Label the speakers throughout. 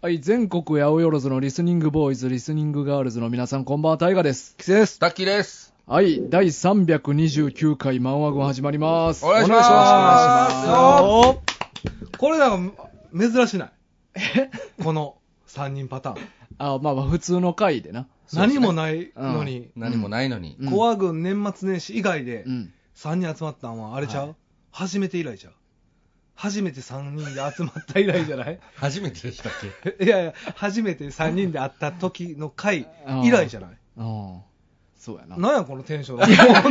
Speaker 1: はい、全国八百万のリスニングボーイズ、リスニングガールズの皆さん、こんばんは、タイガです。
Speaker 2: キセです。
Speaker 3: タッキーです。
Speaker 1: はい、第329回マンワゴン始まります。
Speaker 3: お願いします
Speaker 1: お願いします
Speaker 2: おこれなんか珍しない。この3人パターン。
Speaker 1: あ、まあまあ、普通の回でな。
Speaker 2: 何もないのに、
Speaker 3: 何もないのに。
Speaker 1: うん
Speaker 2: コア軍年末年始以外で
Speaker 1: うん。
Speaker 2: 3人集まったんはあれちゃう、
Speaker 1: はい
Speaker 2: 初めて以来ちゃう初めて3人で集まった以来じゃない
Speaker 3: 初めてでしたっけ
Speaker 2: いやいや、初めて3人で会った時の回以来じゃない
Speaker 1: うん。そうやな。
Speaker 2: なんやこのテンション。
Speaker 1: いやいや、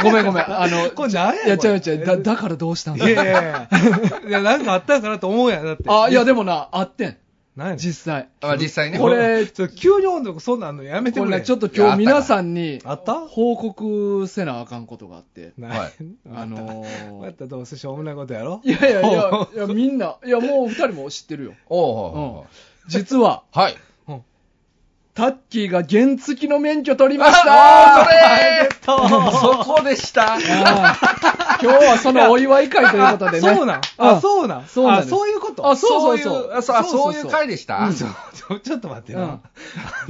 Speaker 1: ごめんごめん。あの、
Speaker 2: これなんや
Speaker 1: いや、
Speaker 2: これ
Speaker 1: 違う違う。だ、だからどうしたん
Speaker 2: い
Speaker 1: だ
Speaker 2: やいやい やいや、なんかあったんかなと思うやん、だって。
Speaker 1: あ、いや、でもな、あってん。
Speaker 2: なんやねん
Speaker 1: 実際。
Speaker 3: あ実際ね。
Speaker 1: これ、
Speaker 2: ちょっと急に温度そんなんのやめて
Speaker 1: こ
Speaker 2: く
Speaker 1: れ
Speaker 2: れ。
Speaker 1: ね、ちょっ
Speaker 2: と。
Speaker 1: と今日皆さんに
Speaker 2: あ った
Speaker 1: 報告せなあかんことがあって。
Speaker 2: な
Speaker 3: はいい。
Speaker 1: あの
Speaker 2: こう
Speaker 1: ー
Speaker 2: やっ、たらどうせしょうもないことやろ
Speaker 1: いやいやいや、いやみんな、いや、もう二人も知ってるよ。
Speaker 3: おうおうおう
Speaker 1: 実は、
Speaker 3: はい。
Speaker 1: タッキーが原付の免許取りまし
Speaker 3: あ
Speaker 1: た
Speaker 3: それそこでした。
Speaker 1: あー今日はそのお祝い会ということでね。
Speaker 2: そうなんあ、そうなん
Speaker 1: そうなん
Speaker 2: あ、
Speaker 1: です
Speaker 2: そういうこと
Speaker 1: あ、そうそう
Speaker 3: い
Speaker 1: そう。
Speaker 3: あそうあそういう回でした
Speaker 1: うん
Speaker 2: ちょちょちょっと待って
Speaker 1: うん
Speaker 2: な。あ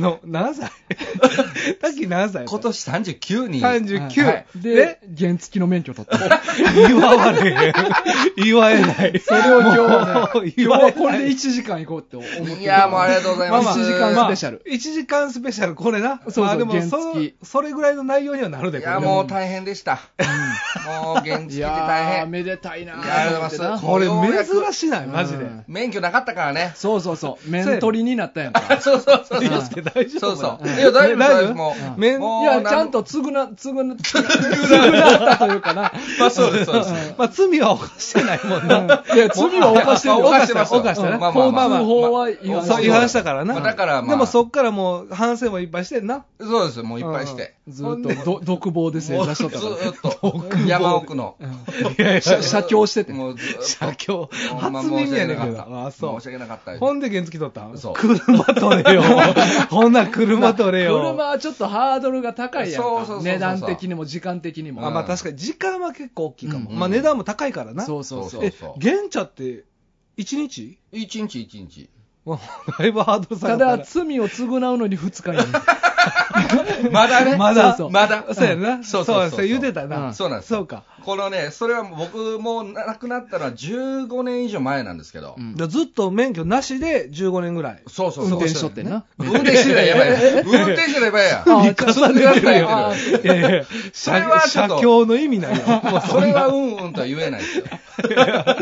Speaker 2: の、何 歳さっき何歳
Speaker 3: 今年39に。
Speaker 2: 39、
Speaker 1: はいで
Speaker 2: で、、
Speaker 1: 原付の免許取った。
Speaker 2: 祝われへん。祝えない。
Speaker 1: それを今日は
Speaker 2: もう
Speaker 1: ね、
Speaker 2: 言
Speaker 1: 今日は
Speaker 2: われな
Speaker 1: いこれで1時間行こうって思ってる
Speaker 3: いや、もうありがとうございます。
Speaker 1: まあまあ一時間スペシャル
Speaker 2: 1時間スペシャル、これな。
Speaker 1: そうそう
Speaker 2: まあでも
Speaker 1: 原
Speaker 2: そ、
Speaker 1: 付
Speaker 2: それぐらいの内容にはなるで、
Speaker 3: い
Speaker 2: これ
Speaker 3: や、
Speaker 2: で
Speaker 3: もう大変でした。もう現
Speaker 1: い
Speaker 3: 地来て
Speaker 1: やー、
Speaker 3: 大変。
Speaker 1: めでたいなー
Speaker 3: いやありがとうございます
Speaker 2: これ
Speaker 3: ようやく
Speaker 2: 珍しない、マジで。
Speaker 1: うん
Speaker 3: 免許なかったからね。
Speaker 1: そうそうそう。面取りになったやんか。
Speaker 3: そうそうそう。
Speaker 1: や
Speaker 2: って大丈夫
Speaker 3: そうそう。
Speaker 1: うん
Speaker 3: いや、大丈夫、
Speaker 2: 大
Speaker 3: 大
Speaker 2: 丈
Speaker 3: 丈
Speaker 2: 夫
Speaker 3: 夫。も
Speaker 2: うん
Speaker 3: う、
Speaker 2: 免
Speaker 3: も
Speaker 1: いうや、
Speaker 3: なん
Speaker 1: ちゃんと償な、償、償ったというかな。
Speaker 3: まあ、そうです、そうです。
Speaker 2: まあ、罪は犯してないもん
Speaker 1: うん
Speaker 2: な。
Speaker 1: いや、罪は犯してるよ。
Speaker 2: 犯して
Speaker 3: ま
Speaker 2: ます
Speaker 3: すよ
Speaker 2: 犯してね。
Speaker 3: まあまあまあ
Speaker 2: まあまあ
Speaker 1: 航空法は違反
Speaker 3: まあ
Speaker 2: そう違反したからな。
Speaker 3: まあだからまあ
Speaker 2: でもそっからもう反省もいっぱいしてんな。
Speaker 3: そうです、もういっぱいして。
Speaker 1: ずーっとど、独房で正
Speaker 3: もう
Speaker 1: 座し
Speaker 3: ず
Speaker 1: とったからね
Speaker 3: ーっと、山奥 の。
Speaker 1: 社社長してて。
Speaker 3: もうずーっと
Speaker 2: 社協。
Speaker 3: ほんま
Speaker 2: 初
Speaker 3: 申
Speaker 2: 耳
Speaker 3: し
Speaker 2: や
Speaker 3: 訳
Speaker 2: ねん
Speaker 3: なか
Speaker 2: け
Speaker 3: っ
Speaker 2: ど。
Speaker 3: た。
Speaker 2: あ、そ
Speaker 3: 申し訳なかった
Speaker 2: う。。ほんで原付取ったん
Speaker 3: 嘘
Speaker 2: 車取れよ。ほんなら車取れよ。
Speaker 1: 車はちょっとハードルが高いやん
Speaker 3: そうそうそう
Speaker 1: か。
Speaker 3: そう
Speaker 1: 値段的にも時間的に
Speaker 2: まあ
Speaker 1: も。
Speaker 2: まあ確かに時間は結構大きいかも。
Speaker 3: うん
Speaker 2: まあ値段も高いからな。
Speaker 1: そうそうそう
Speaker 3: そう。
Speaker 2: え、原茶って1日
Speaker 3: 一日一日。
Speaker 2: もうだいぶハードル下
Speaker 1: た
Speaker 2: がっ
Speaker 1: だ、
Speaker 2: たな。
Speaker 1: 罪を償うのに2日やね
Speaker 3: まだね。
Speaker 2: ま
Speaker 1: そ
Speaker 2: だ
Speaker 1: うそう
Speaker 3: まだ。
Speaker 2: そうやな。
Speaker 3: そうそうそう。
Speaker 2: そう言うてた
Speaker 1: う
Speaker 2: な。
Speaker 1: ん
Speaker 3: そうなんです
Speaker 2: そうか。
Speaker 3: このね、それは僕もう亡くなったのは15年以上前なんですけど。
Speaker 1: うん
Speaker 2: だからずっと免許なしで15年ぐらい。
Speaker 3: そうそう
Speaker 1: 運
Speaker 3: そう。
Speaker 1: 転しとってんな。
Speaker 3: 運転してたらやばいやん。運転してたらやばいやん。
Speaker 1: あー
Speaker 2: 重ねてるよ
Speaker 1: あー
Speaker 2: いやいや、
Speaker 3: そ
Speaker 2: 社
Speaker 3: れはちょ
Speaker 2: 社
Speaker 3: っと
Speaker 2: 協の意味ないよ。
Speaker 3: もうそれはうんうんとは言えないですよ。ちゃんと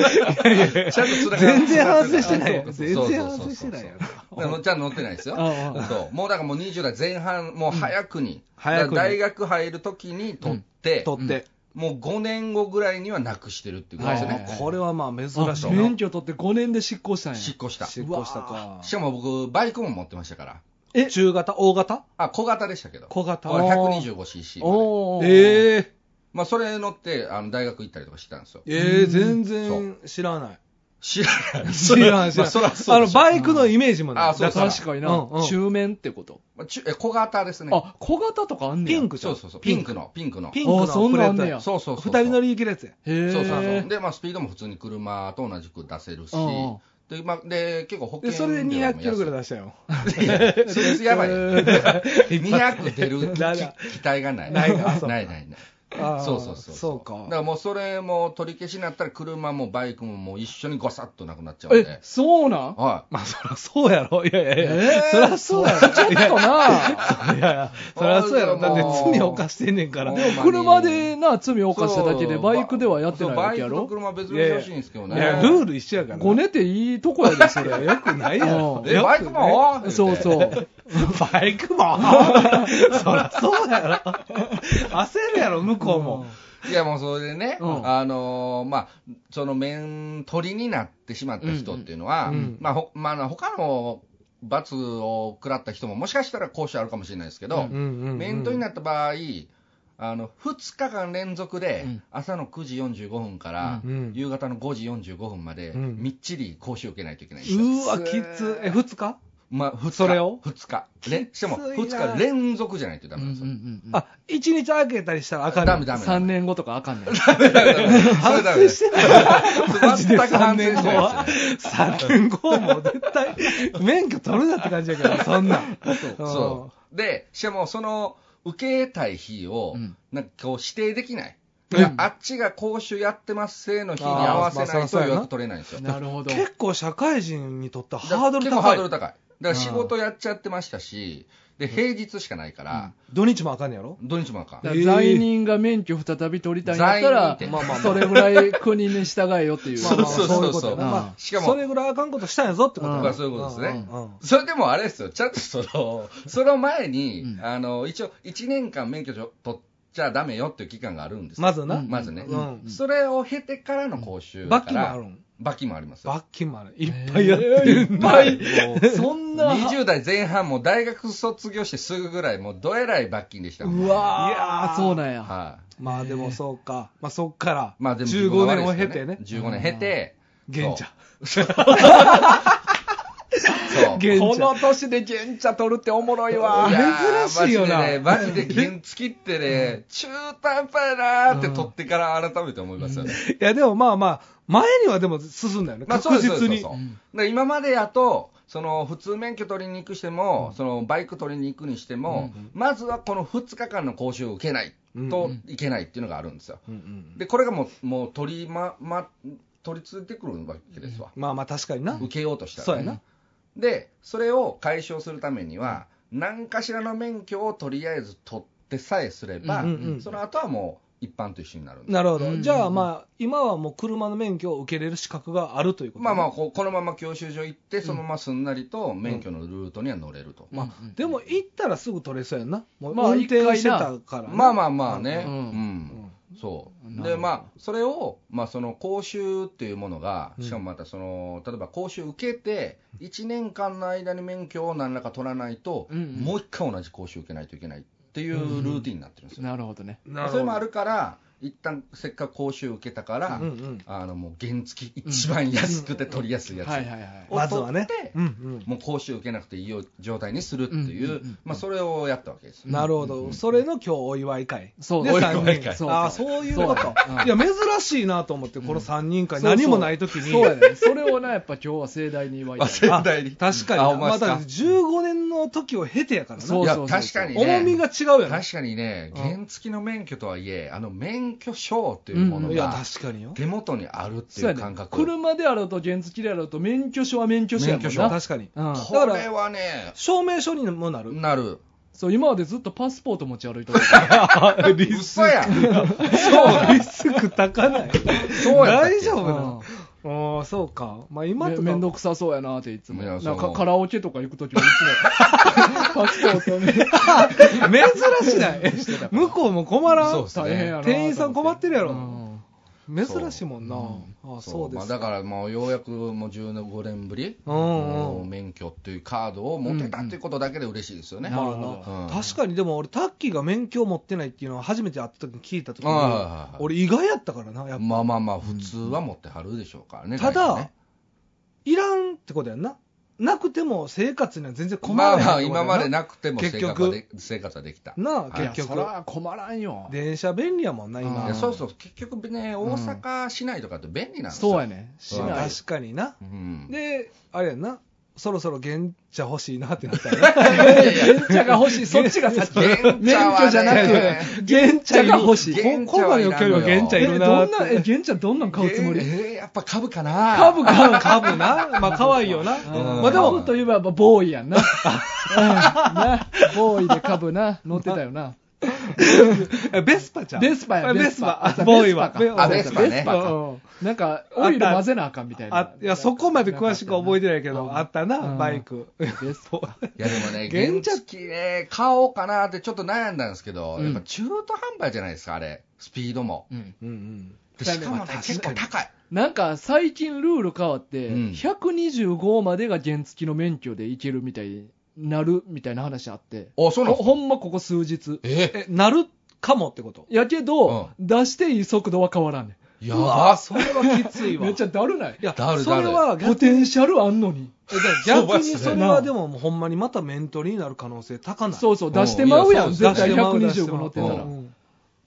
Speaker 3: それが
Speaker 2: 全然反省してないよ。
Speaker 3: そう
Speaker 2: 全然反省してないよ。
Speaker 3: だからのっちゃん乗ってないですよ
Speaker 1: ああああ。
Speaker 3: そうもうだからもう20代前半、もう早くに。
Speaker 2: 早く
Speaker 3: だ
Speaker 2: に
Speaker 3: から大学入る時に取って、
Speaker 2: 取って。
Speaker 3: もう5年後ぐらいにはなくしてるっていうことですよ
Speaker 1: はい
Speaker 3: ね。
Speaker 1: はい
Speaker 2: これはまあ珍
Speaker 1: あ
Speaker 2: しいな。
Speaker 1: 免許取って5年で執行したんや。
Speaker 3: 執行した。し
Speaker 2: 執行したか。
Speaker 3: かも僕、バイクも持ってましたから。
Speaker 2: え中型大型
Speaker 3: あ、小型でしたけど。
Speaker 2: 小型
Speaker 1: あ
Speaker 3: 俺 125cc まで。
Speaker 1: おー
Speaker 2: ええ。
Speaker 3: まあ、それ乗って、あの、大学行ったりとかしてたんですよ。
Speaker 2: ええ、
Speaker 1: うん
Speaker 2: 全然知らない。
Speaker 3: 知らない。
Speaker 2: 知らん、知
Speaker 3: まあ
Speaker 2: ら
Speaker 3: そら
Speaker 2: ん。
Speaker 3: そ
Speaker 2: あ
Speaker 3: う
Speaker 2: の、
Speaker 3: でしょ
Speaker 2: バイクのイメージもない。
Speaker 3: あそう
Speaker 2: だから
Speaker 1: 確かにな、
Speaker 2: うんうん
Speaker 1: 中面ってこと。
Speaker 3: まあちゅえ小型ですね。
Speaker 1: あ、小型とかあんねや
Speaker 2: ピンクじ
Speaker 3: そ
Speaker 2: ゃん
Speaker 3: うそうそう。ピンク。の、ピンクの。
Speaker 2: ピンク
Speaker 1: あ
Speaker 2: の
Speaker 1: ーそんなんあん
Speaker 2: プ
Speaker 1: ね
Speaker 2: レート
Speaker 1: や。
Speaker 2: や
Speaker 3: そうそうそう。
Speaker 2: 二人乗り行けるやつや。
Speaker 1: へー
Speaker 3: そうそうそう。で、まあ、スピードも普通に車と同じく出せるし
Speaker 1: うんうん、
Speaker 3: で、まあ、で、結構保険
Speaker 2: で、それで200キロぐらい
Speaker 3: だ。
Speaker 2: 出したよ。
Speaker 3: それやばい。200出る
Speaker 2: だだ
Speaker 3: 期待がない。
Speaker 2: ないな
Speaker 3: な
Speaker 2: そう
Speaker 3: いないない。
Speaker 2: あー
Speaker 3: そうそうそう。
Speaker 2: そう
Speaker 3: だ
Speaker 2: か
Speaker 3: か。らもうそれも取り消しになったら車もバイクももう一緒にごさっとなくなっちゃうん
Speaker 1: え
Speaker 3: で、。
Speaker 1: そうなん
Speaker 3: はい。
Speaker 2: まあ、そらそうやろ。いやいやいや、
Speaker 1: ー
Speaker 2: そらそ うやろ。
Speaker 1: ちょっとな、
Speaker 2: いやいや、そらそうやろ。だって罪を犯してんねんから。
Speaker 3: も
Speaker 2: いう
Speaker 1: 車でな、罪を犯しただけで、
Speaker 3: そう
Speaker 1: バイクではやってないわけや
Speaker 3: そう
Speaker 1: ろ
Speaker 3: バイクと。車は別々に
Speaker 2: や
Speaker 3: してほし
Speaker 2: い
Speaker 3: いんですけどね。
Speaker 2: や、ルール一緒やからな。
Speaker 1: ごねていいとこやで、そ
Speaker 2: いや
Speaker 1: れ。
Speaker 2: よくないやろ。
Speaker 1: うん
Speaker 3: え、バイクも
Speaker 1: そう
Speaker 3: う。
Speaker 1: そう。
Speaker 2: バイク もそらそうやろ。焦るやろ、向こうも。
Speaker 3: いや、もうそれでね、
Speaker 1: うん
Speaker 3: あのーまあ、その面取りになってしまった人っていうのは、
Speaker 2: うんうんうん
Speaker 3: まあ、ほまあ、他の罰を食らった人ももしかしたら後者あるかもしれないですけど、面取りに
Speaker 2: な
Speaker 3: なった場合、あの2日間連続で
Speaker 1: うん
Speaker 3: 朝の9時45分から
Speaker 2: うん
Speaker 3: 夕方の5時45分まで
Speaker 2: うん
Speaker 3: みっちり講習を受けないといけないんですよ、
Speaker 2: うわ、きつ。え、二日
Speaker 3: まあ、2日。
Speaker 2: それを
Speaker 3: ?2 日。れしかも、
Speaker 2: きついな
Speaker 3: 2日連続じゃないとダメなんですよ。
Speaker 2: あ、一日開けたりしたらあかん
Speaker 3: ダメダメ。
Speaker 1: 3年後とかあかんねん。
Speaker 3: 反省 してない。全く反省してないですよ。
Speaker 2: 3年後も絶対免許取るなって感じやけど、そんなん。
Speaker 3: そう。で、しかもその、受けたい日を
Speaker 1: うん、
Speaker 3: なんかこう指定できない。
Speaker 2: うん
Speaker 3: あっちが講習やってますせーの日に合わせ
Speaker 2: あーま
Speaker 3: な
Speaker 2: あ
Speaker 3: い
Speaker 2: そ
Speaker 3: と
Speaker 2: らそうや
Speaker 3: 予
Speaker 2: な
Speaker 3: 約取れないんですよ。だ
Speaker 1: な
Speaker 3: か
Speaker 1: るほど。
Speaker 2: 結構社会人にとっては
Speaker 3: ら
Speaker 2: ハードル
Speaker 3: 結構ハ
Speaker 2: 高
Speaker 3: ー
Speaker 2: い
Speaker 3: ド。ル高い。だから仕事やっちゃってましたし、で、平日しかないから、
Speaker 2: 土日もあかんねやろ
Speaker 3: 土日もあかん。
Speaker 1: だから罪人が免許再び取りたいんだったら
Speaker 3: 罪人って、
Speaker 2: まあまあまあ
Speaker 1: それぐらい国に従えよっていう。
Speaker 3: そうそう
Speaker 2: いことやな
Speaker 1: そうそうそう
Speaker 2: まあ
Speaker 3: しかも
Speaker 2: それぐらいあかんことしたんやぞってことや
Speaker 1: ま
Speaker 2: な
Speaker 1: あ
Speaker 3: そういうことですね
Speaker 2: うんうんうん
Speaker 3: それでもあれですよ、ちゃんとそ の、その前に、
Speaker 1: うん
Speaker 3: あの、一応、1年間免許取っちゃダメよっていう期間があるんですよ
Speaker 2: まずな。
Speaker 1: うん
Speaker 3: まずね、
Speaker 2: うん
Speaker 3: それを経てからの講習だ
Speaker 2: 罰
Speaker 3: か
Speaker 2: 金もあ
Speaker 3: ら
Speaker 2: る、ん
Speaker 3: 罰金もありますよ。
Speaker 2: 罰金もある。いっぱいやってるんだ。
Speaker 1: えーいっぱい。そんな。
Speaker 3: 20代前半、もう大学卒業してすぐぐらい、もうどえらい罰金でしたもんね
Speaker 1: うわー
Speaker 2: いやー
Speaker 1: そうなんや。
Speaker 3: はい。
Speaker 2: まあでもそうか。まあそっから、
Speaker 3: まあでも自分
Speaker 2: 15
Speaker 3: が
Speaker 2: 年を
Speaker 3: 悪い
Speaker 2: 経
Speaker 3: ですよ
Speaker 2: てね。
Speaker 3: 15年経て、
Speaker 2: 現茶。
Speaker 3: そう。
Speaker 2: 現茶。
Speaker 1: 年で現茶取るっておもろい
Speaker 3: いやー
Speaker 2: 珍しいよな
Speaker 3: マジでね、マジで原付きってね、中途半端やなーって取ってから改めて思いますよね。
Speaker 2: いや、でもまあまあ、前にはでも進んだよね、
Speaker 3: まあ、
Speaker 2: 確実
Speaker 3: そ
Speaker 2: に。
Speaker 3: うですそうですそうですで今までやと、その普通免許取りに行くしても、そのバイク取りに行くにしても、まずはこの2日間の講習を受けないといけないっていうのがあるんですよ。
Speaker 2: うんうん
Speaker 3: で、これがもう、もう取りま、ま、取り続いてくるわけですわ。
Speaker 2: まあまあ、確かにな。
Speaker 3: 受けようとしたら、
Speaker 2: そうやな。
Speaker 3: で、それを解消するためには、何かしらの免許をとりあえず取ってさえすれば、
Speaker 1: うん
Speaker 2: うん
Speaker 3: その後はもう一般と一緒になるんです
Speaker 2: なるほ
Speaker 1: うんう
Speaker 2: ど。
Speaker 1: ん
Speaker 2: じゃあまあ、今はもう車の免許を受けれる資格があるということね
Speaker 3: まあまあこう、このまま教習所行って、そのまますんなりと免許のルートには乗れると。
Speaker 1: まあ、
Speaker 2: でも行ったらすぐ取れそうやんな。もう
Speaker 1: まあ
Speaker 2: 運転してたからね。
Speaker 3: まあまあまあね、
Speaker 1: う
Speaker 3: うんん、そ
Speaker 1: なる
Speaker 3: う。
Speaker 1: ほど
Speaker 3: で、まあ、それを、まあ、その講習っていうものが、
Speaker 2: うん
Speaker 3: しかもまた、その、例えば講習受けて、1年間の間に免許を何らか取らないと、
Speaker 1: うんうん
Speaker 3: もう一回同じ講習受けないといけないっていうルーティンになってるんですよ。
Speaker 1: なるほどね。
Speaker 2: なほど
Speaker 3: それもあるから、一旦せっかく講習受けたから、
Speaker 2: うんうん
Speaker 3: あのもう原付き一番安くて取りやすいやつ
Speaker 1: はいはいはい。
Speaker 3: を
Speaker 2: まずはね
Speaker 3: 取って。
Speaker 2: うんうん
Speaker 3: もう講習受けなくていいよ状態にするっていう、
Speaker 1: うんうんうん
Speaker 3: まあ、それをやったわけですよ。
Speaker 2: なるほど。それの今日お祝い会。
Speaker 1: そう
Speaker 2: で
Speaker 1: お
Speaker 2: 三
Speaker 1: 祝い会
Speaker 2: 人会。
Speaker 1: そう
Speaker 2: ああ、そういうこ
Speaker 1: そう
Speaker 2: と
Speaker 1: や。
Speaker 2: いや、珍しいなと思って、この3人会、何もない時に。
Speaker 1: そうやね。それをな、やっぱ今日は盛大に祝いたい。
Speaker 3: 忘れ
Speaker 2: あ
Speaker 3: 全体に
Speaker 2: 確か
Speaker 3: あ
Speaker 2: に。
Speaker 3: ほんま
Speaker 2: ま
Speaker 3: ですか
Speaker 2: だ15年の時を経てやからな。
Speaker 1: そうそうそう
Speaker 3: いや確かにね
Speaker 2: 重みが違うよね。
Speaker 3: 確かにね、
Speaker 2: うん
Speaker 3: 原付の免許とはいえ、あの免許証っていうもの
Speaker 1: に
Speaker 2: いや、
Speaker 3: が
Speaker 2: 確かによ。
Speaker 3: 手元にあるって
Speaker 1: そうや
Speaker 3: いう感
Speaker 1: ね。
Speaker 3: 覚、
Speaker 1: 車であろうと原付であろうと免許証は免許証やもん
Speaker 3: 免許
Speaker 1: な。
Speaker 2: 確かに。
Speaker 1: うん、
Speaker 3: これはね、
Speaker 2: 証明書にもなる。
Speaker 3: なる、
Speaker 1: そう今までずっとパスポート持ち歩いてた
Speaker 2: リ
Speaker 3: 嘘や、
Speaker 2: そう、リスク高ない。
Speaker 3: そうやったっけ
Speaker 2: 大丈夫な
Speaker 1: うん
Speaker 2: のああ、そうか。まあ今
Speaker 1: め
Speaker 2: とか。
Speaker 1: めんどくさそうやなっていつも
Speaker 3: いや
Speaker 1: なん
Speaker 3: そ
Speaker 1: か
Speaker 3: う
Speaker 1: カラオケとか行くときもいつもパスポートね
Speaker 2: 珍しない。 向こうも困ら
Speaker 3: そうっ
Speaker 2: ん。
Speaker 3: す
Speaker 1: 大変やなと思って
Speaker 2: 店員さん困ってるやろ
Speaker 1: うん
Speaker 2: 珍しいもんな。ああ、そうで
Speaker 3: まあ、
Speaker 2: す
Speaker 3: だ
Speaker 2: か。
Speaker 3: からもうようやくもう15年ぶり、
Speaker 2: うんうん。
Speaker 3: 免許っていうカードを持てたっていうことだけで嬉しいですよね。
Speaker 1: なるほ
Speaker 3: どうん
Speaker 2: 確かにでも俺タッキーが免許を持ってないっていうのは初めて会った時に聞いた時に
Speaker 3: はいはいはいはい
Speaker 2: 俺意外やったからなやっぱ
Speaker 3: まあまあまあ、普通は持ってはるでしょうからね。大
Speaker 2: た
Speaker 3: 体
Speaker 2: だ
Speaker 3: ね、
Speaker 2: いらんってことやんな。なくても生活には全然困
Speaker 3: ま
Speaker 2: ら
Speaker 3: あ
Speaker 2: ない。
Speaker 3: まあ、今までなくても
Speaker 2: 結
Speaker 3: 生
Speaker 2: 局
Speaker 3: 活はで生活はできた。
Speaker 2: なあ、
Speaker 3: はい
Speaker 2: 結
Speaker 1: いやそり
Speaker 2: 局。
Speaker 1: ゃ困らんよ
Speaker 2: 電車便利やもんな、
Speaker 1: うん
Speaker 2: 今。
Speaker 3: いやそうそう、結局ね、大阪市内とかって便利なんですよ。
Speaker 1: そうやねし
Speaker 3: うん
Speaker 1: ない
Speaker 2: 確かにな。
Speaker 3: うん。
Speaker 2: で、あれやんな。そろそろ現茶欲しいなってなったらね
Speaker 1: 原茶が欲しいそっちが先
Speaker 3: 原茶はね
Speaker 1: 免許じゃなく原茶が欲しい
Speaker 3: 原
Speaker 2: 今回の距離は現茶い
Speaker 1: え
Speaker 2: る
Speaker 1: どん
Speaker 2: な
Speaker 1: な
Speaker 2: って。
Speaker 1: え原茶どんなん買うつも
Speaker 3: え
Speaker 1: り
Speaker 3: ーやっぱ株かな
Speaker 1: 株買う
Speaker 2: カブな。まあ、可愛いよ
Speaker 3: ん
Speaker 2: な。まあ、で
Speaker 1: 株
Speaker 2: も、
Speaker 1: といえばボーイやんなうんなボーイで株な乗ってたよな
Speaker 2: え ベスパちゃん。
Speaker 1: ベスパや
Speaker 2: あベスパ。
Speaker 1: ベスパ
Speaker 2: あボーイは。
Speaker 1: ベス
Speaker 3: パかあベスパね
Speaker 2: うん
Speaker 1: なんかオイル混ぜなあかんみたいな
Speaker 2: あいや、そこまで詳しく覚えてないけ
Speaker 1: うん
Speaker 2: ど、あったな
Speaker 1: う、ん
Speaker 2: バイク。
Speaker 1: ベスパ
Speaker 3: いやでもね、
Speaker 2: 原
Speaker 3: 原
Speaker 2: 茶
Speaker 3: 付ね、買おうかなってちょっと悩んだんですけど、
Speaker 1: うん
Speaker 3: やっぱ中途半端じゃないですか、あれ。スピードも。
Speaker 1: うん
Speaker 2: うん うん。
Speaker 3: でしかもね、
Speaker 2: まあ
Speaker 3: 結構高い。
Speaker 1: なんか最近ルール変わって、
Speaker 3: うん
Speaker 1: 125までが原付の免許でいけるみたいになるみたいな話あって、
Speaker 3: あ、そうな
Speaker 1: ほ
Speaker 3: の
Speaker 1: ほんまここ数日。
Speaker 3: え
Speaker 2: え、なるかもってこと
Speaker 1: やけど、出していい速度は変わらんね
Speaker 2: やば、それはきついわ。
Speaker 1: めっちゃだるない
Speaker 2: いや
Speaker 3: だるだる
Speaker 2: それは
Speaker 1: ポテンシャルあんのに。
Speaker 2: えだから逆に
Speaker 3: そ
Speaker 2: そうれはでももうほんまにまたメントリーになる可能性高ない
Speaker 1: そうそう、出してまうや、
Speaker 3: うんん
Speaker 1: 絶対
Speaker 2: 出してまう出して
Speaker 1: 125
Speaker 2: まう
Speaker 1: 乗ってたら
Speaker 3: う。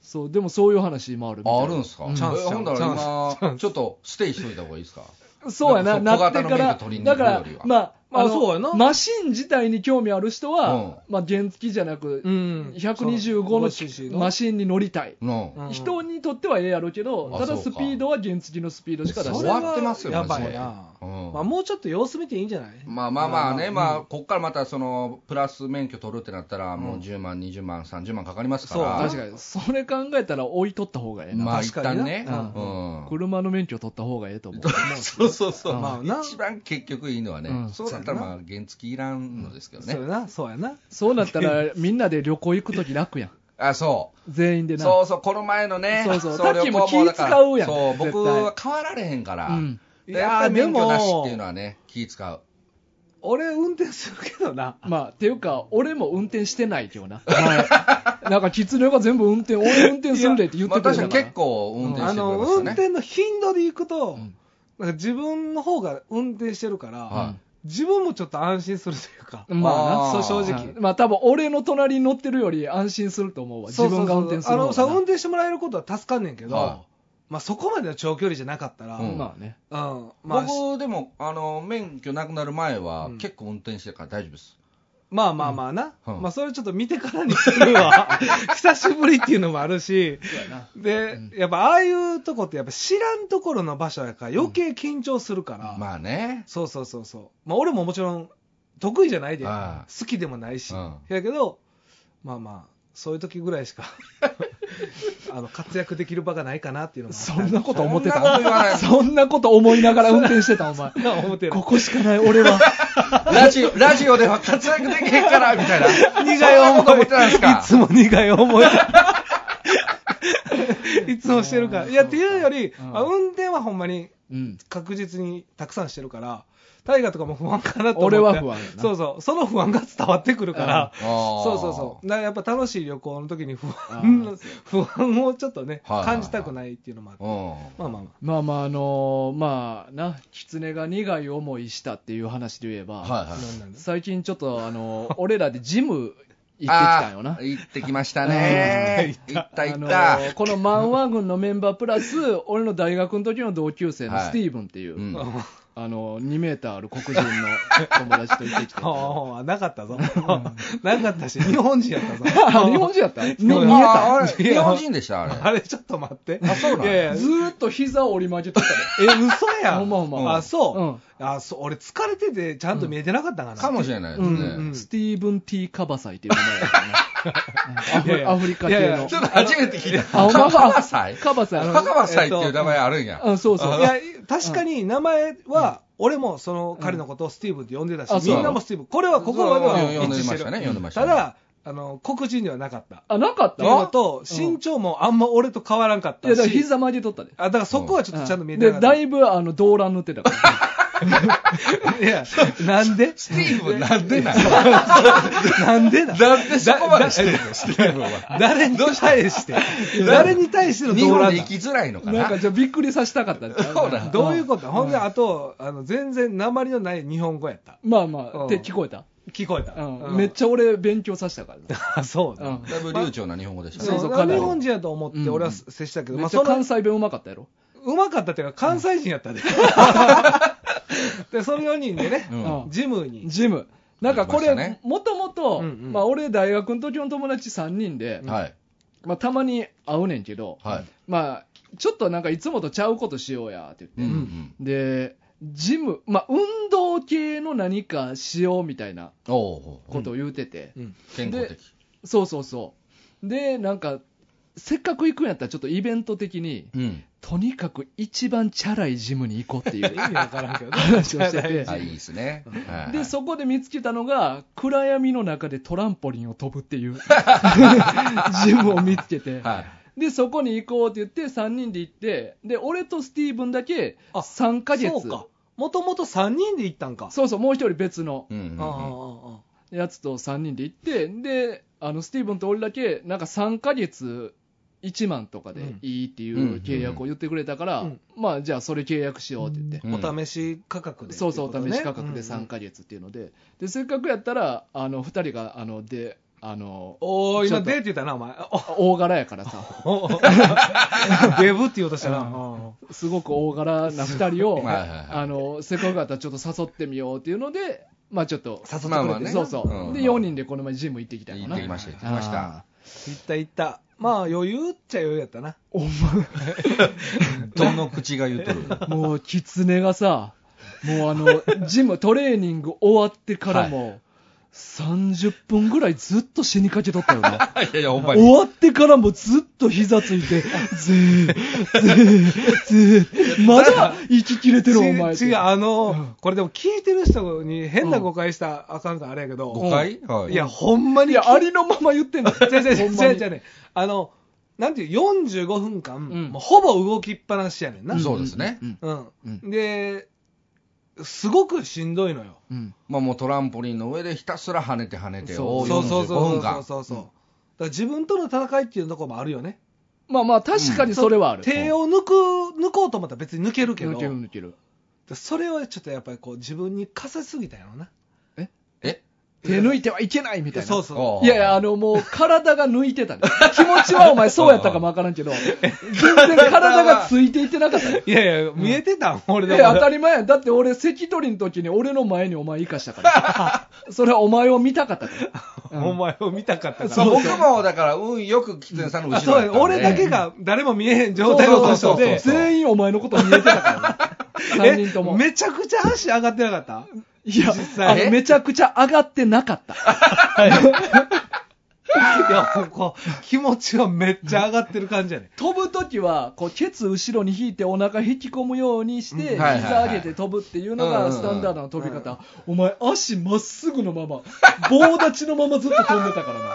Speaker 1: そう、でもそういう話もあるみたい
Speaker 3: あ
Speaker 1: な
Speaker 3: あるんすか、
Speaker 1: うん
Speaker 3: え
Speaker 1: チャ
Speaker 2: ンス
Speaker 3: ほんだら
Speaker 2: チャンスチャ
Speaker 3: 今
Speaker 2: ンス
Speaker 3: ちょっとステイしといた方がいいですか
Speaker 1: そうやな、
Speaker 3: なん
Speaker 1: な
Speaker 3: か
Speaker 1: って
Speaker 3: そう
Speaker 1: か
Speaker 3: 小型の
Speaker 1: ら
Speaker 3: 免許取り、に行
Speaker 1: だ
Speaker 3: く
Speaker 1: か
Speaker 3: よ
Speaker 1: ら
Speaker 3: りは、
Speaker 1: まあ、まあ
Speaker 2: あそうやな
Speaker 1: マシン自体に興味ある人は、まあ、原付じゃなく
Speaker 2: う、ん
Speaker 1: 125のマシンに乗りたい。
Speaker 3: の、
Speaker 2: うん
Speaker 1: 人にとってはええやろうけど、
Speaker 3: あ
Speaker 1: ただ
Speaker 3: そ
Speaker 1: ス
Speaker 3: うか
Speaker 1: ピードは原付のスピードしか出
Speaker 3: そ
Speaker 1: し
Speaker 3: れ
Speaker 1: ない。
Speaker 3: は終わってますよ
Speaker 2: やばい
Speaker 3: マ、
Speaker 2: な
Speaker 3: ジでうん
Speaker 2: まあ、もうちょっと様子見ていいんじゃない
Speaker 3: まあまあまあね、
Speaker 2: うん
Speaker 3: まあ、こっからまたそのプラス免許取るってなったら、もう10万、20万、30万かかりますから、
Speaker 1: 確かに、それ考えたら置いとった方がええな。
Speaker 3: まあ一
Speaker 2: 確かに
Speaker 3: 旦
Speaker 2: な
Speaker 3: ね、
Speaker 1: う
Speaker 3: うん
Speaker 1: 車の免許取った方がええと思う。
Speaker 3: そうそうそうう、
Speaker 1: ん
Speaker 2: まあな
Speaker 3: 一番結局いいのはね、
Speaker 1: うん
Speaker 3: そうだったらまあ原付いらんのですけどね、
Speaker 2: そうやなそうやな
Speaker 1: そうなったら、 みんなで旅行行くとき楽やん。
Speaker 3: あそう。
Speaker 1: 全員でな。
Speaker 3: そうそう、この前のね、
Speaker 1: そうそう
Speaker 3: 旅行
Speaker 1: タッキーも気使うやん
Speaker 3: そう、
Speaker 1: 絶対
Speaker 3: 僕は変わられへんから、
Speaker 1: うん
Speaker 3: でやっぱり免許なしっていうの
Speaker 2: も
Speaker 3: はね、気使う。
Speaker 2: 俺運転するけどな
Speaker 1: まあ、っていうか、俺も運転してないけどな。前なんか、狐が全部運転、俺運転するでって言っ
Speaker 3: まあ、
Speaker 1: てくれた
Speaker 3: 確か
Speaker 1: から。
Speaker 3: に結構運転
Speaker 2: あ
Speaker 3: してくれ
Speaker 2: の
Speaker 3: ましたね。
Speaker 2: 運転の頻度で行くと、
Speaker 1: ん
Speaker 2: なんか自分の方が運転してるから、
Speaker 3: はい
Speaker 2: 自分もちょっと安心するというか、
Speaker 1: まあ
Speaker 3: あ
Speaker 1: な、
Speaker 3: ー
Speaker 1: そう正直。まあ、多分俺の隣に乗ってるより安心すると思うわ。自分が運転する
Speaker 2: あ
Speaker 1: 方
Speaker 2: のさ
Speaker 1: がな
Speaker 2: 運転してもらえることは助かんねんけど、
Speaker 3: は
Speaker 2: まあ、そこまでの長距離じゃなかったら、
Speaker 3: う
Speaker 2: うん
Speaker 3: ん
Speaker 1: まあね。
Speaker 2: まあ、
Speaker 3: 僕、でも、あの、免許なくなる前は
Speaker 2: うん、
Speaker 3: 結構運転してるから大丈夫です。
Speaker 2: まあまあまあな、
Speaker 3: うん
Speaker 2: まあ、それちょっと見てからにするわ久しぶりっていうのもあるしで、やっぱああいうとこってやっぱ知らんところの場所やから余計緊張するから、
Speaker 3: まあ ね。
Speaker 2: そうそうそうそう、まあ、俺ももちろん得意じゃないで
Speaker 3: ああ
Speaker 2: 好きでもないし、
Speaker 3: うん
Speaker 2: やけどまあまあそういう時ぐらいしか あの活躍できる場がないかなっていうのもあ
Speaker 1: そんなこと思って
Speaker 3: そんなこと言わな
Speaker 1: た
Speaker 3: い
Speaker 1: そんなこと思いながら運転してた、お前。
Speaker 2: な思ってる
Speaker 1: ここしかない、俺は。
Speaker 3: ラジオ、ラジオでは活躍できへんから、みたいな。
Speaker 2: 苦い
Speaker 3: そんなこと
Speaker 2: 思
Speaker 3: 思っ
Speaker 2: い
Speaker 3: てないですか
Speaker 2: いつも苦い思いいつもしてるからいやっていうより、
Speaker 1: うん
Speaker 2: あ運転はほんまに
Speaker 1: うん。
Speaker 2: 確実にたくさんしてるから大河とかも不安かなと思って
Speaker 1: 俺は不安やな
Speaker 2: そうそうその不安が伝わってくるから、
Speaker 3: うんあー
Speaker 2: そうそうそうだからやっぱ楽しい旅行の時に不
Speaker 1: あ
Speaker 2: 安 不安をちょっとね、
Speaker 3: はいはいはい
Speaker 2: 感じたくないっていうのもあって、
Speaker 3: う
Speaker 2: まあ
Speaker 3: ん。
Speaker 2: まあまあ
Speaker 1: まあまあ、あのーまあな、狐が苦い思いしたっていう話で言えば、
Speaker 3: はいは
Speaker 2: なんなんで
Speaker 1: 最近ちょっと、あのー俺らでジム行って
Speaker 3: い。
Speaker 1: きたよな
Speaker 3: あー。行ってきましたね。行った行った
Speaker 1: あの。ーこの漫画軍のメンバープラ ス、俺の大学の時の同級生の
Speaker 3: はい
Speaker 1: スティーブンっていう、
Speaker 3: うん
Speaker 1: あのー2メーターある黒人の友達と行 ってきて。あ
Speaker 2: ああなかったぞ。なかったし、日本人やった ぞ。
Speaker 1: 日本人やったに見え
Speaker 2: そう
Speaker 1: た
Speaker 3: ああれ
Speaker 2: いや
Speaker 3: 日本人でした、あれ。
Speaker 2: あれ、ちょっと待って。
Speaker 3: あそうなんや
Speaker 2: いやいや、
Speaker 1: ずーっと膝折り曲げとったで。
Speaker 2: え、嘘やん。
Speaker 1: ほんまほんま
Speaker 2: あ、そう。
Speaker 1: うん
Speaker 2: あ、そう、俺疲れてて、ちゃんと見えてなかったんかな。
Speaker 3: かもしれないです
Speaker 1: う
Speaker 2: うん
Speaker 3: ね。
Speaker 1: スティーブン・ T ・カバサイっていう名前やったね
Speaker 2: いやい
Speaker 1: う んア
Speaker 2: や
Speaker 1: フアフリカ系の。
Speaker 2: いやいや
Speaker 3: ちょっと初めて聞いた。
Speaker 1: あ、お前は、
Speaker 3: カバサイ
Speaker 1: カバサイ。
Speaker 3: カバサイっていう名前あるんや。
Speaker 1: うん、そうそう。
Speaker 2: いや、確かに名前は、俺もその彼のことをスティーブンって呼んでたし、
Speaker 1: あそう
Speaker 2: みんなもスティーブン。これはここまでは
Speaker 3: 呼ん
Speaker 2: 一
Speaker 3: で
Speaker 2: 致し
Speaker 3: ま
Speaker 2: て
Speaker 3: した
Speaker 2: る。
Speaker 3: ね、呼んでました
Speaker 2: た
Speaker 3: ね。
Speaker 2: だ、あの、黒人ではなかった。
Speaker 1: あ、なかっ
Speaker 2: って
Speaker 1: た
Speaker 2: いうの
Speaker 1: い
Speaker 2: と、
Speaker 1: うん
Speaker 2: 身長もあんま俺と変わらんかったし。
Speaker 1: や、だから膝曲げとったで。
Speaker 2: あ、だからそこはちょっとちゃんと見えて
Speaker 1: で、
Speaker 2: なかった。
Speaker 1: だいぶ、あの、動乱塗ってたから。
Speaker 2: いや、なんで
Speaker 3: スティーブンなんでなん
Speaker 2: なんでだ
Speaker 3: なんでそこまでしてるの、スティーブンは。
Speaker 2: 誰に対 して、誰に対しての
Speaker 3: 日
Speaker 2: 動
Speaker 3: 本
Speaker 2: 乱
Speaker 3: で
Speaker 2: だ
Speaker 3: 生きづらいのか
Speaker 1: なん
Speaker 3: な
Speaker 1: か、。じゃあびっくりさせたかったんちゃ
Speaker 3: そうなん
Speaker 2: どういう
Speaker 1: と
Speaker 2: ことほんで、あと、あの、全然鉛のない日本語やった。
Speaker 1: まあまあ、
Speaker 2: うん
Speaker 1: って聞こえた。
Speaker 2: 聞こえた。
Speaker 1: うん。めっちゃ俺、勉強させたからな。
Speaker 2: ゃ。そうだ。
Speaker 1: うん。
Speaker 3: だいぶ流暢な日本語でした
Speaker 2: そ
Speaker 1: そう
Speaker 2: う
Speaker 1: そう
Speaker 2: そう
Speaker 1: かなり
Speaker 2: 日本人やと思っ
Speaker 1: うん
Speaker 2: て俺は接したけど、
Speaker 1: め
Speaker 2: ま
Speaker 1: っ
Speaker 2: あ、
Speaker 1: ちゃ
Speaker 2: その
Speaker 1: 関西弁うまかったやろ。
Speaker 2: うまかったっていうか関西人 やったで、でその4人でね、
Speaker 3: うん
Speaker 1: うん
Speaker 2: ジムに
Speaker 1: ジム。なんかこ
Speaker 3: 行きました
Speaker 1: れ
Speaker 3: ね、
Speaker 1: もともと、
Speaker 2: うんうん
Speaker 1: まあ俺大学の時の友達3人で、
Speaker 3: はい。
Speaker 1: まあたまに会うねんけど、
Speaker 3: はい。
Speaker 1: まあちょっとなんかいつもとちゃうことしようや、って言って
Speaker 3: う。んうん。
Speaker 1: で、ジム、まあ、運動系の何かしようみたいな
Speaker 3: おおう
Speaker 1: ことを言うてて、
Speaker 2: うん
Speaker 3: 健康的。
Speaker 1: そうそうそう。で、なんか、せっかく行くんやったら、ちょっとイベント的に、
Speaker 3: うん。
Speaker 1: とにかく一番チャラいジムに行こうってい
Speaker 2: 意
Speaker 1: う
Speaker 2: 味わからんけどね
Speaker 1: 話をしてて、
Speaker 3: あ、いいですね。はい
Speaker 1: で、そこで見つけたのが、暗闇の中でトランポリンを飛ぶっていうジムを見つけて、
Speaker 3: はい。
Speaker 1: で、そこに行こうって言って、3人で行って、で、俺とスティーブンだけ
Speaker 2: あ
Speaker 1: 3ヶ月、
Speaker 2: そうかもともと3人で行ったんか
Speaker 1: そうそう、もう一人別の。
Speaker 3: うんうんうん
Speaker 2: あああああ
Speaker 1: やつと3人で行って、で、あのスティーブンと俺だけ、なんか3ヶ月1万とかでいいっていう契約を言ってくれたから、
Speaker 2: うん
Speaker 1: まあ、じゃあそれ契約しようって言って、
Speaker 3: うん
Speaker 2: お試し価格でって
Speaker 1: そ
Speaker 2: いうこ
Speaker 1: そう、
Speaker 2: と
Speaker 1: お
Speaker 2: ね、
Speaker 1: 試し価格で3ヶ月っていうので、でせっかくやったら、あの2人が、あのであの
Speaker 2: おおー
Speaker 1: ちょ
Speaker 2: 今
Speaker 1: っと
Speaker 2: デーって言ったなお前
Speaker 1: 大柄やからさ、
Speaker 2: おデブって言おうとしたな、
Speaker 1: う
Speaker 2: うん
Speaker 1: すごく大柄な2人を、
Speaker 3: はいはいはい
Speaker 1: あのせっかくやったらちょっと誘ってみようっていうので、まあ、ちょっと、
Speaker 3: さつまいもはね
Speaker 1: そうそう、
Speaker 3: うん
Speaker 1: で4人でこの前、ジム行ってきたか
Speaker 3: 行っ
Speaker 1: な
Speaker 3: てき。ました、行ってきました。
Speaker 2: 行った行ったまあ余裕っちゃ余裕やったな
Speaker 1: お前
Speaker 3: どの口が言うとる
Speaker 1: もう、キツネがさ、もうあ の、ジム、トレーニング終わってからも、30分ぐらいずっと死にかけとったよな。
Speaker 3: いやいや、ほんま
Speaker 1: 終
Speaker 3: に。
Speaker 1: わってからもずっと膝ついて、ぜー、ぜー、ぜー、まだ息切れてるお前っ
Speaker 2: ち
Speaker 1: て。
Speaker 2: 違うあの、
Speaker 1: うん
Speaker 2: これでも聞いてる人に変な誤解したらあかんからあれやけど、
Speaker 3: 誤解はい
Speaker 2: やほんまに
Speaker 1: いや、ありのまま言ってんの。
Speaker 2: 違う違う違う
Speaker 1: ほんま
Speaker 2: 違う
Speaker 1: に
Speaker 2: 違うねあのなんていう45分間、
Speaker 1: ん
Speaker 2: もうほぼ動きっぱなしやねんな、
Speaker 3: そうですね
Speaker 1: うん
Speaker 2: うん
Speaker 1: う
Speaker 2: ですごくしんどいのよ
Speaker 1: うん
Speaker 3: まあもうトランポリンの上でひたすら跳ねて跳ねて、
Speaker 1: そう
Speaker 3: お
Speaker 2: そうそう
Speaker 3: 45
Speaker 2: そ
Speaker 3: 分
Speaker 2: うそう
Speaker 3: 間。
Speaker 2: そうそうだから自分との戦いっていうところもあるよね
Speaker 1: まあまあ、確かにそれはある。
Speaker 2: 手を抜く抜こうと思ったら別に抜けるけど
Speaker 1: 抜ける抜ける。
Speaker 2: それはちょっとやっぱりこう自分に課せすぎたよな
Speaker 3: え
Speaker 1: 手抜いてはいけないみたいな。
Speaker 2: そうそう
Speaker 1: いやいや、あの、もう、体が抜いてたね。気持ちはお前そうやったかもわからんけど、全然体がついていってなかったね。
Speaker 2: いやいや見えてた、ん、俺
Speaker 1: い
Speaker 2: で
Speaker 1: や当た
Speaker 2: も
Speaker 1: り前や。だって俺、関取の時に俺の前にお前生かしたから。それはお前を見たかったから。うん
Speaker 2: お前を見たかったから
Speaker 3: そう僕もだから、運よくキツネさんの後ろ
Speaker 2: あそ
Speaker 3: や
Speaker 2: うや
Speaker 3: ったんで
Speaker 2: 俺だけが誰も見えへん状態の
Speaker 1: そう
Speaker 2: こ
Speaker 1: そ
Speaker 2: と
Speaker 1: うそう
Speaker 2: で
Speaker 1: そう全員お前のこと見えてたから ね。3人とも。
Speaker 2: めちゃくちゃ足上がってなかった
Speaker 1: いや、あ
Speaker 2: 際
Speaker 1: の、めちゃくちゃ上がってなかった。
Speaker 2: いや、ここ、気持ちはめっちゃ上がってる感じやね。
Speaker 1: 飛ぶときは、こう、ケツ後ろに引いてお腹引き込むようにして、
Speaker 3: うんはいはいはい
Speaker 1: 膝上げて飛ぶっていうの
Speaker 3: うんうんう
Speaker 1: が
Speaker 3: ん
Speaker 1: スタンダードの飛び方。お前、足まっすぐのまま、棒立ちのままずっと飛んでたからな。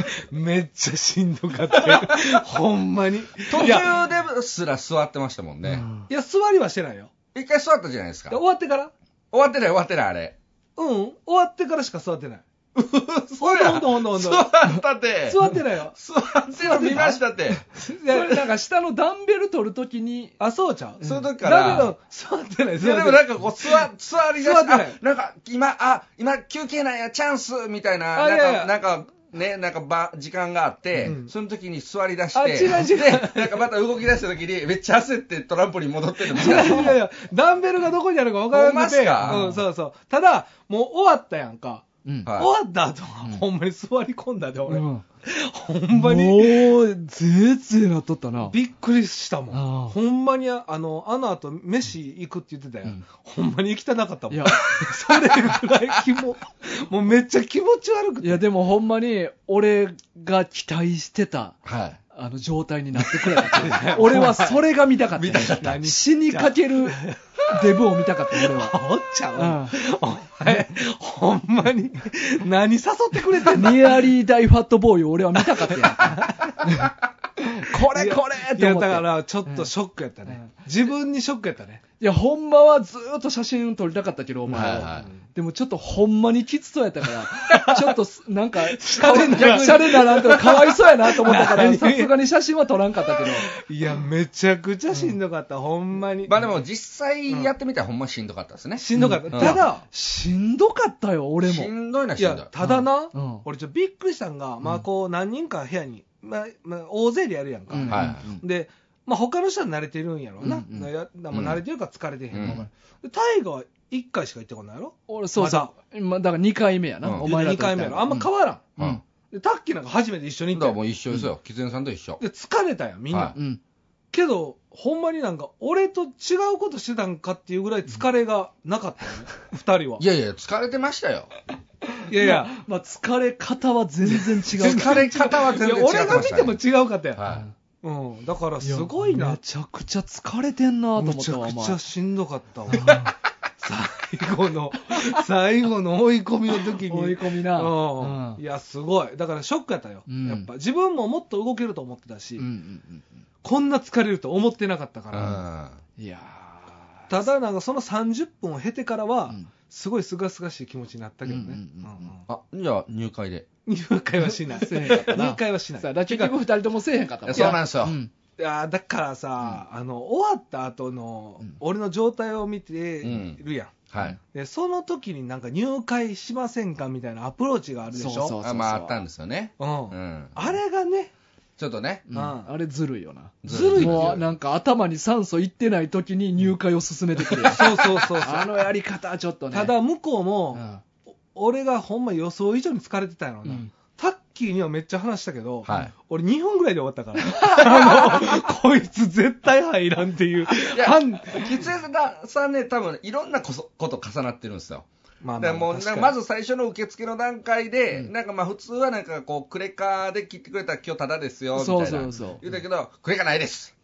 Speaker 2: めっちゃしんどかった。ほんまに。
Speaker 3: 途
Speaker 2: いや、
Speaker 3: 中ですら座ってましたもんね。
Speaker 2: いや座りはしてないよ。
Speaker 3: 一回座ったじゃないですか。
Speaker 2: 終
Speaker 3: 終
Speaker 2: わってから
Speaker 3: わってない、終わってない、あれ。
Speaker 2: うん、終わってからしか座ってない。
Speaker 3: そうや
Speaker 2: ほんとほんとほんと
Speaker 3: 座ったって。
Speaker 2: 座ってないよ。
Speaker 3: 座ってるの見ましたって。
Speaker 2: い
Speaker 1: そ
Speaker 2: や
Speaker 1: れなんか下のダンベル取るときに、
Speaker 2: あ、そうちゃう。
Speaker 3: そういう時か
Speaker 2: だ
Speaker 3: ら。
Speaker 2: けど、座ってない、
Speaker 3: い
Speaker 2: 座
Speaker 3: や
Speaker 2: って
Speaker 3: で
Speaker 2: ない。
Speaker 3: もなんかこう、座、座りだ
Speaker 2: 座っ
Speaker 3: して
Speaker 2: ない
Speaker 3: あ、なんか今、あ、今休憩なんや、チャンスみたいな、
Speaker 2: あ
Speaker 3: なん
Speaker 2: いやい
Speaker 3: か、
Speaker 2: や
Speaker 3: なんか、ね、なんかば、時間があって、
Speaker 2: うん
Speaker 3: その時に座り出して、
Speaker 2: あ違う違う
Speaker 3: で、なんかまた動き出した時に、めっちゃ焦ってトランポリン戻ってるみ
Speaker 2: い
Speaker 3: た
Speaker 2: や
Speaker 3: い
Speaker 2: いやい
Speaker 3: な。
Speaker 2: や、ダンベルがどこにあるか分からなく
Speaker 3: ほ
Speaker 2: て。
Speaker 3: んまっすか
Speaker 2: うん、そうそう。ただ、もう終わったやんか。
Speaker 1: うん
Speaker 3: はい
Speaker 2: 終わった後は、ほんまに座り込んだで、俺。
Speaker 1: うん
Speaker 2: ほんまに。
Speaker 1: もう、ぜーぜーなっとったな。
Speaker 2: びっくりしたも
Speaker 1: ああ
Speaker 2: ん。ほんまにあ、あの、あの後、飯行くって言ってたやん。
Speaker 1: うん
Speaker 2: ほんまに行きたなかったもん。
Speaker 1: いや
Speaker 2: それぐらい気も、もうめっちゃ気持ち悪く
Speaker 1: い
Speaker 2: て。
Speaker 1: や、でもほんまに、俺が期待してた、
Speaker 3: はい。
Speaker 1: あの、状態になってくれた。 俺はそれが見たかった。
Speaker 3: 見たかった
Speaker 1: 死にかけるデブを見たかった、俺
Speaker 2: あ
Speaker 1: は。
Speaker 2: おっちゃん、
Speaker 1: うん
Speaker 2: お前、ほんまに、何誘ってくれてんの
Speaker 1: ニアリー大ファットボーイを俺は見たかったやんか これこれ
Speaker 2: い
Speaker 1: と
Speaker 2: や、
Speaker 1: 思って。
Speaker 2: だか
Speaker 1: いや、
Speaker 2: ら、ちょっとショックやったね。
Speaker 1: うん
Speaker 2: 自分にショックやったね。
Speaker 1: ほんまはずーっと写真撮りたかったけど、お前
Speaker 3: はいはい
Speaker 1: でもちょっとほんまにきつそうやった から、ちょっとすなんか、シャ
Speaker 2: レならん
Speaker 1: レならんとかかわいそうやなと思ったから、
Speaker 2: 何
Speaker 1: さすがに写真は撮らんかったけど。
Speaker 2: いや、めちゃくちゃしんどかった、ほんまに。
Speaker 3: まあでも実際やってみたらほんましんどかったですね。
Speaker 2: しんどかった。
Speaker 3: うん
Speaker 2: ただ、
Speaker 1: しんどかったよ、俺
Speaker 3: し
Speaker 1: も。
Speaker 3: んどいのはいしんどい
Speaker 2: や。、ただな、
Speaker 1: うんうん
Speaker 2: 俺ちょっとびっくりしたんが、まあこう何人か部屋に、まあ、まあ、大勢でやるやんか。
Speaker 1: うん
Speaker 3: はい
Speaker 2: で、まあ他の人は慣れてるんやろうな。
Speaker 1: うんうん
Speaker 2: やまあ慣れてるか疲れてへん
Speaker 3: うん
Speaker 2: わかる。でタイガは1回しか行ってこないやろ
Speaker 1: 俺、そうそう。まあ、だから2回目やな。
Speaker 3: うん
Speaker 1: お前ら
Speaker 2: 2
Speaker 1: と行
Speaker 2: 回
Speaker 1: ったら
Speaker 2: 目やろ。あんま変わらん。
Speaker 3: うん。
Speaker 1: うん
Speaker 2: で、タッキーなんか初めて一緒に行
Speaker 3: だか
Speaker 2: っ
Speaker 3: ら
Speaker 2: た
Speaker 3: も
Speaker 2: よ
Speaker 3: う一緒ですよ。キツネさんと一緒。
Speaker 2: で、疲れたやん、みんな。
Speaker 3: は
Speaker 1: うん。
Speaker 2: けど、ほんまになんか、俺と違うことしてたんかっていうぐらい疲れがなかったよね、二、人は。
Speaker 3: いやいや、疲れてましたよ。
Speaker 2: いやいや、
Speaker 1: まあ、疲れ方は全然違う。
Speaker 3: 疲れ方は全
Speaker 2: いや
Speaker 3: 然違ってま
Speaker 2: 俺が
Speaker 3: し
Speaker 2: 見
Speaker 3: た
Speaker 2: ても
Speaker 3: ね。
Speaker 2: 違うかったやん。
Speaker 3: は
Speaker 2: うん、だからすごい
Speaker 1: や
Speaker 2: な
Speaker 1: めちゃくちゃ疲れてんなと思
Speaker 2: め
Speaker 1: っ
Speaker 2: ち
Speaker 1: た
Speaker 2: ゃ
Speaker 1: わ、お
Speaker 2: く
Speaker 1: 前
Speaker 2: ち。ゃしんどかったわ。最後の、最後の追い込みの時に。
Speaker 1: 追い込みな。
Speaker 2: うん
Speaker 1: うん
Speaker 2: いや、すごい。だからショックやったよ。
Speaker 1: うん
Speaker 2: やっぱ自分ももっと動けると思ってたし、
Speaker 1: うんうん
Speaker 2: こんな疲れると思ってなかったから。
Speaker 3: い。
Speaker 1: うんいや
Speaker 2: ただ、なんかその30分を経てから
Speaker 1: ー
Speaker 2: は
Speaker 1: う、ん
Speaker 2: すごいすがすがしい気持ちになったけどね。
Speaker 1: うんうんうんうん
Speaker 2: うんうん
Speaker 3: うん。あ、じゃあ入会で。
Speaker 2: 入会はしない。
Speaker 1: せえへんかったな
Speaker 2: 入会はしない。
Speaker 1: さあ、だから結局二人ともせえへんかったもん
Speaker 3: いやそうなんですよ
Speaker 1: ん
Speaker 2: いやだからさ、あの終わった後の、
Speaker 1: うん
Speaker 2: 俺の状態を見てるやん、
Speaker 3: はい。
Speaker 2: でその時になんか入会しませんかみたいなアプローチがあるでしょ
Speaker 1: そうそう
Speaker 3: あまあ、あったんですよね。
Speaker 2: うん
Speaker 3: うん。
Speaker 2: あれがね
Speaker 3: ちょっとね。
Speaker 1: うん
Speaker 2: うん
Speaker 1: あれずるいよな。
Speaker 3: ずるい
Speaker 1: もうなんか頭に酸素いってない時に入会を進めてくる。
Speaker 2: そうそうそうそう
Speaker 1: あのやり方はちょっ とね。
Speaker 2: ただ向こう
Speaker 1: う
Speaker 2: も、
Speaker 1: ん、
Speaker 2: 俺がほんま予想以上に疲れてたんやろな、
Speaker 1: うん
Speaker 2: タッキーにはめっちゃ話したけど、
Speaker 3: はい
Speaker 2: 俺2分ぐらいで終わっ たから、あのこいつ絶対入らんっ ていう、
Speaker 3: いや
Speaker 2: はんま
Speaker 3: 喫煙さんね、多分いろんなこそこと重なってるんですよ。
Speaker 2: あ
Speaker 3: だからもう
Speaker 2: 確かに
Speaker 3: まず最初の受付の段階で、
Speaker 1: うん
Speaker 3: なんかまあ普通はなんかこうクレカで切ってくれたら今日タダですよみたい
Speaker 1: そ
Speaker 3: な
Speaker 1: うそうそう
Speaker 3: 言うたけど、クレカないです、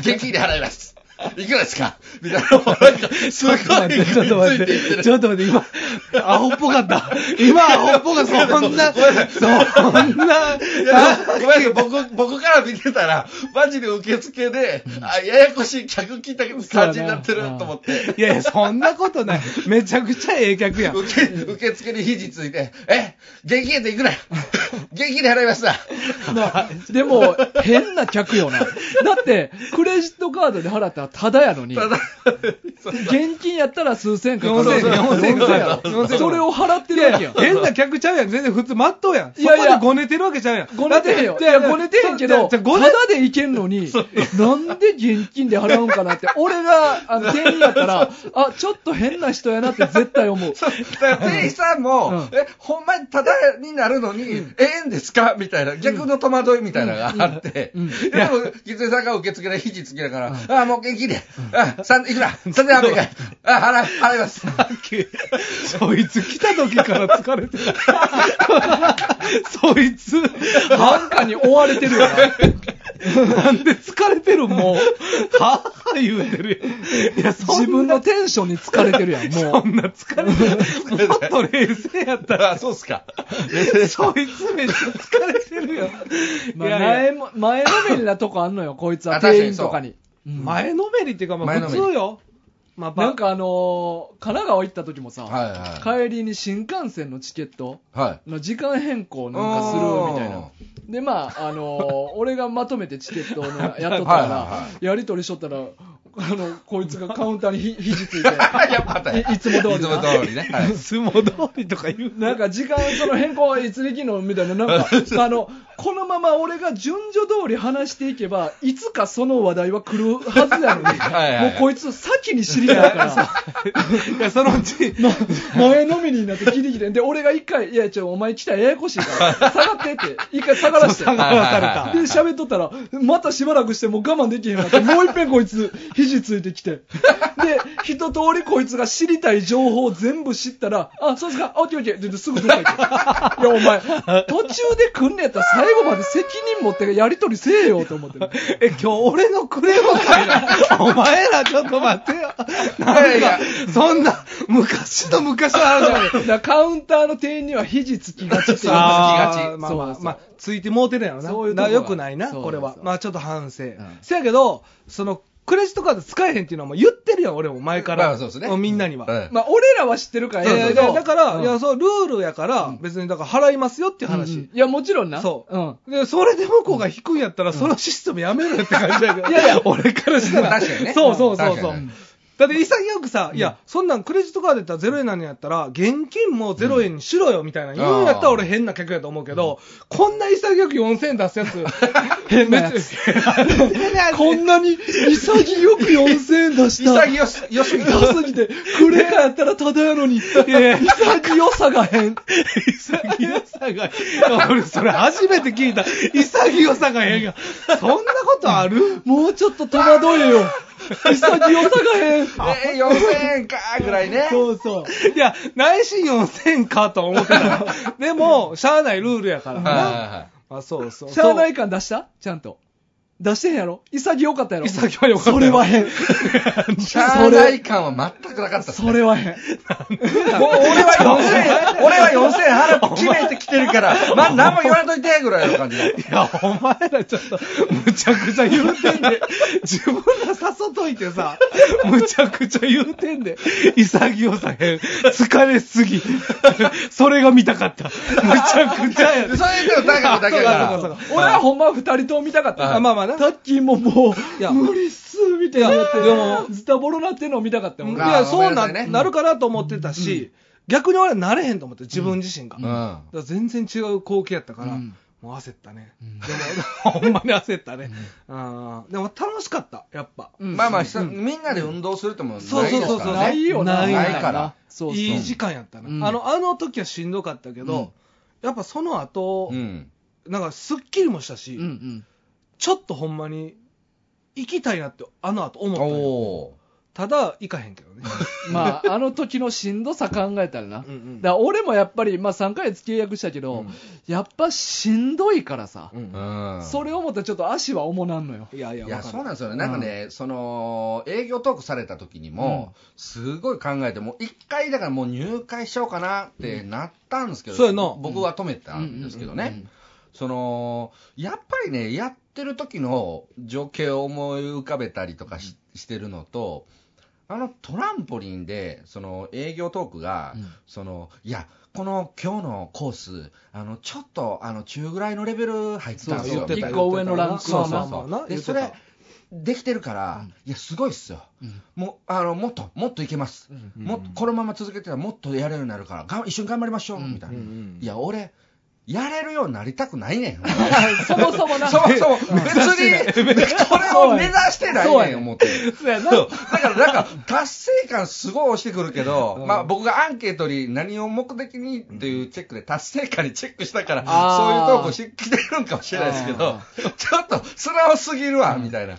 Speaker 3: 現金で払います、いくらですかみたいな、もうなんかすごい
Speaker 2: ちょっと待って、ちょっと待っ
Speaker 3: 食いついい
Speaker 2: て、ちょっと待って、今、アホっぽかった。今、アホっぽかった。 そんな、そんな、
Speaker 3: いやごめんなさい、僕、僕から見てたら、マジで受付で、あややこしい客聞いた感じになってると思って。
Speaker 2: いやいや、そんなことない。めちゃくちゃええ客やん。
Speaker 3: 受け受付に肘ついて、え現金でいく ら現金で払いました。
Speaker 1: なでも、変な客よな。だって、クレジットカードで払ったらタダやのに、
Speaker 3: ただ、
Speaker 1: 現金やったら数千円かか
Speaker 2: 4000
Speaker 1: る。
Speaker 2: 円
Speaker 1: 4000円やろ
Speaker 2: 4000円
Speaker 1: それを払ってるわけやん。
Speaker 2: 変な客ちゃうやん。全然普通、まっとうやん。
Speaker 1: いやいや
Speaker 2: そこでごねてるわけちゃうやん。
Speaker 1: ごねてへんよ。いや、ごねてへんけど、
Speaker 2: じゃ
Speaker 1: タダ
Speaker 2: あごね
Speaker 1: でいけんのに、なんで現金で払うんかなって、俺が、あの、店員やったら、あ、ちょっと変な人やなって絶対思う。
Speaker 3: そうだから店員さんも、
Speaker 1: うん
Speaker 3: え、ほんまにただになるのに、ええんですかみたいな、逆の戸惑いみたいなのがあって、
Speaker 1: うんうん
Speaker 3: ででも、きつねさんが受付で肘つけながら、ああ、もう元気で、あ、三いくら ?3800 円。あ、払い、払います。
Speaker 2: そ いつ来た時から疲れてる。そいつ、
Speaker 1: なんかに追われてる よな。
Speaker 2: なんで疲れてるもう。はぁ言うてるやん。いや、そんな
Speaker 1: 自分のテンションに疲れてるやん、も
Speaker 2: そんな疲れてる。もっと冷静やったら、
Speaker 3: あ、そうっすか。
Speaker 2: そいつめっちゃ疲れてるやん。
Speaker 1: う。まあ
Speaker 2: いやいや
Speaker 1: 前も、前のめりなとこあん のよ、こいつは。
Speaker 3: あ確か
Speaker 1: 店
Speaker 3: に
Speaker 1: 員
Speaker 3: そう
Speaker 1: とかに。うん
Speaker 2: 前のめりっていうか、ま
Speaker 3: 前
Speaker 2: あ
Speaker 3: のめ
Speaker 2: 普
Speaker 3: り
Speaker 2: 通よ。まあ、ば
Speaker 1: なん、かあのー神奈川行った時もさ、
Speaker 3: はいは
Speaker 1: 帰りに新幹線のチケット
Speaker 3: い。はい。
Speaker 1: の時間変更なんかするみたいな。で、まあ、あ のー俺がまとめてチケットのやっとったから、
Speaker 3: はいはいは
Speaker 1: やり取りしとったら、あの、こいつがカウンターにひ肘ついて、
Speaker 3: あやっぱあった
Speaker 1: いいつも通りない
Speaker 3: つも通りね。はい
Speaker 2: 相撲通りとか言う
Speaker 1: なんか時間その変更はいつできんのみたいな、なんか、あの、このまま俺が順序通り話していけば、いつかその話題は来るはずやのに、
Speaker 3: いはい
Speaker 1: もうこいつ先に知りたいから。
Speaker 2: いや、そのうち、
Speaker 1: ま前のめりになって聞いてきて、で、俺が一回、いや、ちょ、お前来たらややこしいから、下がってって、一回下がらして。
Speaker 2: 下
Speaker 1: で、
Speaker 2: がらさ
Speaker 3: はいはい
Speaker 2: れ
Speaker 3: はい
Speaker 2: た
Speaker 3: はい。
Speaker 1: 喋っとったら、またしばらくしてもう我慢できへんわって、 もう一遍こいつ、肘ついてきて。で、一通りこいつが知りたい情報を全部知ったら、あ、そうですか、あオッケーオッケーって言ってすぐどっか 行って。いや、お前、途中で来んねやったら最後まで責任持ってやりとりせえよと思って ね。
Speaker 2: え、今日俺のクレームかいな。お前らちょっと待ってよ。なん
Speaker 3: いや
Speaker 2: か
Speaker 3: い、
Speaker 2: そんな、昔の昔の
Speaker 1: だ
Speaker 2: 話じ
Speaker 1: か
Speaker 2: ゃない
Speaker 1: ら。だからカウンターの店員には肘つきが ちっていうか。
Speaker 2: あ
Speaker 3: つきが
Speaker 2: ー
Speaker 3: ち
Speaker 2: まあま
Speaker 1: そう
Speaker 2: あ
Speaker 1: そう
Speaker 2: まあ、ついてもうてるやろな。
Speaker 1: そういうとこが
Speaker 2: よくないな、
Speaker 1: そう
Speaker 2: これは
Speaker 1: そ。う
Speaker 2: まあちょっと反省。
Speaker 1: ん
Speaker 2: せやけど、その、クレジットカード使えへんっていうのはもう言ってるやん、俺も前か
Speaker 3: ま
Speaker 2: ら。
Speaker 3: あそうですね
Speaker 2: んみんなには。
Speaker 3: はい
Speaker 1: まあ、俺らは知ってるから
Speaker 2: いやい
Speaker 1: ええ
Speaker 2: や
Speaker 1: け
Speaker 2: いや
Speaker 1: ど
Speaker 2: だから、
Speaker 1: うん
Speaker 2: いや、そう、ルールやから、別に、だから払いますよっていう
Speaker 1: うんうん
Speaker 2: 話。
Speaker 1: いや、もちろんな。
Speaker 2: そう、
Speaker 1: ん。
Speaker 2: で、それで向こうが引くんやったら、そのシステムやめろよって感じだけど。
Speaker 1: いやいや
Speaker 2: 俺からしたら。
Speaker 3: まあ確かにね
Speaker 2: そうそうそうそう
Speaker 3: 確かにね。
Speaker 2: だって潔くさ、いや、そんなんクレジットカードやったら0円なんやったら、現金も0円にしろよみたいな、言うんやったら俺変な客やと思うけど、こんな潔く4000円出すやつ、
Speaker 1: 変なやつ。
Speaker 2: 変なやつ
Speaker 1: こんなに潔く4000円出した。
Speaker 3: 潔すよすぎる。
Speaker 1: 潔すぎて、クレカやったらただやのに。潔さが変。
Speaker 2: 潔さが、 俺それ初めて聞いた。潔さが変や。そんなことある
Speaker 1: もうちょっと戸惑えよ。潔さが変。
Speaker 3: えー、4000円かーぐらいね。
Speaker 1: そうそう。
Speaker 2: いや、内心4000円かとは思ってた。 でも、しゃあないルールやから
Speaker 3: はいは
Speaker 2: な。
Speaker 3: いはい
Speaker 2: あ、そうそう。。
Speaker 1: しゃあないい感出したちゃんと。
Speaker 4: 出してへんやろ潔かったやろ
Speaker 2: 潔は良かったよ
Speaker 4: それはへん。
Speaker 3: 社
Speaker 4: そ
Speaker 3: 内
Speaker 4: れ、
Speaker 3: 感は全くなかったですね
Speaker 4: それはへん。
Speaker 3: もう俺は4000円、俺は4000円払って決めてきてるから、ま、何も言わんといてぐらいの感じで。
Speaker 2: いや、お前らちょっと、むちゃくちゃ言うてんで。自分ら誘っといてさ、むちゃくちゃ言うてんで。潔さへん。疲れすぎ。それが見たかった。むちゃくちゃや
Speaker 3: で。それでも高いだけやか
Speaker 2: そ
Speaker 3: ら。
Speaker 2: うか
Speaker 4: 俺はほんまは二人とも見たかった
Speaker 2: あ
Speaker 4: よ。
Speaker 2: まあまあな。
Speaker 4: タッキーもも
Speaker 2: いや
Speaker 4: う、無理っす、みたいになって。
Speaker 2: いやでも
Speaker 4: ズタボロなってんのを見たかったよ。
Speaker 2: い
Speaker 4: 俺
Speaker 3: あー
Speaker 2: や、そう
Speaker 3: ご
Speaker 2: な,、
Speaker 3: めんなさいね
Speaker 2: なるかなと思ってたし、逆に俺はなれへんと思って、自分自身が。
Speaker 3: う
Speaker 2: だか
Speaker 3: ん。
Speaker 2: ら全然違う光景やったから、
Speaker 1: うん
Speaker 2: もう焦ったね。
Speaker 1: うん
Speaker 2: でも、 ほんまに焦ったね。あーでも楽しかった、やっぱ。
Speaker 1: うん
Speaker 3: まあまあ、久みんなで運動するともないです
Speaker 2: そうそうそうそう
Speaker 3: から
Speaker 4: な
Speaker 3: ね。
Speaker 4: いよな。
Speaker 2: ない
Speaker 3: ないから
Speaker 1: そうそう
Speaker 2: いい時間やったな、
Speaker 1: うん
Speaker 2: あのあの時はしんどかったけど、やっぱその後、
Speaker 3: うん。
Speaker 2: なんかすっきりもしたし、
Speaker 1: うんうん
Speaker 2: ちょっとほんまに行きたいなってあの後思ったよ
Speaker 3: お
Speaker 2: ただ行かへんけどね、
Speaker 1: まああの時のしんどさ考えたらな、
Speaker 2: うんうん
Speaker 1: だから俺もやっぱり、まあ、3ヶ月契約したけど、やっぱしんどいからさ、
Speaker 2: うん
Speaker 3: ー。うん。
Speaker 1: それ思ったらちょっと足は重なんのよ。
Speaker 2: いやいや
Speaker 3: いや、
Speaker 2: わかる
Speaker 3: そうなんですよね。なんかね、その、営業トークされた時にも、すごい考えて、もう一回だからもう入会しようかなってなったんですけど、
Speaker 2: そうやな
Speaker 3: 僕は止めたんですけ
Speaker 1: う
Speaker 3: ど
Speaker 1: んうんうん
Speaker 3: ね。その、やっぱりね、やってる時の情景を思い浮かべたりとかししてるのと、あのトランポリンで、その営業トークが、
Speaker 1: うん
Speaker 3: その、いや、この今日のコース、あの、ちょっと、あの、中ぐらいのレベル入ったんです
Speaker 1: そう言っ
Speaker 3: よ。
Speaker 1: てた一個上のランク
Speaker 3: そ
Speaker 1: は
Speaker 3: う
Speaker 1: な
Speaker 3: そう
Speaker 2: まあまあ
Speaker 3: そ
Speaker 2: な
Speaker 3: う。で、
Speaker 2: 言って
Speaker 3: そ
Speaker 2: た
Speaker 3: れ、できてるから、いや、すごいっすよ。
Speaker 1: うん
Speaker 3: もう、あの、もっと、もっといけます。
Speaker 2: うん
Speaker 3: もっとこのまま続けてたら、もっとやれるようになるから、がん一緒に頑張りましょう、
Speaker 1: うん
Speaker 3: みたいな。
Speaker 2: うんうん
Speaker 3: いや、俺、やれるようになりたくないねん。
Speaker 1: そも そもな、
Speaker 3: そもそも、別に、これを目指してない
Speaker 1: そうや
Speaker 3: ねん、思って。
Speaker 1: そうやな
Speaker 3: そうだから、なんか、達成感すごい押してくるけど、まあ、僕がアンケートに何を目的にっていうチェックで達成感にチェックしたから、そういう
Speaker 1: あー
Speaker 3: 投稿してきてるんかもしれないですけど
Speaker 1: あ、
Speaker 3: ちょっと、素直すぎるわ、みたいな。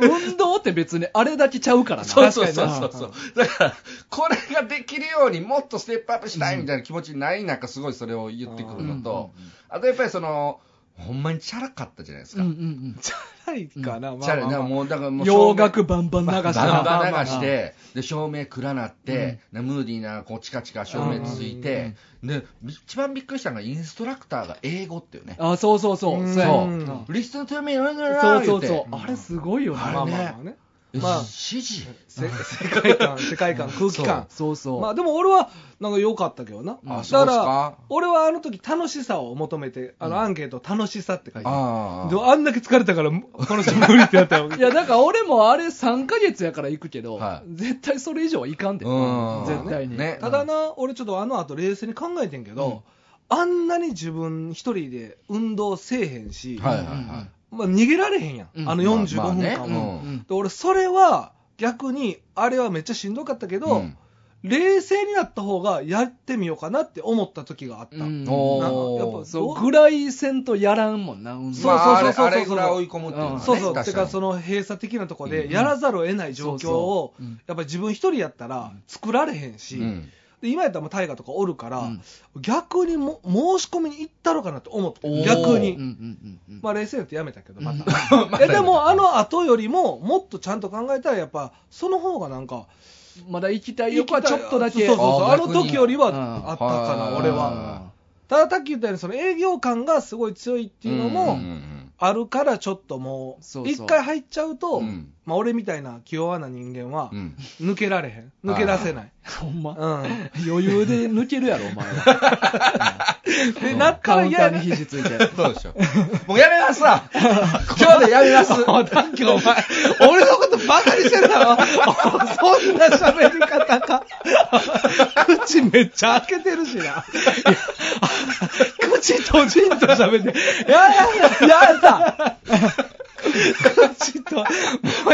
Speaker 1: 運動って別にあれだけちゃうからな。
Speaker 3: そうそう
Speaker 1: 確か
Speaker 3: そう
Speaker 1: にな
Speaker 3: そうそう。だから、これができるようにもっとステップアップしたいみたいな気持ちない中、すごいそれを言ってくるのと、あとやっぱりその、ほんまにチャラかったじゃないです
Speaker 1: う
Speaker 3: か
Speaker 1: んう。ん
Speaker 2: じゃないかな、
Speaker 3: チャラ、
Speaker 2: ま
Speaker 3: な
Speaker 2: あまあまあ
Speaker 3: もうだからもう
Speaker 4: 洋楽バンバン流
Speaker 3: バン
Speaker 4: した
Speaker 2: な
Speaker 4: ら。
Speaker 3: バン流して、で、照明暗なって、なムーディーな、こう、チカチカ照明ついて、で、一番びっくりしたのがインストラクターが英語っていうね。
Speaker 1: うん。あ、そうそうそう。
Speaker 2: うん
Speaker 1: そうや
Speaker 3: そ
Speaker 2: ん
Speaker 3: う。リストとめ、そう
Speaker 1: そうそう
Speaker 3: そ
Speaker 1: そう。あれすごいよ
Speaker 3: あれ
Speaker 1: な。
Speaker 2: まあ
Speaker 3: ね
Speaker 2: まあまあね
Speaker 3: う。
Speaker 2: まあ
Speaker 3: 指示。
Speaker 2: せ 世界観世界観空気感
Speaker 1: そうそう。
Speaker 2: まあでも俺はなんか良かったけどな
Speaker 3: あ
Speaker 2: だ
Speaker 3: そう
Speaker 2: か
Speaker 3: ですから
Speaker 2: 俺はあの時楽しさを求めてあのアンケート楽しさって書いてある
Speaker 3: あ
Speaker 2: であんだけ疲れたから、この人無理ってやっ たよ。
Speaker 1: いや、だから俺もあれ3ヶ月やから行くけど、
Speaker 3: はい
Speaker 1: 絶対それ以上はいかんで。
Speaker 3: うん
Speaker 1: 絶対に。
Speaker 3: ね
Speaker 2: ただな、俺ちょっとあの後冷静に考えてんけど、あんなに自分一人で運動せえへんし、
Speaker 3: あ。はいはいはい。
Speaker 2: まあ、逃げられへんやん、
Speaker 1: うん
Speaker 2: あの45分間
Speaker 3: まあまあ
Speaker 2: も、
Speaker 3: ね
Speaker 1: うん
Speaker 2: で俺、それは逆に、あれはめっちゃしんどかったけど、
Speaker 3: うん
Speaker 2: 冷静になった方がやってみようかなって思った時があった。
Speaker 1: うん
Speaker 3: おー
Speaker 2: なんかやっぱ
Speaker 1: そうぐらいせんとやらんもんな、運動
Speaker 2: そう
Speaker 3: まあ、あれ
Speaker 2: そうそ
Speaker 3: あれ
Speaker 2: うそうそう
Speaker 3: ぐらい追い込むっていうのはね、
Speaker 2: そうそう、
Speaker 3: 確
Speaker 2: て
Speaker 3: か
Speaker 2: か
Speaker 3: に
Speaker 2: その閉鎖的なとこ
Speaker 3: う
Speaker 2: で
Speaker 3: ん
Speaker 2: やらざるを得ない状況を
Speaker 1: そうそううん、
Speaker 2: やっぱり自分一人やったら作られへんし、
Speaker 3: うん
Speaker 2: で今やったらもう大河とかおるから、
Speaker 1: うん
Speaker 2: 逆にも申し込みに行ったろかなと思って
Speaker 3: おー
Speaker 2: 逆に、
Speaker 1: うんうんうんうん
Speaker 2: まあ冷静になってやめたけど また、
Speaker 3: まあ
Speaker 2: えでもあの後よりももっとちゃんと考えたらやっぱその方がなんか
Speaker 1: まだ行きたい欲はちょっとだけ。
Speaker 2: そうそうそう
Speaker 3: あ
Speaker 2: あ
Speaker 3: ー
Speaker 2: の時よりは
Speaker 1: 逆に
Speaker 2: あったかな、
Speaker 3: うん
Speaker 2: 俺
Speaker 3: うん
Speaker 2: はたださっき言ったようにその営業感がすごい強いっていうのも、
Speaker 3: んん
Speaker 2: あるからちょっとも
Speaker 1: そう
Speaker 2: う
Speaker 1: そう
Speaker 2: 一回入っちゃうと、
Speaker 3: うん
Speaker 2: まあ、俺みたいな器用な人間は
Speaker 3: うんうん
Speaker 2: 抜けられへん抜け出せない、
Speaker 1: ほんま。
Speaker 2: うん
Speaker 1: 余裕で抜けるやろ、お前は。
Speaker 2: でなった
Speaker 1: カ
Speaker 2: ら
Speaker 1: ウンター
Speaker 2: 嫌
Speaker 1: に
Speaker 2: や
Speaker 1: 肘ついて。
Speaker 3: そうでしょ。もうやめます わ今日でやめます
Speaker 2: だけお前、俺のことバカにしてたわ。そんな喋り方か。口めっちゃ開けてるしな。いや口閉じんと喋って。いやいやいや、やった口と、もう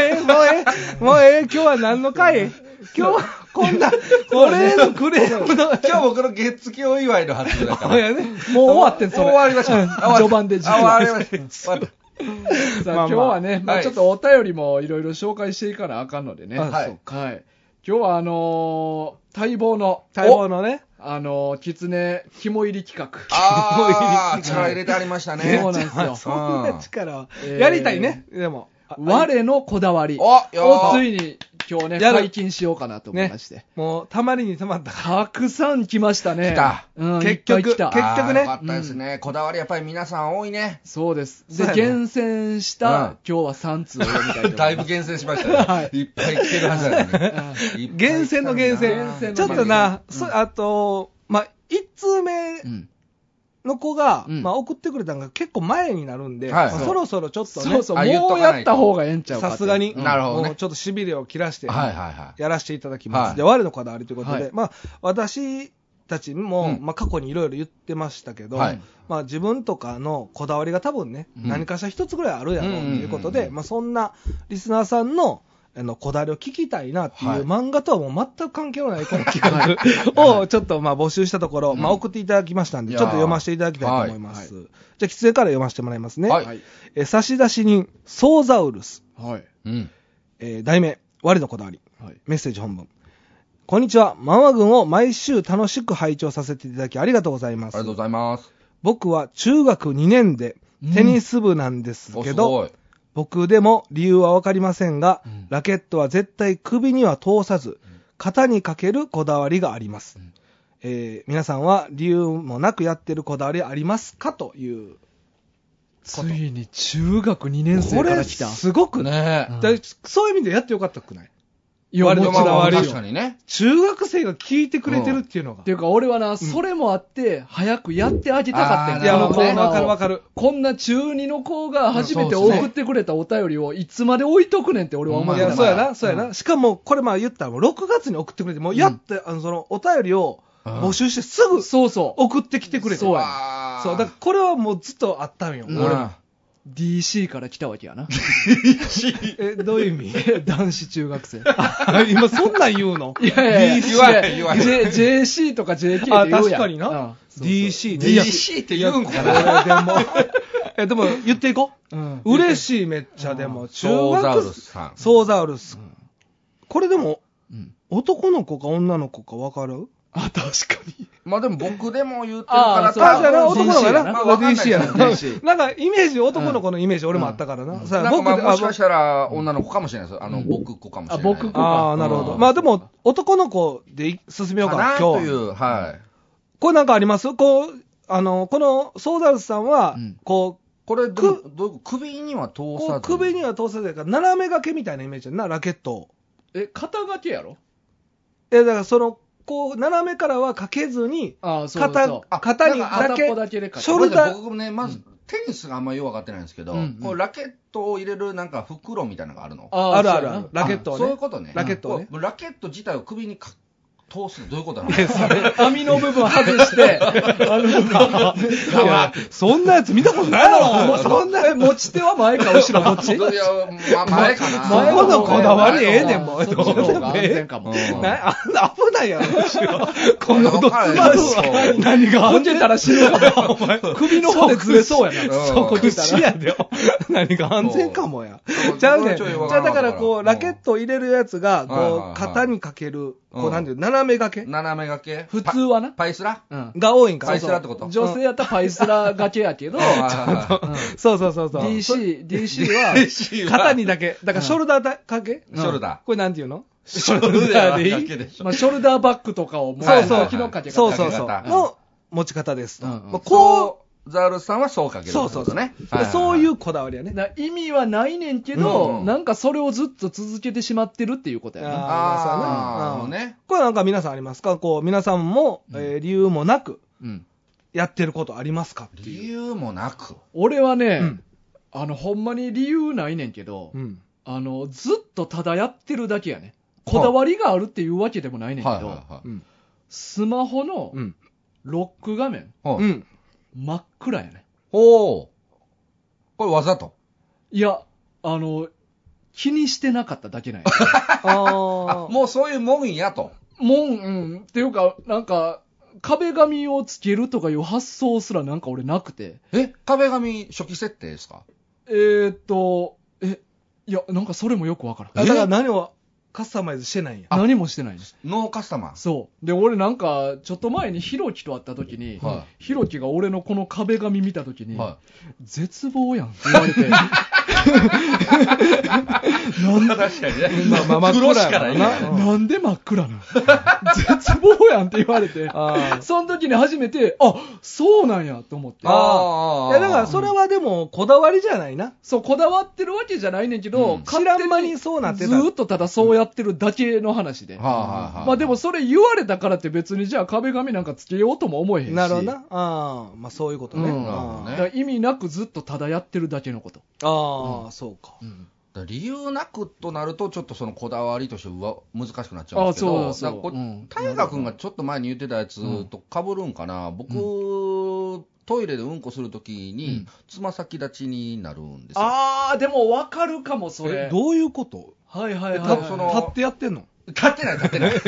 Speaker 2: ええ、もうええ、もうええ、今日は何の回今日はこんな、俺へのクレームの。
Speaker 3: 今日僕の月月お祝いの発表だか
Speaker 2: もう
Speaker 3: ら。
Speaker 2: やね、もう終わってん、そ
Speaker 3: もう
Speaker 2: れ
Speaker 3: 終。わりました。あ
Speaker 1: 序盤で
Speaker 3: 終わりました終わりまし
Speaker 1: さあ、
Speaker 2: まあまあ
Speaker 1: 今日はね、ま
Speaker 3: は
Speaker 1: あ
Speaker 3: い
Speaker 1: ちょっとお便りもいろいろ紹介していかなあかんのでね。
Speaker 3: はい
Speaker 1: そうかはい。今日はあのー待望の、
Speaker 2: 待望のね。
Speaker 1: おあのー、狐肝入り企画。
Speaker 3: あ あ、力入れてありましたね。
Speaker 1: そうなんですよ
Speaker 2: そんな力は
Speaker 1: うん
Speaker 2: やりたいね。でも。あ
Speaker 1: 我のこだわりを
Speaker 3: お、よー
Speaker 1: ついに今日ね、
Speaker 2: やる
Speaker 1: 解禁しようかなと思いまして。
Speaker 2: もう、たまりにたまったか
Speaker 1: たくさん来ましたね。
Speaker 3: 来た
Speaker 1: うん、
Speaker 2: 結
Speaker 1: 結局
Speaker 2: 局
Speaker 1: 来た。
Speaker 2: 結局ね
Speaker 3: あーよかったですね。こだわりやっぱり皆さん多いね。
Speaker 1: そうです。
Speaker 2: そう
Speaker 1: で、
Speaker 2: やね
Speaker 1: 厳選した、今日は3通を読みたいと思います。
Speaker 3: だいぶ厳選しましたね。いっぱい来てるはずなの に。いっぱい来たんだな
Speaker 2: 厳選の厳選
Speaker 1: 厳選
Speaker 2: ら。
Speaker 1: の
Speaker 2: ちょっとな、
Speaker 1: うん
Speaker 2: そあと、まあ、一通目
Speaker 1: うん
Speaker 2: の子が、
Speaker 1: うん
Speaker 2: まあ、送ってくれたのが結構前になるんで、
Speaker 3: はい
Speaker 2: まあそろそろちょっとね、
Speaker 1: そうそう、
Speaker 3: あ言っ
Speaker 1: も
Speaker 3: と
Speaker 1: う
Speaker 3: かないと
Speaker 1: やった方がええんちゃうかって
Speaker 2: さすがに、
Speaker 3: なるほどね
Speaker 2: もうちょっとしびれを切らして、
Speaker 3: はいはいはい。
Speaker 2: やらせていただきます。
Speaker 3: はい
Speaker 2: で、我のこだわりということで、
Speaker 1: はい
Speaker 2: まあ、私たちも、
Speaker 3: うん
Speaker 2: まあ、過去にいろいろ言ってましたけど、
Speaker 3: はい
Speaker 2: まあ、自分とかのこだわりが多分ね、
Speaker 3: うん
Speaker 2: 何かしら一つぐらいあるやろうということ
Speaker 3: うんうん
Speaker 2: で、
Speaker 3: うん
Speaker 2: まあ、そんなリスナーさんの、あの、こだわりを聞きたいなっていう
Speaker 3: はい
Speaker 2: 漫画とはもう全く関係のないこの企画をちょっとまあ募集したところ、
Speaker 3: うん
Speaker 2: まあ送っていただきましたんで、
Speaker 3: い
Speaker 2: ち
Speaker 3: や
Speaker 2: ょ
Speaker 3: ー
Speaker 2: っと読ませていただきたいと思います。じゃあ、喫煙から読ませてもらいますね。
Speaker 3: はい
Speaker 2: えー差出人、ソーザウルス。
Speaker 1: はい。
Speaker 3: うん。
Speaker 2: えー題名、我のこだわり。
Speaker 1: はい。
Speaker 2: メッセージ本文。こんにちは。ママ軍を毎週楽しく拝聴させていただきありがとうござい
Speaker 3: あ
Speaker 2: ま
Speaker 3: り
Speaker 2: す。
Speaker 3: がとうございます。
Speaker 2: 僕は中学2年でテニス部なんです
Speaker 3: お
Speaker 2: け
Speaker 3: す
Speaker 2: ど、
Speaker 3: ごい。
Speaker 2: 僕でも理由はわかりませんが、
Speaker 3: うん
Speaker 2: ラケットは絶対首には通さず、肩にかけるこだわりがあります。
Speaker 3: ん
Speaker 2: えー皆さんは理由もなくやってるこだわりありますかという。
Speaker 1: ついに中学2年生
Speaker 2: こ
Speaker 1: か
Speaker 2: れ、
Speaker 1: ら来た。
Speaker 2: すごくね。
Speaker 3: ね
Speaker 1: うん
Speaker 2: だそういう意味でやってよかったくない
Speaker 1: いや、
Speaker 2: 割
Speaker 1: も
Speaker 2: と
Speaker 1: ち
Speaker 2: こ
Speaker 1: ろん
Speaker 2: だわりよ
Speaker 3: 確かにね。
Speaker 2: 中学生が聞いてくれてるっていうのが
Speaker 1: っ。ていうか、俺はな、それもあって、早くやってあげたかった
Speaker 3: うんん
Speaker 2: いや、
Speaker 1: こ
Speaker 2: も
Speaker 1: の
Speaker 2: う
Speaker 1: コ
Speaker 2: こう
Speaker 1: ーナー
Speaker 2: わ
Speaker 1: を
Speaker 2: かるわかる。
Speaker 1: こんな中二の子が初めて
Speaker 3: うんそうですね
Speaker 1: 送ってくれたお便りをいつまで置いとくねんって俺は思
Speaker 3: まあ
Speaker 2: い
Speaker 1: いな
Speaker 2: や、
Speaker 1: が
Speaker 2: そう
Speaker 1: ら
Speaker 2: やな、そうやな。しかも、これまあ言ったら、もう6月に送ってくれて、もうやって、あの、その、お便りを募集してすぐ
Speaker 1: そうそう。
Speaker 2: 送ってきてくれて。
Speaker 1: そうや
Speaker 3: あー
Speaker 2: そうだからこれはもうずっとあったんよ。
Speaker 3: うん
Speaker 2: 俺も
Speaker 1: DC から来たわけやな。
Speaker 2: え、どういう意味
Speaker 1: 男子中学生。い
Speaker 2: あ今そんなん言うの
Speaker 1: やいやいや
Speaker 3: 言わへん言わへん
Speaker 1: J- JC とか JK って言うやん。
Speaker 2: あ確かにな
Speaker 1: うんそうそう
Speaker 2: ?DC で。
Speaker 3: DC って言うんかな。
Speaker 2: いや え、でも、言っていこ
Speaker 1: うん
Speaker 2: う。嬉しい、めっちゃ。でも、中
Speaker 3: ソーザウル
Speaker 2: 学
Speaker 3: スさん。
Speaker 2: ソーザウルス。これでも
Speaker 1: うん、
Speaker 2: 男の子か女の子かわかる
Speaker 1: あ、確かに。
Speaker 3: まあでも僕でも言ってるから、
Speaker 1: あーそう
Speaker 2: あ、じゃあな、
Speaker 1: そう
Speaker 2: 男の子や
Speaker 1: ま
Speaker 2: な。これ DC やな。
Speaker 3: な。DC
Speaker 2: なんか、イメージ、男の子のイメージ、俺もあったからな。
Speaker 3: な
Speaker 2: さあ、
Speaker 3: んか
Speaker 2: 僕
Speaker 3: まあ
Speaker 2: で、あ
Speaker 3: もしかしたら女の子かもしれないですよ。あの、僕子かもしれない。
Speaker 1: あ僕子
Speaker 3: か
Speaker 2: あー、なるほ
Speaker 3: う
Speaker 2: ど。
Speaker 3: ん
Speaker 2: まあでも、男の子でい進めようかな
Speaker 3: な、
Speaker 2: 今
Speaker 3: とい
Speaker 2: 日は。
Speaker 3: う、はい。
Speaker 2: これなんかありますこう、あの、この、ソーダルスさんは
Speaker 1: うん、
Speaker 2: こ
Speaker 3: これ、ど
Speaker 2: く
Speaker 3: うどういうこと首には
Speaker 2: う、
Speaker 3: 通
Speaker 2: こ
Speaker 3: さ
Speaker 2: う
Speaker 3: ず。
Speaker 2: 首には通せないから、斜め掛けみたいなイメージやんな、ラケットを。
Speaker 1: え、肩掛けやろ
Speaker 2: え、だからその、こう、斜めからはかけずに、
Speaker 1: あ、そうそう
Speaker 2: 肩、肩に
Speaker 3: なんか
Speaker 2: だ
Speaker 1: 片っ
Speaker 2: け
Speaker 1: ぽ、だけでか
Speaker 2: ショルダー
Speaker 3: 僕ね、まず、テニスがあんまよく分かってないんですけど、
Speaker 1: うんうん
Speaker 3: こうラケットを入れるなんか袋みたいなのがあるの。
Speaker 2: あるある
Speaker 1: そう
Speaker 2: あ
Speaker 1: や
Speaker 2: る
Speaker 1: な、
Speaker 2: ラケットを
Speaker 3: そういう
Speaker 2: ね。
Speaker 3: ことね。
Speaker 2: ラケットをね
Speaker 3: こうラケット自体を首にか通すどういうことなの
Speaker 1: 網の部分外して、あの、
Speaker 2: いやそんなやつ見たことないだろ、そんな
Speaker 1: え、持ち手は前か後ろどっ ち
Speaker 3: いや、ま前かな。
Speaker 2: 前
Speaker 1: は
Speaker 2: そこのこだわりええねんもう
Speaker 1: そっちの方が安全かも。
Speaker 3: うん
Speaker 2: な あ危ないやろ、
Speaker 3: このどっか
Speaker 1: 何が飛んでたら死ぬかも。首の方でずれそうやな。
Speaker 2: そこ
Speaker 1: 口
Speaker 2: 口やでよ。何が安全かもや。ちゃうねん。じゃあだからこう、ラケットを入れるやつが、
Speaker 3: はいはい
Speaker 2: こ、
Speaker 3: はいう
Speaker 2: 肩にかける、こ
Speaker 3: う
Speaker 2: う、
Speaker 3: ん
Speaker 2: なんていう、斜め掛け
Speaker 3: 斜め掛け
Speaker 1: 普通はな。
Speaker 3: パイスラ
Speaker 1: うん。
Speaker 2: が多いんか
Speaker 3: パ
Speaker 2: な。
Speaker 3: イス
Speaker 2: そう
Speaker 3: ラってこと
Speaker 1: 女性やったらパイスラがけやけど、
Speaker 2: そうそうそうそう。
Speaker 1: DC、DC は、
Speaker 2: 肩にだけ。だからショルダーだ掛け
Speaker 3: ショルダ
Speaker 2: これなんていうの
Speaker 3: ショルダーでいい
Speaker 1: まあ、ショルダーバッグとかをもう、
Speaker 2: そうそう
Speaker 1: 昨日かけ
Speaker 2: そう
Speaker 1: 方
Speaker 2: そう
Speaker 3: 掛
Speaker 2: そ
Speaker 3: け
Speaker 2: う。
Speaker 3: 方
Speaker 2: の持ち方ですと。
Speaker 1: うんうん
Speaker 2: まあこ
Speaker 3: こう、ザールさんはそうかけ
Speaker 2: う、
Speaker 3: る。
Speaker 2: そうそうそう。
Speaker 3: ね
Speaker 2: ね。。そういうこだわりやね。
Speaker 1: な意味はないねんけど、
Speaker 3: うん
Speaker 1: なんかそれをずっと続けてしまってるっていうことやな。
Speaker 3: ああ、ね。
Speaker 2: これなんか皆さんありますかこう、皆さんも、えー理由もなく、
Speaker 1: うん
Speaker 2: やってることありますかっていう。
Speaker 3: 理由もなく。
Speaker 1: 俺はね、
Speaker 2: うん
Speaker 1: あの、ほんまに理由ないねんけど、
Speaker 2: うん。
Speaker 1: あの、ずっとただやってるだけやね。こだわりがあるっていうわけでもないねんけど、
Speaker 3: はいは
Speaker 2: うん。
Speaker 1: スマホの
Speaker 2: うん。
Speaker 1: ロック画面、
Speaker 3: いは
Speaker 2: う
Speaker 3: い。
Speaker 2: ん。
Speaker 1: 真っ暗やね。
Speaker 3: おお。これわざと。
Speaker 1: いや、あの、気にしてなかっただけなんや。
Speaker 2: ああ。
Speaker 3: もうそういうもんやと。
Speaker 1: もん、うん、っていうか、なんか、壁紙をつけるとかいう発想すらなんか俺なくて。
Speaker 3: え、壁紙初期設定ですか
Speaker 1: えー、っと、え、いや、なんかそれもよくわからん。
Speaker 2: あだから何を、カスタマイズしてないんや。
Speaker 1: 何もしてないんです。
Speaker 3: ノーカスタマー。
Speaker 1: そう。で、俺なんか、ちょっと前にヒロキと会った時に、
Speaker 3: は
Speaker 1: ヒロキが俺のこの壁紙見た時に、
Speaker 3: は
Speaker 1: 絶望やんって言われて、
Speaker 3: い。確かにね。
Speaker 2: まあまあ
Speaker 3: 黒しか ない
Speaker 2: 真っ暗
Speaker 3: ね。
Speaker 2: やうん
Speaker 1: なんで真っ暗なの絶望やんって言われて、
Speaker 2: あ
Speaker 1: その時に初めて、あ、そうなんやと思って。
Speaker 3: あ
Speaker 2: いや、だからそれはでも、こだわりじゃないな。
Speaker 1: そう、こだわってるわけじゃないねんけど、
Speaker 3: うん
Speaker 2: 知らん間にそうなってた
Speaker 1: ずーっとただそうやってるだけの話で。
Speaker 3: はあはあはあ
Speaker 1: まあでもそれ言われたからって別にじゃあ壁紙なんかつけようとも思えへんし。
Speaker 2: なるほどな。ああ、まあそういうことね。
Speaker 1: うん
Speaker 3: なるほど
Speaker 2: あ
Speaker 3: ね
Speaker 1: だから意味なくずっとただやってるだけのこと。
Speaker 2: あ、そうか。
Speaker 3: だから理由なくとなると、ちょっとそのこだわりとしてうわ難しくなっちゃうん
Speaker 1: あ
Speaker 3: ですけど、
Speaker 1: そうそう
Speaker 3: だからこ
Speaker 1: うん
Speaker 3: 大河君がちょっと前に言ってたやつとかぶるんかな、僕、トイレでうんこするときに、つま先立ちになるんですよ。
Speaker 1: ああ、でもわかるかも、そ
Speaker 2: え、どういうこと
Speaker 1: はいはい
Speaker 2: え
Speaker 1: はい、
Speaker 2: た
Speaker 1: はい。
Speaker 2: 立
Speaker 3: その
Speaker 2: ってやってんの
Speaker 3: 立ってない、立って ない。座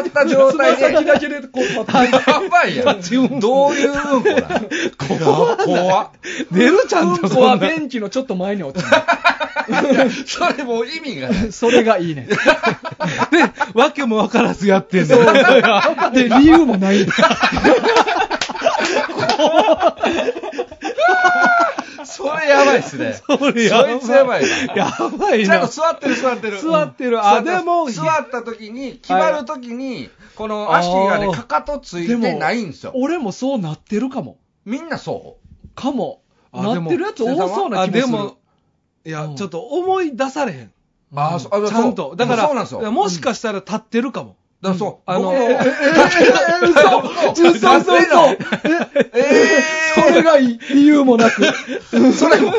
Speaker 3: った状態 で、
Speaker 1: だけでこう、立 っ
Speaker 3: やばいやん。どういううんこだ怖っ怖っ
Speaker 2: 出るちゃん
Speaker 1: て
Speaker 2: と
Speaker 1: んこ
Speaker 2: そ
Speaker 1: は
Speaker 2: んな。
Speaker 1: ベンチのちょっと前に落ちる。
Speaker 3: それもう意味がない。
Speaker 1: それがいいね。
Speaker 2: わけもわからずやってんの。
Speaker 1: で、理由も ない。
Speaker 3: それやばいっすね。
Speaker 2: そ れ
Speaker 3: そいつやばいな
Speaker 2: やばい
Speaker 3: ちゃんと
Speaker 2: な。
Speaker 3: 座ってる座ってる。
Speaker 2: 座ってるあでも
Speaker 3: 座った時に、決まる時に、この足がね、
Speaker 1: あー
Speaker 3: かかとついてないんですよ。
Speaker 1: 俺もそうなってるかも。
Speaker 3: みんなそ
Speaker 1: かも。
Speaker 2: あで
Speaker 1: な
Speaker 2: も
Speaker 1: ってるやつ多そうな気もする。
Speaker 2: あでも、いや、ちょっと思い出されへん。
Speaker 3: うあーそあ
Speaker 2: ちゃんと。だから、
Speaker 3: そうなんですよ。だか
Speaker 2: もしかしたら立ってるかも。
Speaker 3: らそう。
Speaker 2: あの、
Speaker 3: 僕
Speaker 2: え
Speaker 1: 嘘嘘嘘嘘
Speaker 3: え
Speaker 1: それがいい理由もなく。
Speaker 3: ー、それも、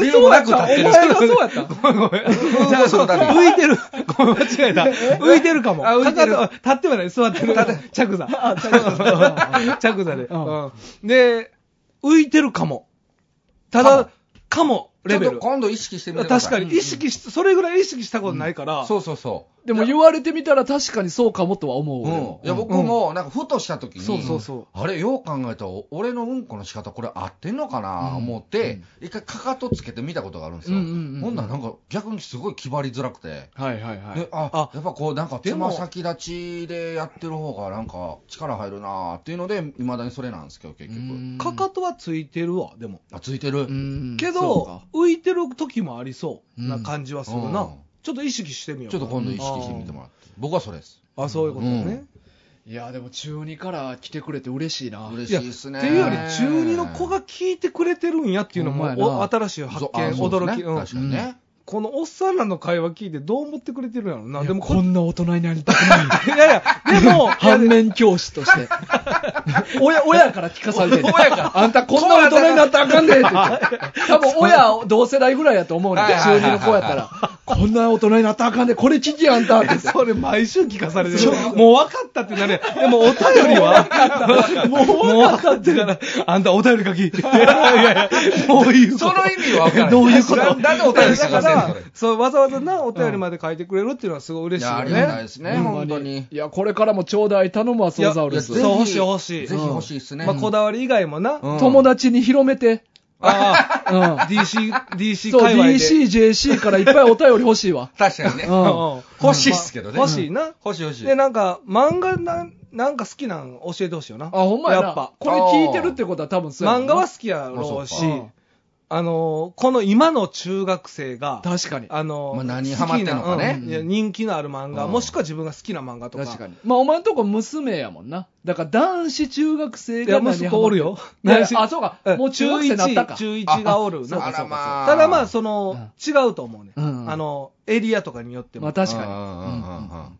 Speaker 3: 理由もなく立ってる
Speaker 1: お。前がそうやった。
Speaker 2: ごめんごめん。
Speaker 3: ん
Speaker 2: じゃあ、そう、
Speaker 3: 嘘だね
Speaker 2: 浮いてる。ごめん、間違えた。浮いてるかも。
Speaker 3: あ浮いてる
Speaker 2: かかと立ってはない、座ってる。着座。 着座で。
Speaker 1: うん
Speaker 2: うんで、浮いてるかも。た
Speaker 3: か
Speaker 2: だ
Speaker 3: も、
Speaker 2: かも、レベ
Speaker 3: ちょっ
Speaker 2: ル
Speaker 3: と。今度意識してみてくだ
Speaker 2: 確
Speaker 3: さ
Speaker 2: か
Speaker 3: い。
Speaker 2: に、意識し、それぐらい意識したことないから、
Speaker 3: そうそうそう。
Speaker 1: でも言われてみたら確かにそうかもとは思う。
Speaker 3: う
Speaker 1: 俺
Speaker 3: ん
Speaker 1: も、
Speaker 3: いや僕もなんかふとした時に、
Speaker 2: そうそうそう
Speaker 3: あれよう考えたら俺のうんこの仕方これ合ってんのかな思って、一回かかとつけてみたことがあるんですよ、
Speaker 1: うんうんうんうん
Speaker 3: ほんならなんか逆にすごい気張りづらくて、
Speaker 1: はいはいは
Speaker 3: で
Speaker 1: い。
Speaker 3: あ
Speaker 2: あ
Speaker 3: やっぱこうなんか
Speaker 2: で
Speaker 3: つ
Speaker 2: も
Speaker 3: ま先立ちでやってる方がなんか力入るなーっていうのでいまだにそれなんですけど結局
Speaker 2: かかとはついてるわ、でも。
Speaker 3: あついて
Speaker 1: う
Speaker 3: る、
Speaker 1: ん
Speaker 2: け
Speaker 1: そう
Speaker 2: ど
Speaker 1: か、
Speaker 2: 浮いてる時もありそうな感じはする
Speaker 3: う。
Speaker 2: なんちょっと意識してみよう
Speaker 3: ちょっと今度意識してみてもらって僕はそれです
Speaker 2: あ、そういうことね。
Speaker 1: いや、でも中2から来てくれて嬉しいな。
Speaker 3: 嬉しいっすね
Speaker 2: っていうより、中二の子が聞いてくれてるんやっていうのも
Speaker 1: ほんまや、な
Speaker 2: お新しい発
Speaker 3: そう
Speaker 2: 見、
Speaker 3: あそうですね
Speaker 2: 驚き、うん
Speaker 3: 確かにね、
Speaker 2: このおっさんらの会話聞いて、どう思ってくれてるんやろうな、
Speaker 1: い
Speaker 2: で
Speaker 1: や
Speaker 2: も
Speaker 1: こ
Speaker 2: こ、
Speaker 1: んな大人になりたくない。
Speaker 2: いやいや、でも、
Speaker 1: 反面教師と して。親、親から聞かされてる。
Speaker 3: 親から
Speaker 1: あんたこんな大人になったらあかんねえって言って。多分親、同世代ぐらいやと思うねん。
Speaker 3: はいはい
Speaker 1: 中
Speaker 3: はい
Speaker 1: 二の子やったら。こんな大人になったらあかんねえ。これ聞きあんたって言って。
Speaker 2: それ毎週聞かされてる。もう分かったってなるやん。でもお便りはもう分かってから、あんたお便り書 き。いやいやいや、もういう
Speaker 3: その意味は分からない
Speaker 2: どういうこと
Speaker 3: ななんでお便り
Speaker 2: だ
Speaker 3: 探
Speaker 2: か
Speaker 3: してんの
Speaker 2: ら
Speaker 3: これ、
Speaker 2: そう、わざわざな、お便りまで書いてくれるっていうのはすごい
Speaker 3: い
Speaker 2: 嬉しい
Speaker 3: や、あ
Speaker 2: よ
Speaker 3: りがたいで
Speaker 2: ね。
Speaker 3: すね、本当に。
Speaker 1: いや、これからもちょうだい頼むわ、ソーザウル
Speaker 3: ぜ
Speaker 1: ス
Speaker 3: ひ。
Speaker 2: いや欲しい欲しい
Speaker 3: ぜひ欲しいですね。
Speaker 2: まあ、こだわり以外もな、
Speaker 3: うん
Speaker 1: 友達に広めて。
Speaker 2: あ
Speaker 1: うん。
Speaker 2: あ、DC、DC
Speaker 1: そう、
Speaker 2: 界隈で。
Speaker 1: DC、JC からいっぱいお便り欲しいわ。
Speaker 3: 確かにね。
Speaker 1: うん
Speaker 2: うん
Speaker 3: 欲しいっすけどね。
Speaker 2: 欲しいな。
Speaker 3: 欲しい欲しい。
Speaker 2: で、なんか、漫画な、なんか好きなん教えてほしいよな。
Speaker 1: あ、ほんまやな。
Speaker 2: やっぱ。
Speaker 1: これ聞いてるってことは多分そうやろ
Speaker 2: 漫
Speaker 1: な
Speaker 2: 画は好きやろう
Speaker 3: あ
Speaker 2: し
Speaker 3: そう
Speaker 1: か、
Speaker 2: あの、この今の中学生が、
Speaker 1: 確かに。
Speaker 2: あの、
Speaker 3: まあ何
Speaker 2: 好き
Speaker 3: ハ
Speaker 2: な
Speaker 3: マってんのかね
Speaker 2: うんいや人気のある漫画、
Speaker 3: うん
Speaker 2: もしくは自分が好きな漫画とか。
Speaker 1: 確かに。まあ、お前んとこ娘やもんな。だから男子中学生
Speaker 2: いや、
Speaker 1: が
Speaker 2: 息子おるよ。
Speaker 1: い やいや
Speaker 2: 男子
Speaker 1: あそうかもう中学生になったか
Speaker 2: 中1中一がおる。
Speaker 3: そう
Speaker 2: な
Speaker 3: か
Speaker 2: んか
Speaker 3: そうか
Speaker 2: ただまあ、その、違うと思うね。
Speaker 1: うん
Speaker 2: あの、エリアとかによって
Speaker 1: まあ
Speaker 2: も。
Speaker 1: 確かに。
Speaker 3: かに。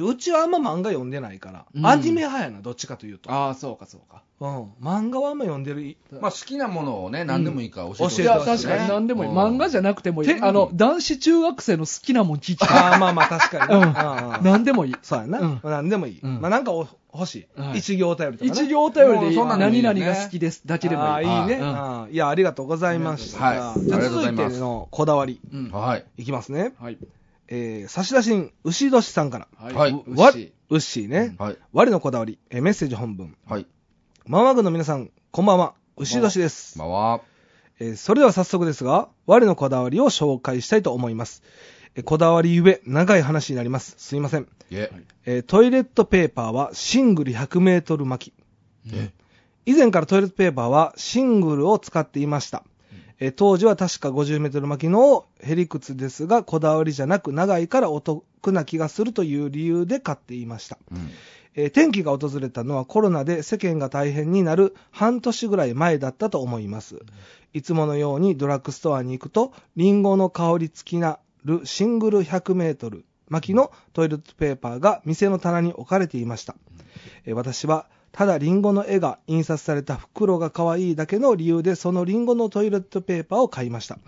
Speaker 2: うちはあんま漫画読んでないから
Speaker 1: う、ん
Speaker 2: アニメ派やな、どっちかというと。
Speaker 1: ああ、そうかそうか。
Speaker 2: うん。漫画はあんま読んでる。
Speaker 3: まあ、好きなものをね、何でもいいから教えてほし
Speaker 1: い
Speaker 3: い
Speaker 2: 教
Speaker 1: や、
Speaker 2: えてほ
Speaker 1: 確
Speaker 2: しい
Speaker 1: かに何でもいい。漫画じゃなくてもい
Speaker 2: て
Speaker 1: い。あの、男子中学生の好きなもん聞きた
Speaker 2: ああ、まあまあ確かに
Speaker 1: うん
Speaker 2: ね。うんうん
Speaker 1: い。何でもいい。
Speaker 2: そうやな。
Speaker 1: うん
Speaker 2: なんでもいい。
Speaker 1: うん
Speaker 2: まあなんかお欲しい。
Speaker 1: はい
Speaker 2: 一行お便りとか、ね。
Speaker 1: 一行頼りでいい。
Speaker 3: もうそんなのい
Speaker 1: 何
Speaker 3: いね
Speaker 1: 々が好きです。だけでも
Speaker 2: ああ
Speaker 1: い
Speaker 2: い
Speaker 1: い。
Speaker 2: いね、
Speaker 1: うん
Speaker 2: ああいや、ありがとうございました。
Speaker 3: はい
Speaker 2: じゃ
Speaker 3: あ
Speaker 2: あ
Speaker 3: りがとうご
Speaker 2: 続
Speaker 3: ざい
Speaker 2: い
Speaker 3: ます
Speaker 2: てのこだわり。
Speaker 1: うん
Speaker 3: はい。
Speaker 2: いきますね。
Speaker 1: はい。
Speaker 2: えー、差出人、牛年さんから。
Speaker 3: はいう
Speaker 2: わ
Speaker 1: 牛、
Speaker 2: ウッシーね。
Speaker 3: はい。
Speaker 2: 我のこだわり、えーメッセージ本文。
Speaker 3: はい。
Speaker 2: マンワグの皆さん、こんばんは。牛年です。
Speaker 3: まあは、
Speaker 2: えーそれでは早速ですが、我のこだわりを紹介したいと思います。えこだわりゆえ、長い話になります。すいません。
Speaker 3: え、
Speaker 2: えートイレットペーパーはシングル100メートル巻き。
Speaker 3: え、
Speaker 2: 以前からトイレットペーパーはシングルを使っていました。えー当時は確か50メートル巻きのヘリクツですが、こだわりじゃなく長いからお得な気がするという理由で買っていました。
Speaker 3: うん。
Speaker 2: えー転機が訪れたのはコロナで世間が大変になる半年ぐらい前だったと思います。いつものようにドラッグストアに行くと、リンゴの香り付きなるシングル100メートル巻きのトイレットペーパーが店の棚に置かれていました。えー私は、ただリンゴの絵が印刷された袋が可愛いだけの理由で、そのリンゴのトイレットペーパーを買いました。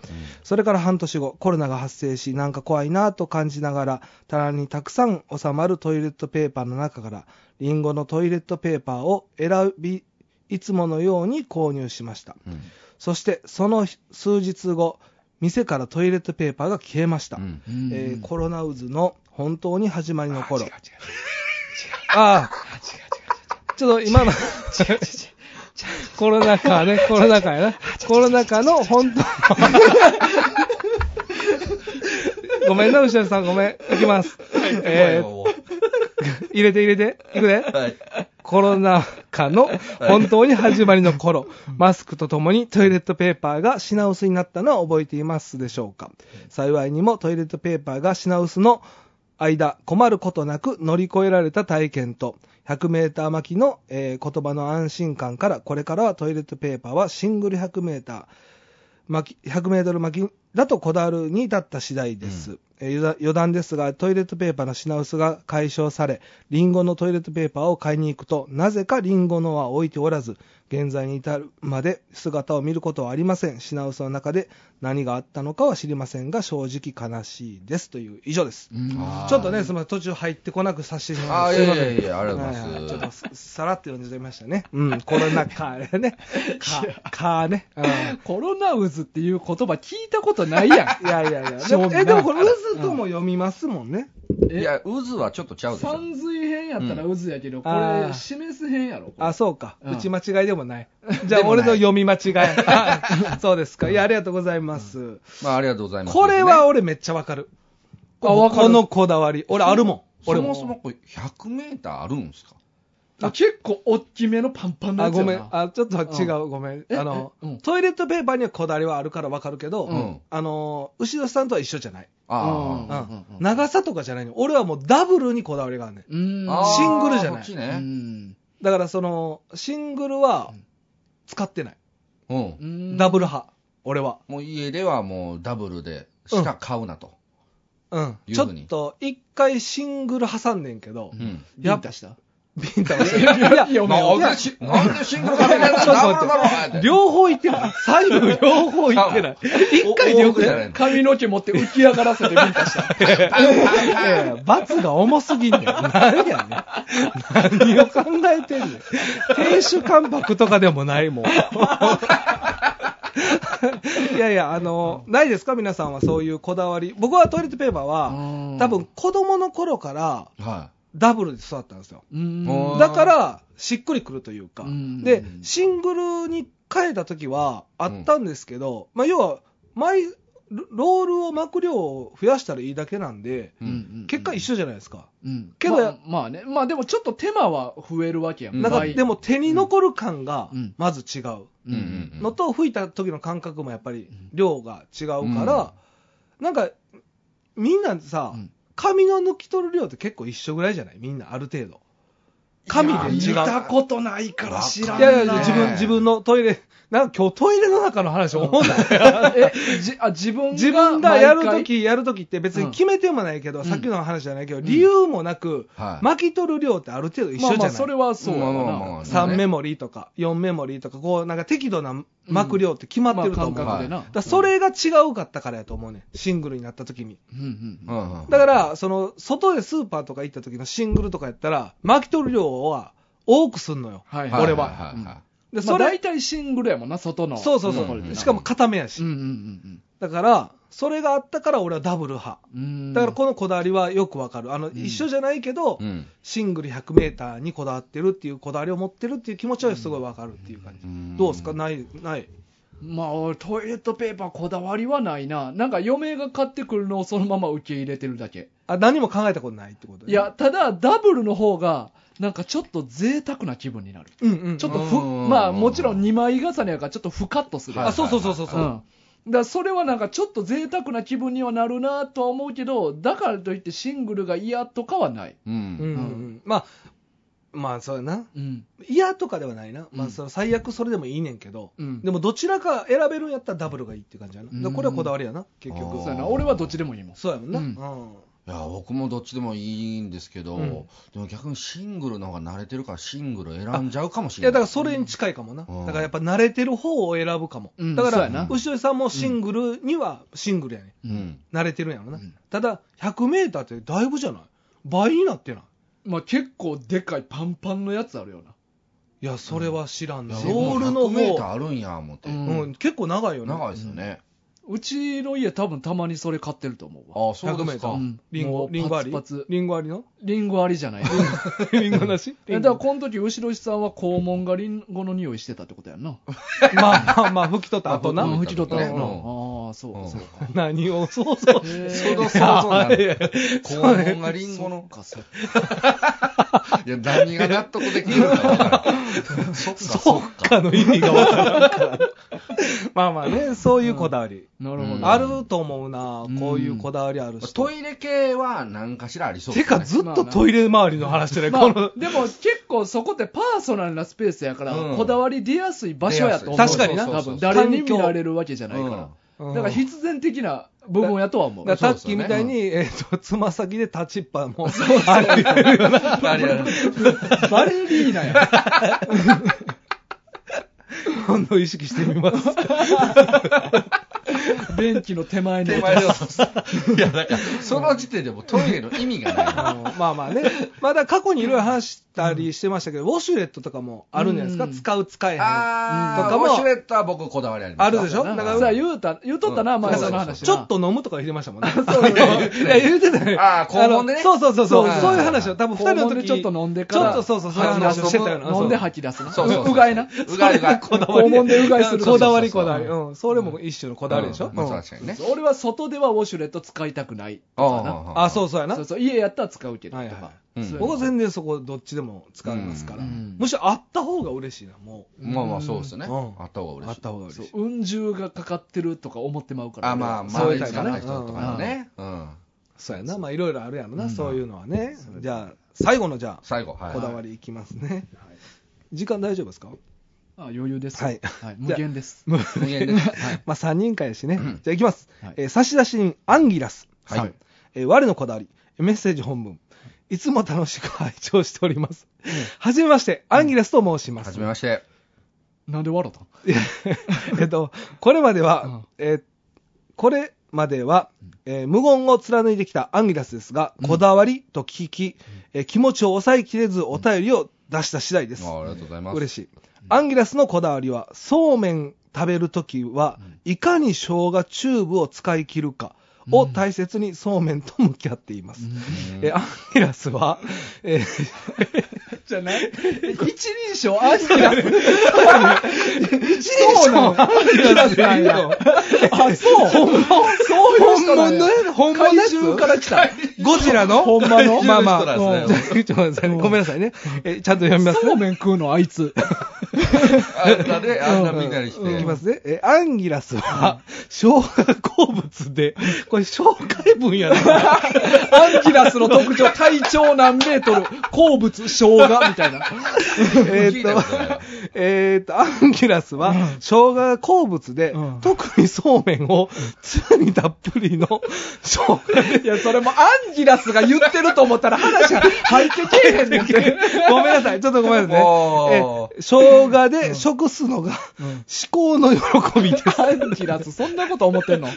Speaker 2: それから半年後、コロナが発生し、なんか怖いなぁと感じながら、棚にたくさん収まるトイレットペーパーの中から、リンゴのトイレットペーパーを選び、いつものように購入しました。
Speaker 3: うん。
Speaker 2: そして、その数日後、店からトイレットペーパーが消えました。
Speaker 3: うん。
Speaker 2: えーコロナ渦の本当に始まりの頃。ああ、ちょっと今の、
Speaker 1: コロナ禍ね、コロナ禍やな。
Speaker 2: コロナ禍の本当ごめんな、牛田さん、ごめん。いきます。えー入れて入れて。いくで。
Speaker 3: はい。
Speaker 2: コロナ禍の本当に始まりの頃、マスクとともにトイレットペーパーが品薄になったのは覚えていますでしょうか幸いにもトイレットペーパーが品薄の間、困ることなく乗り越えられた体験と、100メーター巻きの、えー言葉の安心感から、これからはトイレットペーパーはシングル100メーター、巻き、100メートル巻きだとこだわるに至った次第です。えー余談余談ですが、トイレットペーパーの品薄が解消され、リンゴのトイレットペーパーを買いに行くと、なぜかリンゴのは置いておらず、現在に至るまで姿を見ることはありません。品薄の中で何があったのかは知りませんが、正直悲しいです。という、以上です。
Speaker 3: あー
Speaker 2: ちょっとね、すみません、途中入ってこなくさせてし
Speaker 3: あ
Speaker 2: ま
Speaker 3: あ、
Speaker 2: い
Speaker 3: い
Speaker 2: ました。
Speaker 3: や
Speaker 2: す
Speaker 3: いや
Speaker 2: いません
Speaker 3: いや、ありがとうござい
Speaker 2: ははちょっ
Speaker 3: ま
Speaker 2: と
Speaker 3: す。
Speaker 2: ささらって読んじゃいましたね。うん、コロナ禍やね。か、かね。うん
Speaker 1: コロナ渦っていう言葉聞いたことない やん。
Speaker 2: いやいやいや。で
Speaker 1: 勝負
Speaker 2: も、
Speaker 1: な
Speaker 2: え、でもこれ、渦とも読みますもんね。
Speaker 3: いや、渦はちょっとちゃうでしょ。
Speaker 1: 三髄編やったら渦やけど、こ
Speaker 2: あ
Speaker 1: れ、
Speaker 2: ー
Speaker 1: 示す編やろ。これ
Speaker 2: あ、そうか。
Speaker 1: うん
Speaker 2: 打ち間違いでもない。じゃあ、俺の読み間違い。あそうですか。いや、ありがとうございます。
Speaker 3: まあ、ありがとうございます。
Speaker 2: これは俺めっちゃわかる。
Speaker 1: あわかる
Speaker 2: このこだわり。俺あるもん。
Speaker 3: そ
Speaker 2: 俺
Speaker 3: も
Speaker 2: も。
Speaker 3: そもこれ100メーターあるんですか
Speaker 1: 結構大きめのパンパンの
Speaker 2: あ、
Speaker 1: やつや
Speaker 2: ご
Speaker 1: な
Speaker 2: めん。あ、ちょっと違う。ごめん。
Speaker 1: え
Speaker 2: あの
Speaker 1: えうん、
Speaker 2: トイレットペーパーにはこだわりはあるからわかるけ
Speaker 3: う
Speaker 2: ど、
Speaker 3: ん。
Speaker 2: あの、牛田さんとは一緒じゃない。
Speaker 3: ああ。
Speaker 2: うん長さとかじゃないの。俺はもうダブルにこだわりがあるねん。
Speaker 1: うん
Speaker 3: あー
Speaker 2: シングルじゃない
Speaker 3: こっち
Speaker 1: う
Speaker 3: ね。
Speaker 1: ん
Speaker 2: だからその、シングルは使ってない。
Speaker 3: うん
Speaker 1: う。ん
Speaker 2: ダブル派。俺は。
Speaker 3: もう家ではもうダブルでしか買うなと。
Speaker 2: うん。
Speaker 3: いう
Speaker 2: ちょ
Speaker 3: ふ
Speaker 2: っ
Speaker 3: うに
Speaker 2: と、一回シングル挟んねんけど
Speaker 3: う、ん。
Speaker 1: ビンタした
Speaker 2: ビンタはして ない。いや、
Speaker 1: やお
Speaker 3: な
Speaker 1: 前
Speaker 3: んでしなんでシングル買えないんだ
Speaker 2: ちょっと
Speaker 3: ダブル
Speaker 2: 待って
Speaker 3: だろあえて
Speaker 2: 両方行ってない。左右両方行ってない。一回でよく
Speaker 3: じゃ
Speaker 2: ない。
Speaker 3: ないの。
Speaker 1: 髪の毛持って浮き上がらせてビンタした
Speaker 2: いやいや罰が重すぎんねん。何やねん。何を考えてんねん。亭主関白とかでもないもん。いやいや、あの、ないですか皆さんはそういうこだわり。僕はトイレットペーパーは、多分子供の頃から
Speaker 3: は
Speaker 2: ダブルで育ったんですよ。
Speaker 1: うん
Speaker 3: もう
Speaker 2: だから、しっくりくるというか
Speaker 1: う。ん
Speaker 2: で、シングルに変えた時はあったんですけど、まあ要は、毎、ロロールを巻く量を増やしたらいいだけなんで、
Speaker 3: い。う
Speaker 1: うん
Speaker 3: ん。
Speaker 1: うん
Speaker 2: 結果一緒じゃないですか。
Speaker 1: うん
Speaker 2: けど
Speaker 1: まあまあねまあでもちょっと手間は増えるわけや
Speaker 3: うん
Speaker 2: なんか、
Speaker 1: 倍
Speaker 2: でも手に残る感が
Speaker 1: うん、
Speaker 2: まず違
Speaker 3: う
Speaker 2: う
Speaker 3: ん
Speaker 1: うん
Speaker 3: うん
Speaker 2: のと、吹いた時の感覚もやっぱり量が違うから、なんか、みんなさ
Speaker 1: うん、
Speaker 2: 髪の抜き取る量って結構一緒ぐらいじゃないみんなある程度。髪で
Speaker 1: 見
Speaker 2: 違う。
Speaker 1: たことないから知らん
Speaker 2: い
Speaker 1: な
Speaker 2: やいや、自分、自分のトイレ、なんか今日トイレの中の話思うなよ。
Speaker 1: えじあ自分が
Speaker 2: 自分がやると
Speaker 1: 毎回
Speaker 2: き、やるときって別に決めてもないけど、
Speaker 1: ん
Speaker 2: さっきの話じゃないけど、理由もなく、
Speaker 3: はい。
Speaker 2: 巻き取る量ってある程度一緒じゃ
Speaker 1: ま
Speaker 2: な
Speaker 1: あ
Speaker 2: い、
Speaker 1: まあそれはそうやわな
Speaker 3: まあまあまあ
Speaker 2: 3メモリーとか4メモリーとか、こうなんか適度な巻く量って決まってると思う。
Speaker 1: まあ感覚でな
Speaker 2: だからそれが違うかったからやと思うね。シングルになった時に。
Speaker 1: うんうん
Speaker 3: うんうん
Speaker 2: だから、その、外でスーパーとか行った時のシングルとかやったら、巻き取る量は多くすんのよ。
Speaker 1: はい
Speaker 3: いい
Speaker 2: 俺は
Speaker 3: はいいい
Speaker 2: で、
Speaker 1: ま
Speaker 2: そ
Speaker 1: あ、
Speaker 2: れ、
Speaker 1: 大体シングルやもんな、外の。
Speaker 2: そうそうそう。
Speaker 3: うんうん
Speaker 2: しかも固めやし。
Speaker 1: うんうん
Speaker 2: だから、それがあったから俺はダブル派。
Speaker 1: うんうん。
Speaker 2: だからこのこだわりはよくわかる。あの、
Speaker 1: ん
Speaker 2: 一緒じゃないけど、
Speaker 3: うん
Speaker 2: シングル100メーターにこだわってるっていう、こだわりを持ってるっていう気持ちはすごいわかるっていう感じ。
Speaker 3: うん
Speaker 2: どうですかない、ない。
Speaker 1: まあ、俺トイレットペーパーこだわりはないな。なんか嫁が買ってくるのをそのまま受け入れてるだけ。
Speaker 2: あ、何も考えたことないってことね
Speaker 1: い、や、ただ、ダブルの方が、なんかちょっと贅沢な気分になる。
Speaker 2: うんうん。
Speaker 1: ちょっ
Speaker 2: っ
Speaker 1: とふ、
Speaker 3: うん
Speaker 1: まあもちろん2枚重ねやからちょっとふかっとする。
Speaker 3: はい
Speaker 2: あ、そうそうそうそうそう。
Speaker 1: うん、だからそれはなんかちょっと贅沢な気分にはなるなとは思うけどだからといってシングルが嫌とかはない、
Speaker 3: う
Speaker 2: うんうん
Speaker 3: ん。
Speaker 2: うんまあ、まあ、そうやな。
Speaker 1: うん
Speaker 2: 嫌とかではないな。ま
Speaker 1: う
Speaker 2: あ、
Speaker 1: ん
Speaker 2: その最悪それでもいいねんけど、
Speaker 1: うん、
Speaker 2: でもどちらか選べるんやったらダブルがいいって感じやな。だからこれはこだわりやな、結
Speaker 3: あ
Speaker 2: 局
Speaker 3: ー。
Speaker 1: そうやな俺はどっちでもいいもん
Speaker 2: そうやもんな。
Speaker 1: う
Speaker 2: うんん。
Speaker 3: いや、僕もどっちでもいいんですけど、
Speaker 2: うん
Speaker 3: でも逆にシングルの方が慣れてるからシングル選んじゃうかもし
Speaker 2: い
Speaker 3: れな
Speaker 2: や、
Speaker 3: い。
Speaker 2: だからそれに近いかもな。
Speaker 3: うん
Speaker 2: だからやっぱ慣れてる方を選ぶかも。
Speaker 1: うん
Speaker 2: だ
Speaker 1: そう
Speaker 2: か
Speaker 1: やな
Speaker 2: ら、後ろさんもシングルにはシングルやね、
Speaker 3: ら、うん。
Speaker 2: ん。慣れてるんやろな。
Speaker 1: うん
Speaker 2: ただ、100メーターってだいぶじゃない倍になってない
Speaker 1: まあ、結構でかいパンパンのやつあるよない
Speaker 2: や、それは知らんな。
Speaker 3: ロ
Speaker 2: ロ
Speaker 3: ー
Speaker 2: ー
Speaker 3: ル
Speaker 2: ル
Speaker 3: の
Speaker 2: の
Speaker 3: メーター
Speaker 2: 方、
Speaker 3: あるんや、思って。
Speaker 1: うん
Speaker 2: うん、結構長いよね。
Speaker 3: 長いですよね。
Speaker 1: うちの家多分たまにそれ買ってると思うわ
Speaker 3: ああ、そうですか。
Speaker 2: 100
Speaker 1: う
Speaker 2: メー
Speaker 1: ん
Speaker 2: リン
Speaker 1: も
Speaker 2: ゴ、
Speaker 1: う
Speaker 2: リンゴあり
Speaker 1: パツパツ
Speaker 2: リンゴありの
Speaker 1: リンゴありじゃない
Speaker 2: リンゴなし
Speaker 1: えだからこの時後ろ石さんは肛門がリンゴの匂いしてたってことやんな
Speaker 2: まあまあまあ、拭き取った後
Speaker 3: ま
Speaker 2: な
Speaker 3: あ。
Speaker 1: うん拭き取ったのか
Speaker 3: うん
Speaker 1: なああそう
Speaker 3: う
Speaker 1: か
Speaker 3: ん
Speaker 1: そうか
Speaker 2: 何を想像
Speaker 1: へ
Speaker 3: ちょう
Speaker 1: え
Speaker 3: ど想像なの。肛門がリンゴ
Speaker 1: そ
Speaker 3: の
Speaker 1: っ。かそっか
Speaker 3: いや、何が納得できるのかわからんそっか、そっか。
Speaker 2: かの意味がわからんから。まあまあね、そういうこだわり。
Speaker 1: なるほ
Speaker 3: うん
Speaker 1: ど
Speaker 2: あると思うな
Speaker 1: うん、
Speaker 2: こういうこだわりある人。
Speaker 3: トイレ系は何かしらありそうで
Speaker 2: て
Speaker 3: すね。
Speaker 2: か、ずっとトイレ周りの話してない、この。
Speaker 1: でも結構そこってパーソナルなスペースやから、
Speaker 3: うん
Speaker 1: こだわり出やすい場所やと思う。
Speaker 2: 出やすい確かにな
Speaker 1: 多分
Speaker 3: そうそう
Speaker 2: そう
Speaker 1: 誰に見られるわけじゃないから。
Speaker 2: うん
Speaker 1: だから必然的な部分やとは思う。
Speaker 2: だからさっきみたいに、えっと、つま先で立ちっぱも、あれるよな。
Speaker 3: ありあり
Speaker 1: バレリーナや。
Speaker 2: 今度意識してみます。
Speaker 1: 便器の手前の
Speaker 3: 手
Speaker 1: 音。
Speaker 3: 前ではそういや、だから、その時点でもうトイレの意味がな
Speaker 2: あの まあまあね、まあだから過去にいろいろ話したりしてましたけど、ウォシュレットとかもあるんじゃないですか、
Speaker 1: うん
Speaker 2: 使う、使えへ
Speaker 3: い。
Speaker 2: ん。
Speaker 3: あー、
Speaker 2: とかも
Speaker 3: ウォシュレットは僕こだわりあります。
Speaker 2: あるでしょ
Speaker 1: だ
Speaker 2: だ
Speaker 1: か
Speaker 2: からら
Speaker 1: さ、言うた、言うとったな、前
Speaker 3: そう
Speaker 1: そ
Speaker 3: そう
Speaker 1: の
Speaker 3: そう
Speaker 1: 話な。
Speaker 2: ちょっと飲むとか入れましたも んね。
Speaker 1: そうそう。
Speaker 2: いや、言うてたね。
Speaker 3: あー肛門でね
Speaker 2: あのそうそうそう。
Speaker 3: そう
Speaker 2: そう
Speaker 3: そう
Speaker 2: そういう話を、多分二人
Speaker 1: 肛
Speaker 2: の
Speaker 1: 門
Speaker 2: 時
Speaker 1: でちょっと飲んでか
Speaker 2: ちょ
Speaker 1: ら
Speaker 2: っとそうそう、そういう話をしてたよな。
Speaker 1: 飲んで
Speaker 2: そう
Speaker 1: 吐き出すな。
Speaker 3: そうそうそう
Speaker 1: うがいな。
Speaker 3: うがいうがい。こだ
Speaker 1: 肛門でうがいする。
Speaker 2: こだわり
Speaker 3: そうそうそう
Speaker 2: こだわり。うん。それも一種のこだわりでしょ
Speaker 3: まあ、
Speaker 2: うん
Speaker 3: 確かにね。
Speaker 1: 俺は外ではウォシュレット使いたくない。
Speaker 3: あ。
Speaker 2: あ、そううそうやな
Speaker 1: そう。そう、家やったら使うけどと
Speaker 2: はいは
Speaker 1: か
Speaker 2: い。
Speaker 3: うん
Speaker 1: そうやな
Speaker 2: 僕は全然そこどっちでも使えますから。
Speaker 3: うん
Speaker 2: むしろあった方が嬉しいな、も
Speaker 3: まあまあ、そうですね。
Speaker 2: うん
Speaker 3: あった方が
Speaker 2: う。
Speaker 3: 嬉
Speaker 2: あ
Speaker 3: し
Speaker 2: っ
Speaker 3: い。
Speaker 2: た方が嬉
Speaker 1: そう
Speaker 2: しい。
Speaker 1: 運重がかかってるとか思ってまうから
Speaker 3: あ、まあ、
Speaker 1: 俺
Speaker 3: ま
Speaker 1: は
Speaker 3: あ、
Speaker 2: そう
Speaker 3: 周
Speaker 2: いう
Speaker 3: り
Speaker 2: タイ
Speaker 3: つ
Speaker 2: プ
Speaker 3: か
Speaker 2: な
Speaker 3: ない人とかね。うん。
Speaker 2: そうやな。まあいろいろあるやろ
Speaker 3: う
Speaker 2: な、
Speaker 3: ん
Speaker 2: そういうのはね。じゃあ、最後のじゃあ、
Speaker 3: 最後、はい。
Speaker 2: こだわりいきますね。時間大丈夫ですか
Speaker 1: あ余裕です、
Speaker 2: はい
Speaker 1: 無限です
Speaker 3: 無限 です。はい。
Speaker 2: まあ3人会やしね。
Speaker 3: ん
Speaker 2: じゃあいきます
Speaker 1: はい。
Speaker 2: えー差出人、アンギラスさん。
Speaker 3: はい
Speaker 2: えー我のこだわり、メッセージ本文。いつも楽しく拝聴しております。はじめまして、アンギラスと申しま
Speaker 3: は
Speaker 2: す。
Speaker 3: じめまして。
Speaker 1: なんで笑ったの
Speaker 2: いや えっと、これまでは、
Speaker 1: うん
Speaker 2: えーこれまでは、えー無言を貫いてきたアンギラスですが、こだわりと聞き、えー気持ちを抑えきれずお便りを出した次第です。
Speaker 3: あありがとうございます。
Speaker 2: 嬉しい。アンギラスのこだわりは、そうめん食べるときは、いかに生姜チューブを使い切るかを大切にそうめんと向き合っています。えーアンギラスは、えー
Speaker 1: じゃない 一人称アンギラス
Speaker 2: 一人称アンギラスなん や。あ、そう。本物そういう人なんや本物のや
Speaker 1: 怪
Speaker 2: つ
Speaker 1: 獣から来 た
Speaker 2: ゴジラの
Speaker 1: ほんまの
Speaker 2: まあま
Speaker 3: 怪
Speaker 2: あ。
Speaker 3: 獣
Speaker 2: う
Speaker 3: の人
Speaker 2: んじ
Speaker 3: な
Speaker 2: ゃ
Speaker 3: ん
Speaker 2: あちょっと待ってくださいねごめんなさいね。えちゃんと読みます
Speaker 1: そう
Speaker 2: ね。
Speaker 1: めん食うのあいつ
Speaker 3: あんなね、あんな見たりして。
Speaker 2: うんいきますね。え、アンギラスは、消化好物で、これ紹介文 やな。
Speaker 1: アンギラスの特徴体長何メートル好物生姜みたいな
Speaker 2: え
Speaker 3: 聞
Speaker 2: ー
Speaker 3: いた
Speaker 2: っ
Speaker 3: ことない
Speaker 2: と、えーっと、アンギラスは、生姜好物で、
Speaker 1: ん
Speaker 2: 特にそうめんを、つゆにたっぷりの生姜で
Speaker 1: いやそれもアンギラスが言ってると思ったら話入ってけえへんねんけ
Speaker 2: ごめんなさい。ちょっとごめんなさい
Speaker 3: お
Speaker 2: ね。え生姜で食すのが、思考の喜びです。
Speaker 1: アンギラスそんなこと思ってんの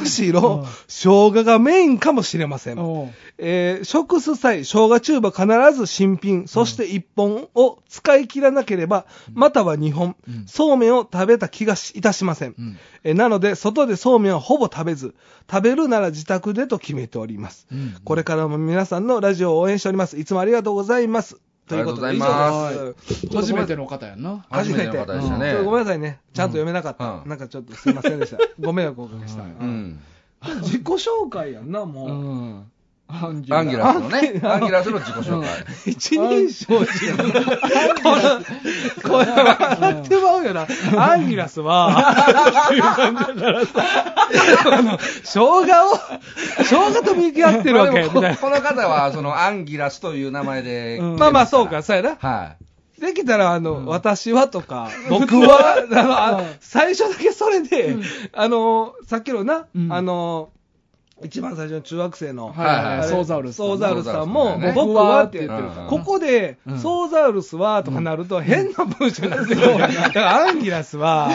Speaker 2: むしろ、生姜がメインかもしれません。
Speaker 1: おう
Speaker 2: えー食す際、生姜チューブは必ず新品、そして1本を使い切らなければ、または2本、そうめんを食べた気がしいたしません。
Speaker 1: ん
Speaker 2: えーなので、外でそうめんはほぼ食べず、食べるなら自宅でと決めております。
Speaker 1: うん
Speaker 2: これからも皆さんのラジオを応援しております。いつもありがとうございます。ということで
Speaker 3: ありがとうござい
Speaker 2: 以上です
Speaker 1: 初めての方やんな。
Speaker 3: 初めての方でしたね
Speaker 2: ちょっとごめんなさいね。ちゃんと読めなかった。
Speaker 3: うん
Speaker 2: なんかちょっとすいませんでした。ご迷惑をおかけした。
Speaker 3: う
Speaker 2: ア
Speaker 3: ん。
Speaker 4: 自己紹介やんな、もう。
Speaker 1: うん。アンギ
Speaker 3: アンギラスのね、
Speaker 2: あ
Speaker 3: アンギラスの自己紹介。
Speaker 2: 一人称自分これ、これ、笑ってまうよな。アンギラス は、っていう感じだからさ、あの、生姜を、生姜と見合ってるわけ、み
Speaker 3: ま
Speaker 2: た
Speaker 3: あ
Speaker 2: い
Speaker 3: でもここの方は、その、アンギラスという名前で、
Speaker 2: な。まあまあ、そうか、。そうやな。
Speaker 3: はい。
Speaker 2: できたら、あの、私はとか、僕は、あのあ最初だけそれで、あの、さっきのな、
Speaker 1: うん
Speaker 2: あの、一番最初の中学生の、
Speaker 1: はいはい
Speaker 3: はい
Speaker 1: は
Speaker 3: はい
Speaker 1: い。ソーザウルス。
Speaker 2: ソーザウルスさん
Speaker 3: ソ
Speaker 2: も、
Speaker 3: ーザウルスさんね
Speaker 2: 僕はって言ってる
Speaker 3: うん。
Speaker 2: ここで、ソーザウルスはとかなると変な文章になってくる。だからアンギラス は、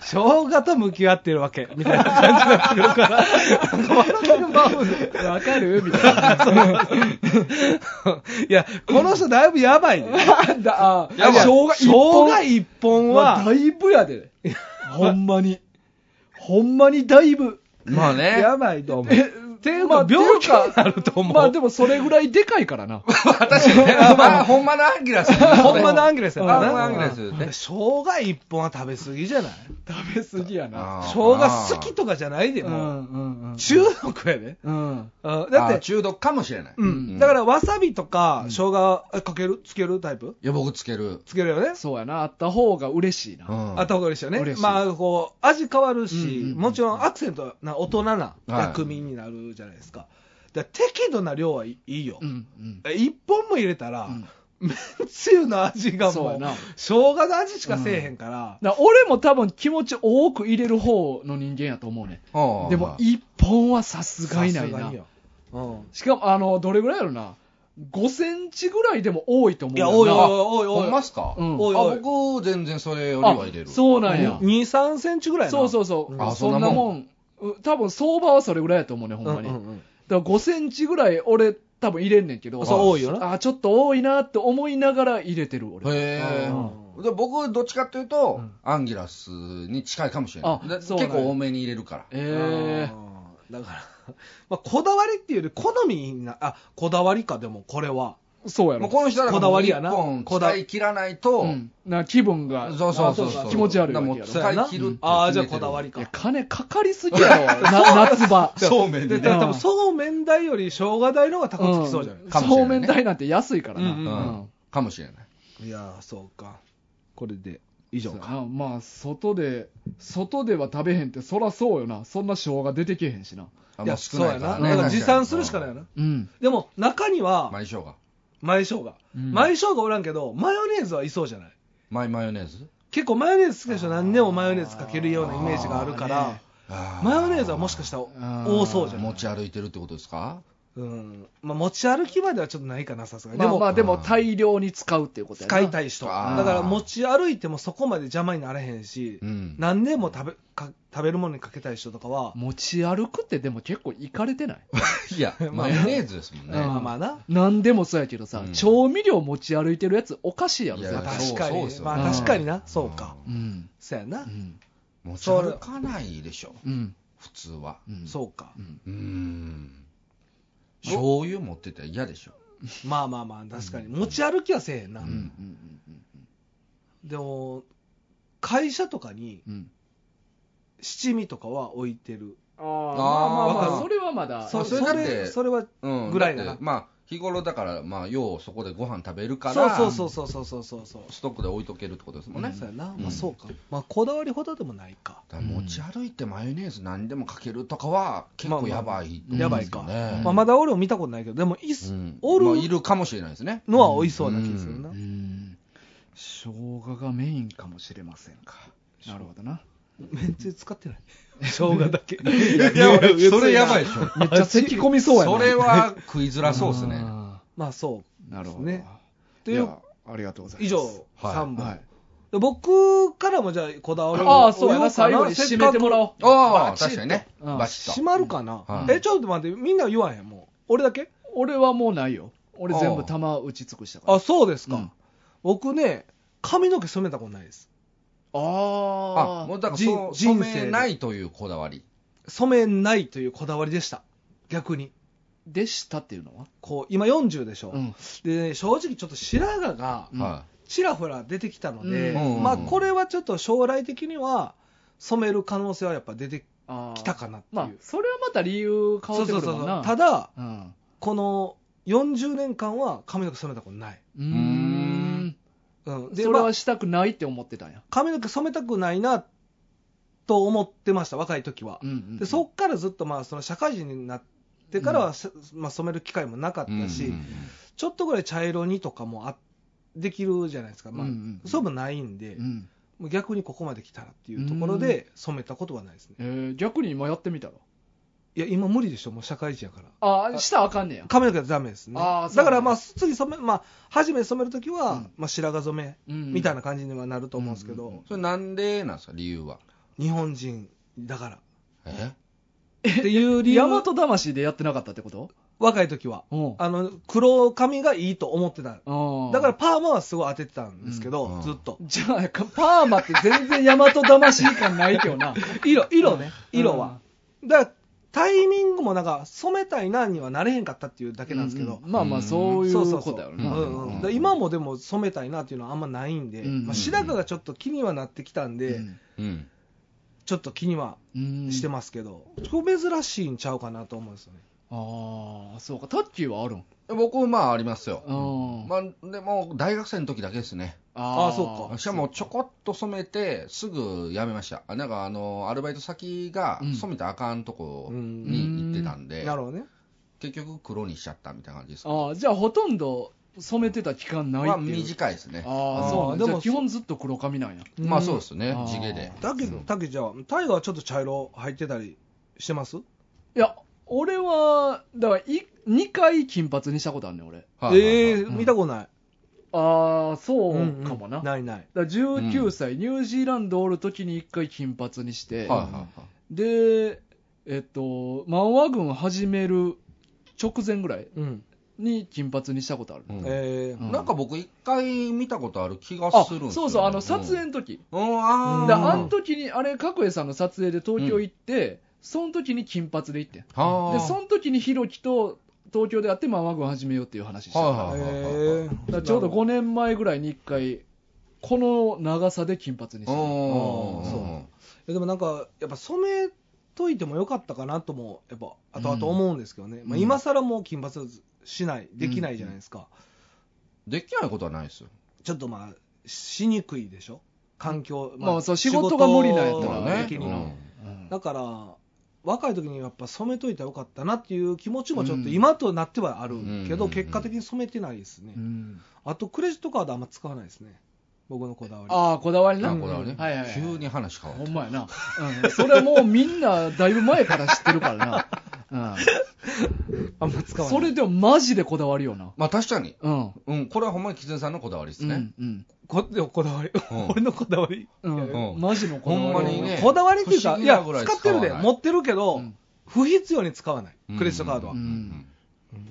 Speaker 2: 生姜と向き合ってるわけ、みたいな感じになってくるから、
Speaker 1: わかるみたいな。
Speaker 2: いや、この人だいぶやばいね。
Speaker 4: だあー
Speaker 2: 生姜
Speaker 4: 生姜一本
Speaker 2: 一本
Speaker 4: はだ
Speaker 2: は、
Speaker 4: いぶや で。ほんまに。ほんまにだいぶ。
Speaker 3: まあね。
Speaker 2: やばいと思う。っていう
Speaker 4: まあ、
Speaker 2: か病気になると思う。
Speaker 4: まあでもそれぐらいでかいからな。
Speaker 3: 私ね、まあ、ほんまのアンギラス。
Speaker 2: ほんまのアンギラスや
Speaker 3: あ
Speaker 2: から
Speaker 3: ほんまの
Speaker 2: な。
Speaker 3: アンギラス
Speaker 2: うん
Speaker 3: ね
Speaker 2: 生姜一本は食べ過ぎじゃない
Speaker 4: 食べ過ぎやな。
Speaker 3: あー
Speaker 2: 生姜好きとかじゃないで、
Speaker 1: う
Speaker 2: もう。
Speaker 1: んうんうん。
Speaker 2: 中毒やで。
Speaker 1: うん。
Speaker 2: うんだ
Speaker 3: だ
Speaker 2: っ
Speaker 3: ってて、、中毒かもしれない。
Speaker 2: う
Speaker 3: うん
Speaker 2: ん、だからわさびとか生姜えかけるつけるタイプ
Speaker 3: いや、僕つける。
Speaker 2: つけるよね、
Speaker 1: そうやな。あった方が嬉しいな。
Speaker 3: ん
Speaker 2: あったほうがいいですよね
Speaker 1: 嬉しい
Speaker 2: まあこう味変わるし、
Speaker 1: うんうんうん
Speaker 2: もちろんアクセントな大人な
Speaker 3: はい
Speaker 2: 薬味になるじゃないですか,、だから適度な量はいいいよ、
Speaker 1: うんうん。
Speaker 2: え一本も入れたら、
Speaker 1: うん
Speaker 2: めんつゆの味が
Speaker 1: そう
Speaker 2: も
Speaker 1: や
Speaker 2: う
Speaker 1: な
Speaker 2: 生姜の味しかせえへんから、
Speaker 1: だから俺も多分気持ち多く入れる方の人間やと思うね。
Speaker 3: うん
Speaker 1: でも、一本はさすがにな
Speaker 2: さ
Speaker 1: い
Speaker 2: すが
Speaker 1: な
Speaker 2: に。ようん
Speaker 1: しかも、あの、どれぐらいやろな。5センチぐらいでも多いと思う
Speaker 2: い
Speaker 1: ねん
Speaker 2: や
Speaker 1: な。あ
Speaker 2: おいおいおいお
Speaker 3: ほ
Speaker 2: い
Speaker 3: んまっすか
Speaker 1: う
Speaker 3: あ、
Speaker 1: ん
Speaker 2: おいおい
Speaker 3: 僕、全然それよりは入れる。
Speaker 1: そうなんや。
Speaker 2: 2 3センチぐらいやな
Speaker 1: そうそうそう。
Speaker 3: あ
Speaker 1: そ
Speaker 3: そ
Speaker 1: ん
Speaker 3: ん
Speaker 1: な
Speaker 3: な
Speaker 1: も
Speaker 3: も
Speaker 1: ん。う多分相場はそれぐらいやと思うね、ほんまに。
Speaker 2: うんうん
Speaker 1: だから5センチぐらい俺多分入れんねんけど。
Speaker 2: うんそう多いよな
Speaker 1: あ、ちょっと多いなって思いながら入れてる俺。
Speaker 3: へ
Speaker 2: う
Speaker 3: え。で僕、どっちかっていうと、アンギラスに近いかもしれない。
Speaker 1: あ
Speaker 3: で結
Speaker 1: そうなんや
Speaker 3: 構多めに入れるから。
Speaker 1: ええ
Speaker 2: うんだから、 まあ、こだわりっていうより好みな、あ、こだわりか、でもこれは。
Speaker 1: そうや
Speaker 3: もう
Speaker 1: ろ。
Speaker 3: この人は
Speaker 2: こだわりやな
Speaker 3: 一本
Speaker 2: こだ
Speaker 3: 使い切らないと、
Speaker 1: うん。な気分が。
Speaker 3: そうそうそう
Speaker 2: あそう
Speaker 3: そ
Speaker 2: か
Speaker 3: う。
Speaker 1: 気持ち悪いわ
Speaker 3: だ
Speaker 1: け
Speaker 3: から
Speaker 1: やろ
Speaker 3: もう使い切るって決めてる。
Speaker 2: ああ、じゃあこだわり
Speaker 1: いや
Speaker 2: か。
Speaker 1: 金かかりすぎやろ。な夏場。
Speaker 3: そうめん
Speaker 2: で、
Speaker 3: で
Speaker 2: で
Speaker 3: ね。
Speaker 2: 多分そうめん代より生姜代の方が高くつきそうじゃない、
Speaker 1: うん
Speaker 3: かもし
Speaker 1: そ
Speaker 3: れ
Speaker 1: う
Speaker 3: な
Speaker 1: め
Speaker 3: いね
Speaker 1: ん代なんて安いからな。
Speaker 2: うんうん
Speaker 3: う
Speaker 2: うん
Speaker 3: ん。かもしれない。
Speaker 2: いやー、そうか。これで、以上か。
Speaker 1: あまあ外で外では食べへんってそらそうよなそんな生姜出てけへんしな
Speaker 3: あ
Speaker 2: いや、
Speaker 3: もう
Speaker 2: そ
Speaker 3: 少
Speaker 2: う
Speaker 3: な
Speaker 2: や
Speaker 3: いから
Speaker 2: な。
Speaker 3: ね。
Speaker 2: だから持参するしかないよ
Speaker 3: な。
Speaker 2: な。
Speaker 1: うん
Speaker 2: でも、中には、
Speaker 3: マイショウガ。
Speaker 2: 前生姜。
Speaker 1: うん
Speaker 2: 前生姜おらんけど、マヨネーズはいそうじゃない
Speaker 3: マイマヨネーズ
Speaker 2: 結構マヨネーズ好きでしょ何でもマヨネーズかけるようなイメージがあるから、
Speaker 3: あー
Speaker 2: マヨネーズはもしかしたら多そうじゃない
Speaker 3: 持ち歩いてるってことですか
Speaker 2: うんまあ、持ち歩きまではちょっとないかな、さすがに。
Speaker 1: ま
Speaker 2: で
Speaker 1: あ
Speaker 2: も、
Speaker 1: まあでも大量に使うっていうことやな
Speaker 2: 使いたい人。だ
Speaker 3: あー
Speaker 2: から持ち歩いてもそこまで邪魔にならへんし
Speaker 3: う、ん。
Speaker 2: 何年も食べか食べるものにかけたい人とかは、
Speaker 1: 持ち歩くってでも結構いかれてない
Speaker 3: いや、マヨネーズですもんね。
Speaker 2: まあまあな。
Speaker 1: 何でもそうやけどさ、
Speaker 3: うん
Speaker 1: 調味料持ち歩いてるやつおかしいやろ
Speaker 3: いや
Speaker 1: 絶
Speaker 2: まあ
Speaker 1: 対
Speaker 2: 確
Speaker 3: そう
Speaker 2: か
Speaker 3: そ
Speaker 2: に
Speaker 3: うです。よ
Speaker 2: まあ確かにな。そうか。
Speaker 1: うん
Speaker 2: そうやな
Speaker 1: う。ん
Speaker 3: 持ち歩かないでしょ、
Speaker 1: うん
Speaker 3: 普通は。
Speaker 1: うん
Speaker 2: そうか。
Speaker 1: うん
Speaker 3: うーん。醤油持ってたら嫌でしょ。
Speaker 2: まあまあまあ、確かに。持ち歩きはせえへんな
Speaker 1: う。んうん
Speaker 2: でも、会社とかに
Speaker 1: うんうん
Speaker 2: 七味とかは置いてる。
Speaker 1: あーまあまあま
Speaker 3: わか
Speaker 1: あ
Speaker 3: る
Speaker 1: それはまだ
Speaker 3: そう
Speaker 2: そ
Speaker 3: れだって
Speaker 2: れ、それは、
Speaker 3: うん。
Speaker 2: ぐらいなら
Speaker 3: だってまあ、日頃だから、まあ、ようそこでご飯食べるから、
Speaker 2: そうそうそうそうそうそうそう。
Speaker 3: ストックで置いとけるってことですもんね。
Speaker 2: そうやな。
Speaker 3: ん
Speaker 2: まあそうか。まあこだわりほどでもないか。
Speaker 3: だから持ち歩いてマヨネーズ何でもかけるとかは結構やばいと思うんですよね、
Speaker 2: やばいか。
Speaker 1: うん
Speaker 2: まあ、まだ俺も見たことないけど、でも、いっす
Speaker 3: うん
Speaker 2: おる
Speaker 3: まあいるかもしれないですね。
Speaker 2: のは多いそうな気がするな
Speaker 1: う。ん生姜がメインかもしれませんかなるほどな
Speaker 2: めんつゆ使ってない。生姜だけ。
Speaker 3: それやばいでしょ。
Speaker 1: めっちゃ咳込みそうやな
Speaker 3: それは食いづらそうですね。
Speaker 1: あ
Speaker 2: まあそ
Speaker 1: ーなるほど
Speaker 2: ねう。と
Speaker 1: い
Speaker 2: いう
Speaker 1: や、ありがとうございます。
Speaker 2: 以上、
Speaker 3: はい
Speaker 2: 3
Speaker 1: は
Speaker 2: 本
Speaker 1: い。。
Speaker 2: で僕からもじゃあ、こだわりを
Speaker 1: ああ、そうやな、最後に締めてもらおう。
Speaker 3: あ
Speaker 2: バ
Speaker 3: あ、
Speaker 2: チッ
Speaker 3: 確
Speaker 2: と
Speaker 3: かにね。
Speaker 1: うん
Speaker 3: バシッ
Speaker 2: 閉
Speaker 3: と。
Speaker 2: まるかな、
Speaker 3: はい
Speaker 2: え、ちょっと待って、みんな言わへん、もう。俺だけ
Speaker 1: 俺はもうないよ。俺全部玉打ち尽くしたから。
Speaker 2: あ、そうですか。
Speaker 1: うん
Speaker 2: 僕ね、髪の毛染めたことないです。
Speaker 1: あ
Speaker 3: あ、も
Speaker 1: ー
Speaker 3: うだから
Speaker 2: 人
Speaker 3: そう、
Speaker 2: 人
Speaker 3: 染
Speaker 2: 生で
Speaker 3: めないというこだわり。
Speaker 2: 染めないというこだわりでした。逆に。
Speaker 1: でしたっていうのは
Speaker 2: こう今40でしょ、
Speaker 1: ん
Speaker 2: で正直ちょっと白髪が
Speaker 1: うん
Speaker 3: は
Speaker 2: ちらほら出てきたので、
Speaker 1: うん
Speaker 2: まあ、これはちょっと将来的には染める可能性はやっぱ出て
Speaker 1: あー
Speaker 2: きたかなっていう、
Speaker 1: まあそれはまた理由変わ
Speaker 2: そ
Speaker 1: っ
Speaker 2: う
Speaker 1: て
Speaker 2: そ
Speaker 1: く
Speaker 2: う
Speaker 1: るも
Speaker 2: そうんそう
Speaker 1: な
Speaker 2: ただ
Speaker 1: うん
Speaker 2: この40年間は髪の毛染めたことない、
Speaker 1: うー
Speaker 3: い。
Speaker 1: ん
Speaker 2: うん、で
Speaker 1: それ
Speaker 2: まあ
Speaker 1: はしたくないって思ってたんや
Speaker 2: 髪の毛染めたくないなと思ってました若い時は、
Speaker 1: うんうん
Speaker 2: でそっからずっとまあその社会人になってからは、まあ、染める機会もなかった
Speaker 3: う
Speaker 2: し、
Speaker 3: んうんうん
Speaker 2: ちょっとぐらい茶色にとかもあできるじゃないですか、まあ
Speaker 1: うんうんうん
Speaker 2: そうもないんで、
Speaker 1: うん
Speaker 2: もう逆にここまで来たらっていうところで染めたことはないですね、
Speaker 1: えー逆に今やってみたら
Speaker 2: いや今無理でしょもう社会人やから
Speaker 1: ああしたらあかんねや
Speaker 2: 髪の毛はダメですね
Speaker 1: あーそう
Speaker 2: だからまあ次染めまあ初め染めるときは、
Speaker 1: うん
Speaker 2: まあ、白髪染めみ
Speaker 1: み
Speaker 2: たいな感じにはなると思うんですけど、
Speaker 1: うんうんうん
Speaker 3: それなんでなんですか、理由は。
Speaker 2: 日本人だから
Speaker 3: え
Speaker 2: っていう理由
Speaker 1: 大和魂でやってなかったってこと
Speaker 2: 若い時は
Speaker 1: うん
Speaker 2: あの黒髪がいいと思ってた
Speaker 1: うん
Speaker 2: だからパーマはすごい当ててたんですけど、
Speaker 3: うん
Speaker 2: ずっと
Speaker 1: じゃあかパーマって全然大和魂感ないけどな
Speaker 2: 色色ね 色は、だからタイミングもなんか染めたいなにはなれへんかったっていうだけなんですけど、
Speaker 1: うまあまあそういう
Speaker 2: そうそう
Speaker 1: こ
Speaker 2: そう
Speaker 1: とやろ
Speaker 2: う
Speaker 1: な、
Speaker 3: ん
Speaker 2: んうんだから今もでも染めたいなっていうのはあんまないんで、
Speaker 1: うんうん
Speaker 2: まあ、白髪がちょっと気にはなってきたんで、
Speaker 3: うん。
Speaker 2: ちょっと気には
Speaker 1: うん
Speaker 2: してますけど、これ珍しいんちゃうかなと思うんですよね
Speaker 1: ああそうかタッキーはあるん
Speaker 3: 僕、まあありますよ。
Speaker 1: うん
Speaker 3: まあ、でも、大学生の時だけですね。
Speaker 2: あーそう
Speaker 3: しかも、ちょこっと染めて、すぐ辞めました。あなんか、あの、アルバイト先が
Speaker 1: うん
Speaker 3: 染めたらあかんとこ
Speaker 2: うん
Speaker 3: に行ってたんで、
Speaker 2: なるほどね
Speaker 3: 結局、黒にしちゃったみたいな感じです。
Speaker 1: ああじゃあほとんど染めてた期間ない
Speaker 3: まあ、
Speaker 1: っていう、
Speaker 3: 短いですね。
Speaker 1: ああ
Speaker 2: うん
Speaker 1: そうなん
Speaker 2: で
Speaker 1: だ
Speaker 2: も
Speaker 1: じゃあ基本ずっと黒髪なんや
Speaker 3: まあ、そうですね
Speaker 1: あー。
Speaker 3: 地毛で。
Speaker 2: だけど
Speaker 3: うん
Speaker 2: たけちゃんはタイガーはちょっと茶色入ってたりしてます、
Speaker 1: いや俺はだからい2回金髪にしたことあるねん俺
Speaker 3: はいはいはい
Speaker 2: ええー見たことない、
Speaker 1: ああそう
Speaker 2: うんうん
Speaker 1: かもな、だか
Speaker 2: ないない
Speaker 1: ら19歳、ニュージーランドおる時に1回金髪にして、
Speaker 3: はいはいはい。
Speaker 1: でえっと漫画軍始める直前ぐらい
Speaker 2: うん
Speaker 1: に金髪にしたことある、
Speaker 3: うん
Speaker 2: え
Speaker 1: うん
Speaker 2: ー
Speaker 3: なんか僕、一回見たことある気が
Speaker 1: あ
Speaker 3: するんです
Speaker 1: そ
Speaker 3: よね、
Speaker 1: うそうあの撮影の時、
Speaker 3: うん。うん、あー
Speaker 1: だ
Speaker 2: うん
Speaker 1: あの時にあれ角栄さんの撮影で東京行って、その時に金髪で行ってん
Speaker 3: あー
Speaker 1: でその時にひろきと東京で会ってママ軍始めようっていう話したから,、
Speaker 3: はいはい
Speaker 2: え
Speaker 1: だからちょうど5年前ぐらいに1回この長さで金髪にした、
Speaker 2: ー
Speaker 3: お
Speaker 2: そうえでもなんかやっぱ染めといてもよかったかなともやっぱ後々思うんですけどね、
Speaker 1: ん
Speaker 2: まあ、今更もう金髪しないできないじゃないですか、
Speaker 3: できないことはないですよ。
Speaker 2: ちょっとまあしにくいでしょ環境、
Speaker 1: まあそう仕事が無理なんやった
Speaker 3: だ
Speaker 1: ら
Speaker 3: から
Speaker 2: 仕事
Speaker 3: ね
Speaker 2: 的。に
Speaker 3: う
Speaker 2: は
Speaker 3: ん
Speaker 1: うん
Speaker 2: だから若い時にやっぱ染めといたらよかったなっていう気持ちもちょっと今となってはあるけど、
Speaker 3: うん
Speaker 2: 結果的に染めてないですね、
Speaker 1: うん
Speaker 2: あとクレジットカードあんま使わないですね僕のこだわり
Speaker 1: ああこだわりな
Speaker 3: あこれはね、
Speaker 1: はいはいはい
Speaker 3: 急に話変わ
Speaker 1: ほ
Speaker 3: っ
Speaker 1: んまやな、うん、それはもうみんなだいぶ前から知ってるからな、
Speaker 2: あ
Speaker 1: う
Speaker 2: んま使
Speaker 1: ん、
Speaker 2: わない
Speaker 1: それでもマジでこだわりよな
Speaker 3: まあ確かに。
Speaker 1: うん
Speaker 3: うん、これはほんまに狐さんのこだわりですね。
Speaker 1: うん
Speaker 2: こでもこだわり、
Speaker 3: うん
Speaker 2: 俺のこだわり
Speaker 1: うん、
Speaker 3: う
Speaker 1: うんん、マジのこだわりよ
Speaker 3: ほんまにね
Speaker 2: こだわりっていうか、
Speaker 3: 不思
Speaker 2: い
Speaker 3: 議
Speaker 2: や
Speaker 3: なぐら、い
Speaker 2: 使ってるで、
Speaker 3: 使わない
Speaker 2: 持ってるけど、
Speaker 1: うん
Speaker 2: 不必要に使わない、
Speaker 3: うん
Speaker 2: クレジットカードは。
Speaker 3: うんうん
Speaker 2: うん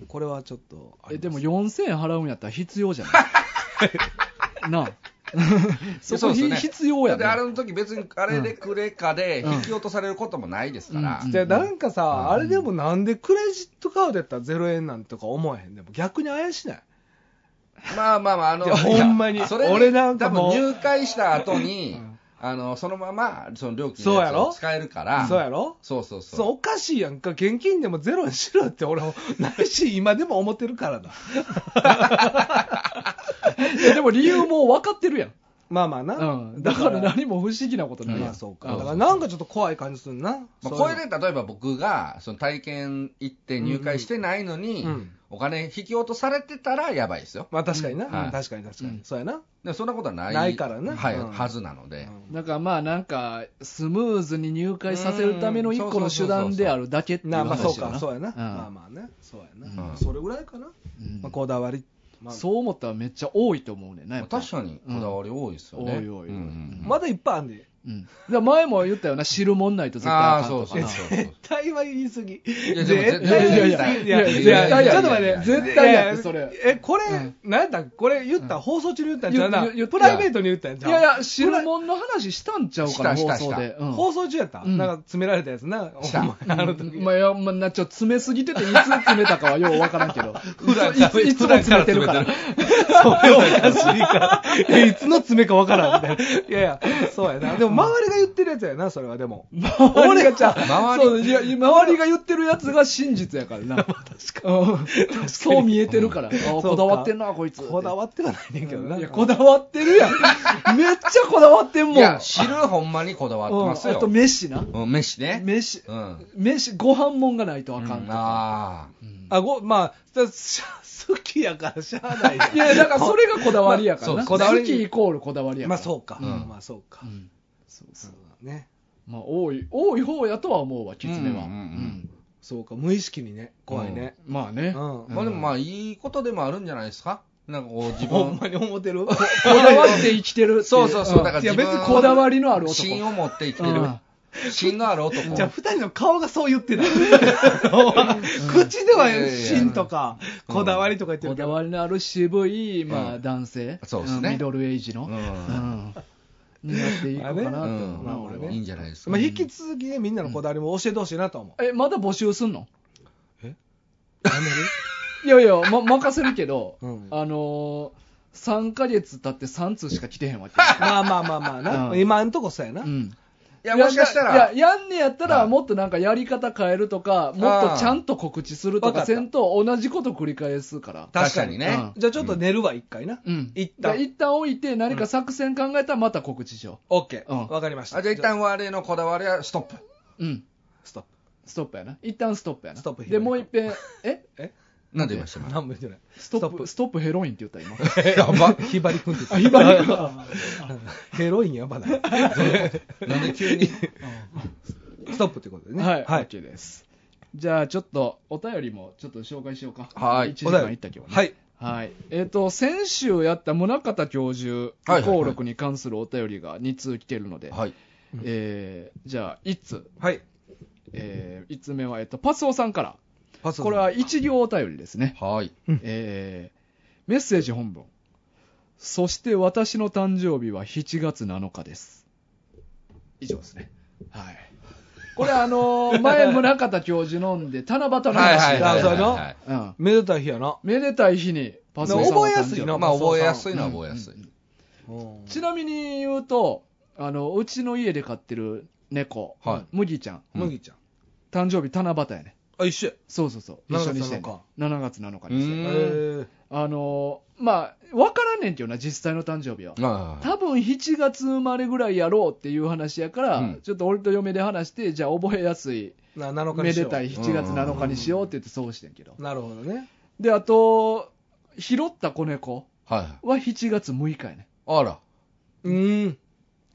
Speaker 2: これはちょっとあ
Speaker 1: え
Speaker 2: ります
Speaker 1: でも4000円払うんやったら必要じゃない なあそこ
Speaker 3: そうですよね
Speaker 1: 必要
Speaker 3: だ
Speaker 1: や
Speaker 3: って
Speaker 1: ね
Speaker 3: あれの時別にあれでクレカで
Speaker 1: うん
Speaker 3: 引き落とされることもないですから。
Speaker 1: うん
Speaker 2: じゃあなんかさ、
Speaker 3: うん
Speaker 2: あれでもなんでクレジットカードやったら0円なんとか思えへん、でも逆に怪しない。
Speaker 3: まあまあまあ、あ
Speaker 2: いや
Speaker 3: の、
Speaker 2: ほんまに
Speaker 3: いやそれで
Speaker 2: 俺なんかもう
Speaker 3: 多分入会した後に、
Speaker 2: ん
Speaker 3: あの、そのまま、その料金
Speaker 2: そうやろ
Speaker 3: を使えるから。
Speaker 2: そうやろ
Speaker 3: そうそう
Speaker 2: そう
Speaker 3: そう。
Speaker 2: おかしいやんか、現金でもゼロにしろって俺、ないし、今でも思ってるからだ。
Speaker 1: いやでも理由も分かってるやん、
Speaker 2: まあまあな、
Speaker 1: うん、だから何も不思議なことないやん、
Speaker 2: まあそうか、
Speaker 1: ん
Speaker 2: だからなんかちょっと怖い感じするな、
Speaker 3: まあ、
Speaker 2: そ
Speaker 3: こ
Speaker 2: うい
Speaker 3: れ
Speaker 2: う
Speaker 3: で例えば僕がその体験行って入会してないのに、
Speaker 2: うんうん
Speaker 3: お金引き落とされてたらやばいですよ。
Speaker 2: まあ確かにな、
Speaker 3: うんはい
Speaker 2: 確かに確かに、
Speaker 1: うん
Speaker 2: そうやな、
Speaker 3: でもそんなことはない
Speaker 2: ないからね
Speaker 3: はい
Speaker 2: うん
Speaker 3: はずなので、
Speaker 1: だからまあなんかスムーズに入会させるための一個の手段であるだけっていう
Speaker 2: なまあそう
Speaker 1: 話だ
Speaker 2: か、
Speaker 1: な
Speaker 2: そうやな、
Speaker 1: ん
Speaker 2: まあまあね、そうやな、
Speaker 3: うん
Speaker 2: それぐらいかな、
Speaker 1: うん
Speaker 2: まあ、こだわり、まあ、
Speaker 1: そう思ったらめっちゃ多いと思うねんなやっぱ
Speaker 3: 確かにこだわり多いですよね。
Speaker 1: うん多い多い多い
Speaker 3: うんうんうん
Speaker 2: まだいっぱいあんで、
Speaker 1: うん、だから前も言ったよな、汁もんないと絶対あ
Speaker 3: ああ、
Speaker 1: かん
Speaker 3: そう
Speaker 1: と
Speaker 3: そう
Speaker 1: か
Speaker 3: そう
Speaker 1: な。
Speaker 3: そう。
Speaker 2: 絶対は言い過ぎ。
Speaker 3: いや
Speaker 2: 絶
Speaker 3: でも
Speaker 2: 対
Speaker 3: 絶
Speaker 2: は
Speaker 3: 対
Speaker 2: 言
Speaker 3: 言
Speaker 2: い
Speaker 3: い
Speaker 2: 過
Speaker 3: 過
Speaker 2: ぎ。
Speaker 3: ぎ
Speaker 2: いや、
Speaker 4: い
Speaker 2: い
Speaker 4: やいや
Speaker 2: や
Speaker 4: いや
Speaker 2: ちょっと待って。
Speaker 1: 絶対やって
Speaker 2: い
Speaker 1: それ
Speaker 2: え、これ
Speaker 1: うん、
Speaker 2: なんだ、これ言った、放送中に言ったんちゃうな
Speaker 1: 言言。
Speaker 2: プライベートに言ったんち
Speaker 1: いやい
Speaker 2: ゃう
Speaker 1: や、汁もんの話したんちゃうかな、
Speaker 3: し
Speaker 1: 放
Speaker 3: たした
Speaker 1: 送で。うん
Speaker 2: 放送中やった
Speaker 1: うん
Speaker 2: なんか詰められたやつな。お
Speaker 3: した
Speaker 2: 前、あの時。
Speaker 1: まあ、いや、まあ、な、ちょ、詰めすぎてて、いつ詰めたかはようわからんけど。
Speaker 3: 普段
Speaker 1: いつ、いついつも詰めてるから。
Speaker 2: そうおかしい から。いやいつの詰めかわから んみたいな。いやいや、そうやな。でも周りが言ってるやつやな、それはでも。
Speaker 1: 俺がちゃう、
Speaker 3: 周り
Speaker 1: そういや周りが言ってるやつが真実やからな。確かに。そう見えてるから。あーこだわってんな、こいつ。
Speaker 2: こだわってはないねんけどな。
Speaker 1: いや、こだわってるやん。めっちゃこだわってんもん。
Speaker 3: いや、汁ほんまにこだわってます
Speaker 1: うんあ
Speaker 3: よ
Speaker 1: と、。飯な。
Speaker 3: うん、飯ね。
Speaker 1: 飯、
Speaker 3: うん。
Speaker 1: 飯、ご飯もんがないとあかんとか。
Speaker 3: ああ。
Speaker 2: あ、ご、まあ、しゃ好きやからしゃあない
Speaker 1: いや、だからそれがこだわりやから
Speaker 3: ま
Speaker 1: な。
Speaker 3: あ
Speaker 2: そうこだわり
Speaker 1: 好きイコールこだわり
Speaker 2: や
Speaker 1: やか
Speaker 2: ん。ま
Speaker 1: ら。
Speaker 2: あそうか。
Speaker 3: うん
Speaker 2: まあそうか
Speaker 1: う。んそうそう。
Speaker 2: ね。
Speaker 1: まあ、多い、多い方やとは思うわ、キツネは。
Speaker 3: うんうんうん
Speaker 2: そうか。無意識にね。怖いね。
Speaker 1: うんまあね。
Speaker 2: うん。
Speaker 3: まあでもまあ、いいことでもあるんじゃないですかなんかこう、自
Speaker 2: ほ
Speaker 3: 分
Speaker 2: ん。まに思ってる
Speaker 1: こだわって生きてるってい。
Speaker 3: そうそうそう。だから
Speaker 1: ん
Speaker 2: いや
Speaker 3: 自分
Speaker 2: 別に
Speaker 1: こだわりのある男。
Speaker 3: 芯を持って生きて
Speaker 1: う
Speaker 3: る
Speaker 1: ん。
Speaker 3: 芯のある男。
Speaker 2: じゃあ二人の顔がそう言ってた。口ではい
Speaker 3: やいやいや
Speaker 2: 芯とか、
Speaker 3: うん
Speaker 2: こだわりとか言って
Speaker 1: こ
Speaker 2: るけ
Speaker 1: だ
Speaker 2: ど。
Speaker 1: わりのある渋い、ま
Speaker 3: う
Speaker 1: あ、
Speaker 3: ん
Speaker 1: 男性、
Speaker 3: そうですね
Speaker 1: んミドルエイジの、
Speaker 3: う
Speaker 1: うん
Speaker 3: ん。
Speaker 1: になっていくかな
Speaker 3: う
Speaker 1: と思うな、俺
Speaker 3: ん。
Speaker 1: は。
Speaker 3: いいんじゃないですか。
Speaker 2: まあ引き続きね、みんなのこだわりも教えてほしいなと思
Speaker 1: え、まだ募集すんの
Speaker 2: う。やめる
Speaker 1: いやいや、ま、任せるけど、
Speaker 2: うん
Speaker 1: あのー、3ヶ月経って3通しか来てへんわけ。
Speaker 2: まあまあまあまあな。
Speaker 1: うん
Speaker 2: 今んとこそうやな。
Speaker 1: うん
Speaker 3: いや、もしかしたら。
Speaker 1: いや、やんねやった
Speaker 3: は
Speaker 1: ら、
Speaker 3: い
Speaker 1: もっとなんかやり方変えるとか、もっとちゃんと告知すると
Speaker 2: わか
Speaker 1: か
Speaker 2: った
Speaker 1: せんと、同じこと繰り返すから。
Speaker 3: 確かにね。
Speaker 2: じゃあちょっと寝るわ、一回な。
Speaker 1: うん。
Speaker 2: 一
Speaker 1: だから
Speaker 2: 旦。
Speaker 1: 一旦置いて、何か作戦考えたらまた告知しよ
Speaker 2: オッケ
Speaker 1: うん
Speaker 2: ー。わかりました。
Speaker 3: あじゃあ一旦我のこだわりはストップ。
Speaker 1: う。うん。
Speaker 2: ストッ
Speaker 1: ストップやな。一旦ストップやな。
Speaker 2: ストップ
Speaker 1: で、もう一遍、え
Speaker 3: なんで言いました
Speaker 2: プ。何も言ってない。
Speaker 1: ストップ、ストップヘロインって言った今。
Speaker 3: やば。
Speaker 2: ひばりくんって言ってた。ひばりくん。 ヘロイン やばない。
Speaker 3: なんで急に。
Speaker 2: ストップってことでね。
Speaker 1: はい。
Speaker 2: はい。
Speaker 1: OK です。じゃあ、ちょっと、お便りも、ちょっと紹介しようか。
Speaker 3: はい
Speaker 1: 1時間いったけどね。
Speaker 2: はい。
Speaker 1: はい。えっ、と、先週やった宗方教授、
Speaker 3: はいはいはい
Speaker 1: 登録に関するお便りが2通来てるので、
Speaker 3: はい。
Speaker 1: えー、じゃあ、1通。
Speaker 2: はい。
Speaker 1: えー、1つ目は、えっ、と、パスオさんから。
Speaker 2: パス
Speaker 1: これは一行お便りですね。
Speaker 3: はい。
Speaker 1: えー、メッセージ本文。そして私の誕生日は7月7日です。以上ですね。はい。これあの ー前宗方教授飲んで七夕の話。
Speaker 3: はいはいはいはい
Speaker 2: そう
Speaker 3: は
Speaker 2: や
Speaker 3: い。
Speaker 1: うん。
Speaker 2: めでたい日やな。
Speaker 1: めでたい日にパスオさんの誕生
Speaker 2: 覚え
Speaker 1: 日
Speaker 2: やすいな。
Speaker 3: まあ、
Speaker 2: パスオ
Speaker 3: 覚
Speaker 2: さん
Speaker 3: えやすいのは覚えやすい。
Speaker 2: うん
Speaker 1: ちなみに言うと、あの、うちの家で飼ってる猫、
Speaker 3: はい
Speaker 1: 麦ちゃん、
Speaker 2: 麦ちゃん。
Speaker 1: 誕生日七夕やね。
Speaker 2: あ、一緒や。
Speaker 1: そうそうそう。一緒にしてんね7月7日にしてんね
Speaker 3: うん
Speaker 2: へー
Speaker 1: あのーまあ、わからんねんけどな、実際の誕生日は。
Speaker 3: ああ。
Speaker 1: 多分7月生まれぐらいやろうっていう話やから、
Speaker 3: うん
Speaker 1: ちょっと俺と嫁で話して、じゃあ覚えやすい、
Speaker 2: な7日
Speaker 1: め
Speaker 2: にし
Speaker 1: で
Speaker 2: よう
Speaker 1: たい7月7日にしようって言ってそうしてんけど。
Speaker 2: なるほどね。
Speaker 1: で、あと、拾った子猫
Speaker 3: はい。
Speaker 1: は7月6日やね。
Speaker 3: あら。
Speaker 2: うーん。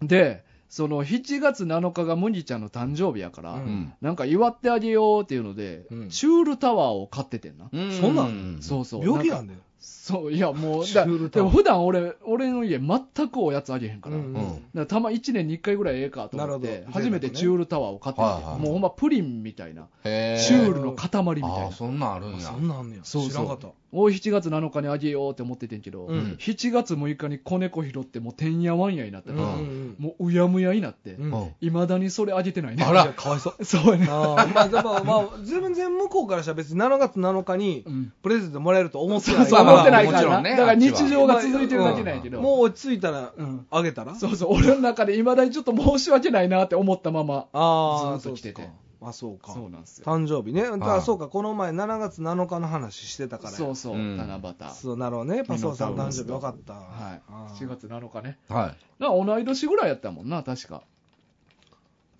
Speaker 1: で、その7月7日が麦ちゃんの誕生日やから、
Speaker 2: う
Speaker 3: うん。
Speaker 1: なんか祝ってあげようっていうので、
Speaker 2: うん
Speaker 1: チュールタワーを買っててんな。
Speaker 2: そんなん
Speaker 1: そうそう。
Speaker 2: 病気な
Speaker 1: か
Speaker 2: んだよ。
Speaker 1: そう、いやもう、
Speaker 2: チュ
Speaker 1: だ
Speaker 2: ー
Speaker 1: で
Speaker 2: ルタワ
Speaker 1: も
Speaker 2: ー
Speaker 1: 普段俺、俺の家全くおやつあげへんから。
Speaker 2: うん
Speaker 3: うん
Speaker 1: だからたま1年に1回ぐらいええかと思っ
Speaker 2: なる
Speaker 1: て
Speaker 2: ほ、ど
Speaker 1: 初めてチュールタワーを買ってみて、
Speaker 3: はいはい
Speaker 1: もうほんまプリンみたいな、
Speaker 3: へえ。
Speaker 1: チュールの塊みた
Speaker 3: あ
Speaker 1: い
Speaker 3: あ、
Speaker 1: な、
Speaker 3: そんなんあるんや
Speaker 2: そ。んなんあんねや。
Speaker 1: そうそう
Speaker 2: 知らんかった。
Speaker 1: おい7月7日にあげようって思っててんけど、
Speaker 2: うん
Speaker 1: 7月6日に子猫拾って、もうてんやわんやになった
Speaker 2: うん
Speaker 1: か
Speaker 2: う
Speaker 1: ら、
Speaker 2: ん
Speaker 1: もううやむやになって
Speaker 2: う、ん。うん
Speaker 1: いまだにそれあげてないね。
Speaker 3: あら
Speaker 2: かわいそ う。
Speaker 1: そうやね。
Speaker 2: あーまあ、でも、まあ、全然向こうからしたら別に7月7日に
Speaker 1: うん
Speaker 2: プレゼントもらえると思ってない
Speaker 1: そう
Speaker 3: まあ
Speaker 1: 思ってない
Speaker 3: も
Speaker 1: か
Speaker 3: ちろ
Speaker 1: らな、
Speaker 3: んね
Speaker 1: だから日常が
Speaker 2: あっちは
Speaker 1: 続いてるだけなんやけど、
Speaker 2: もう落ち着いたら
Speaker 1: うん、
Speaker 2: あげたら
Speaker 1: そうそう、俺の中でいまだにちょっと申し訳ないなって思ったまま、
Speaker 2: ああ、
Speaker 1: ずっと来てて
Speaker 2: そうか。あ、そうか。
Speaker 1: そうなんですよ。
Speaker 2: 誕生日ね。
Speaker 3: は
Speaker 2: あ、
Speaker 3: い
Speaker 2: そうか。この前7月7日の話してたからや。
Speaker 1: そうそう、
Speaker 3: うん
Speaker 1: 七夕。
Speaker 2: そうなるほどね。パソコンさん誕生日分かった。
Speaker 1: はい
Speaker 2: あ、ー
Speaker 1: 4月7日ね。
Speaker 3: はい。
Speaker 1: な同い年ぐらいやったもんな、確か。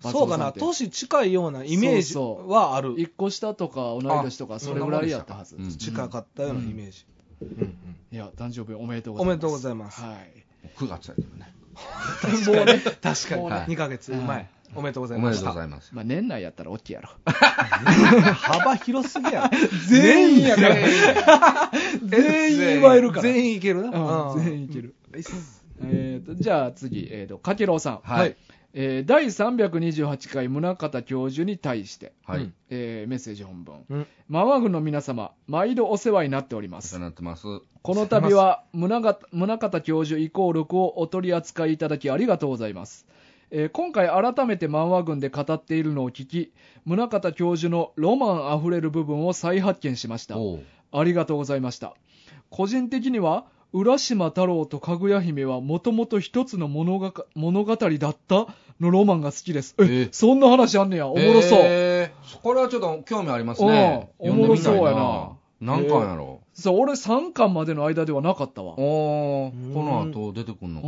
Speaker 2: そうか
Speaker 1: 松尾さ
Speaker 2: な。
Speaker 1: んって
Speaker 2: 年近いようなイメージ
Speaker 1: そうそう
Speaker 2: はある。
Speaker 1: 一個下とか同い年とか、それぐらいやったはず。
Speaker 3: うん
Speaker 1: うん
Speaker 2: 近かったようなイメージ。
Speaker 1: いや、誕生日おめでとうござ
Speaker 2: お
Speaker 1: います。
Speaker 2: めでとうございます。
Speaker 1: はい。
Speaker 3: 9月やけどね。
Speaker 2: もうね、確か
Speaker 1: も
Speaker 2: に。
Speaker 1: う
Speaker 3: ね
Speaker 2: 2ヶ月前。おめでとうござ
Speaker 3: お
Speaker 2: い
Speaker 3: め
Speaker 2: ま
Speaker 3: で
Speaker 2: し
Speaker 3: とうご
Speaker 2: た。
Speaker 3: ざいます。
Speaker 1: まあ、年内やったら OK やろ。
Speaker 2: 幅広すぎや。
Speaker 1: 全員やから。
Speaker 2: 全
Speaker 1: 員祝えるから
Speaker 2: 全員いけるな。
Speaker 1: 全員いける。えーとじゃあ次、えーと、かけろうさん。
Speaker 3: はい。
Speaker 1: えー第328回宗方教授に対して、
Speaker 3: はい。
Speaker 2: うん
Speaker 1: えーメッセージ本文、
Speaker 2: うん
Speaker 1: マワグの皆様毎度お世話になっておりま
Speaker 3: お世話
Speaker 1: す
Speaker 3: になってます。
Speaker 1: この度は宗方宗方教授イコール6をお取り扱いいただきありがとうございます、えー今回改めて漫画群で語っているのを聞き宗方教授のロマンあふれる部分を再発見しました
Speaker 3: おう
Speaker 1: ありがとうございました。個人的には、浦島太郎とかぐや姫はもともと一つの物がか物語だったのロマンが好きです。え、
Speaker 3: え
Speaker 1: そんな話あんねや。おもろそう。
Speaker 3: えーこれはちょっと興味ありますね。
Speaker 1: うん
Speaker 3: 読んでみた
Speaker 1: お
Speaker 3: い
Speaker 1: もろそうやな
Speaker 3: 何巻やろ。
Speaker 1: そう俺3巻までの間ではなかったわ。
Speaker 3: おお
Speaker 2: うん
Speaker 3: この後出てくんのか。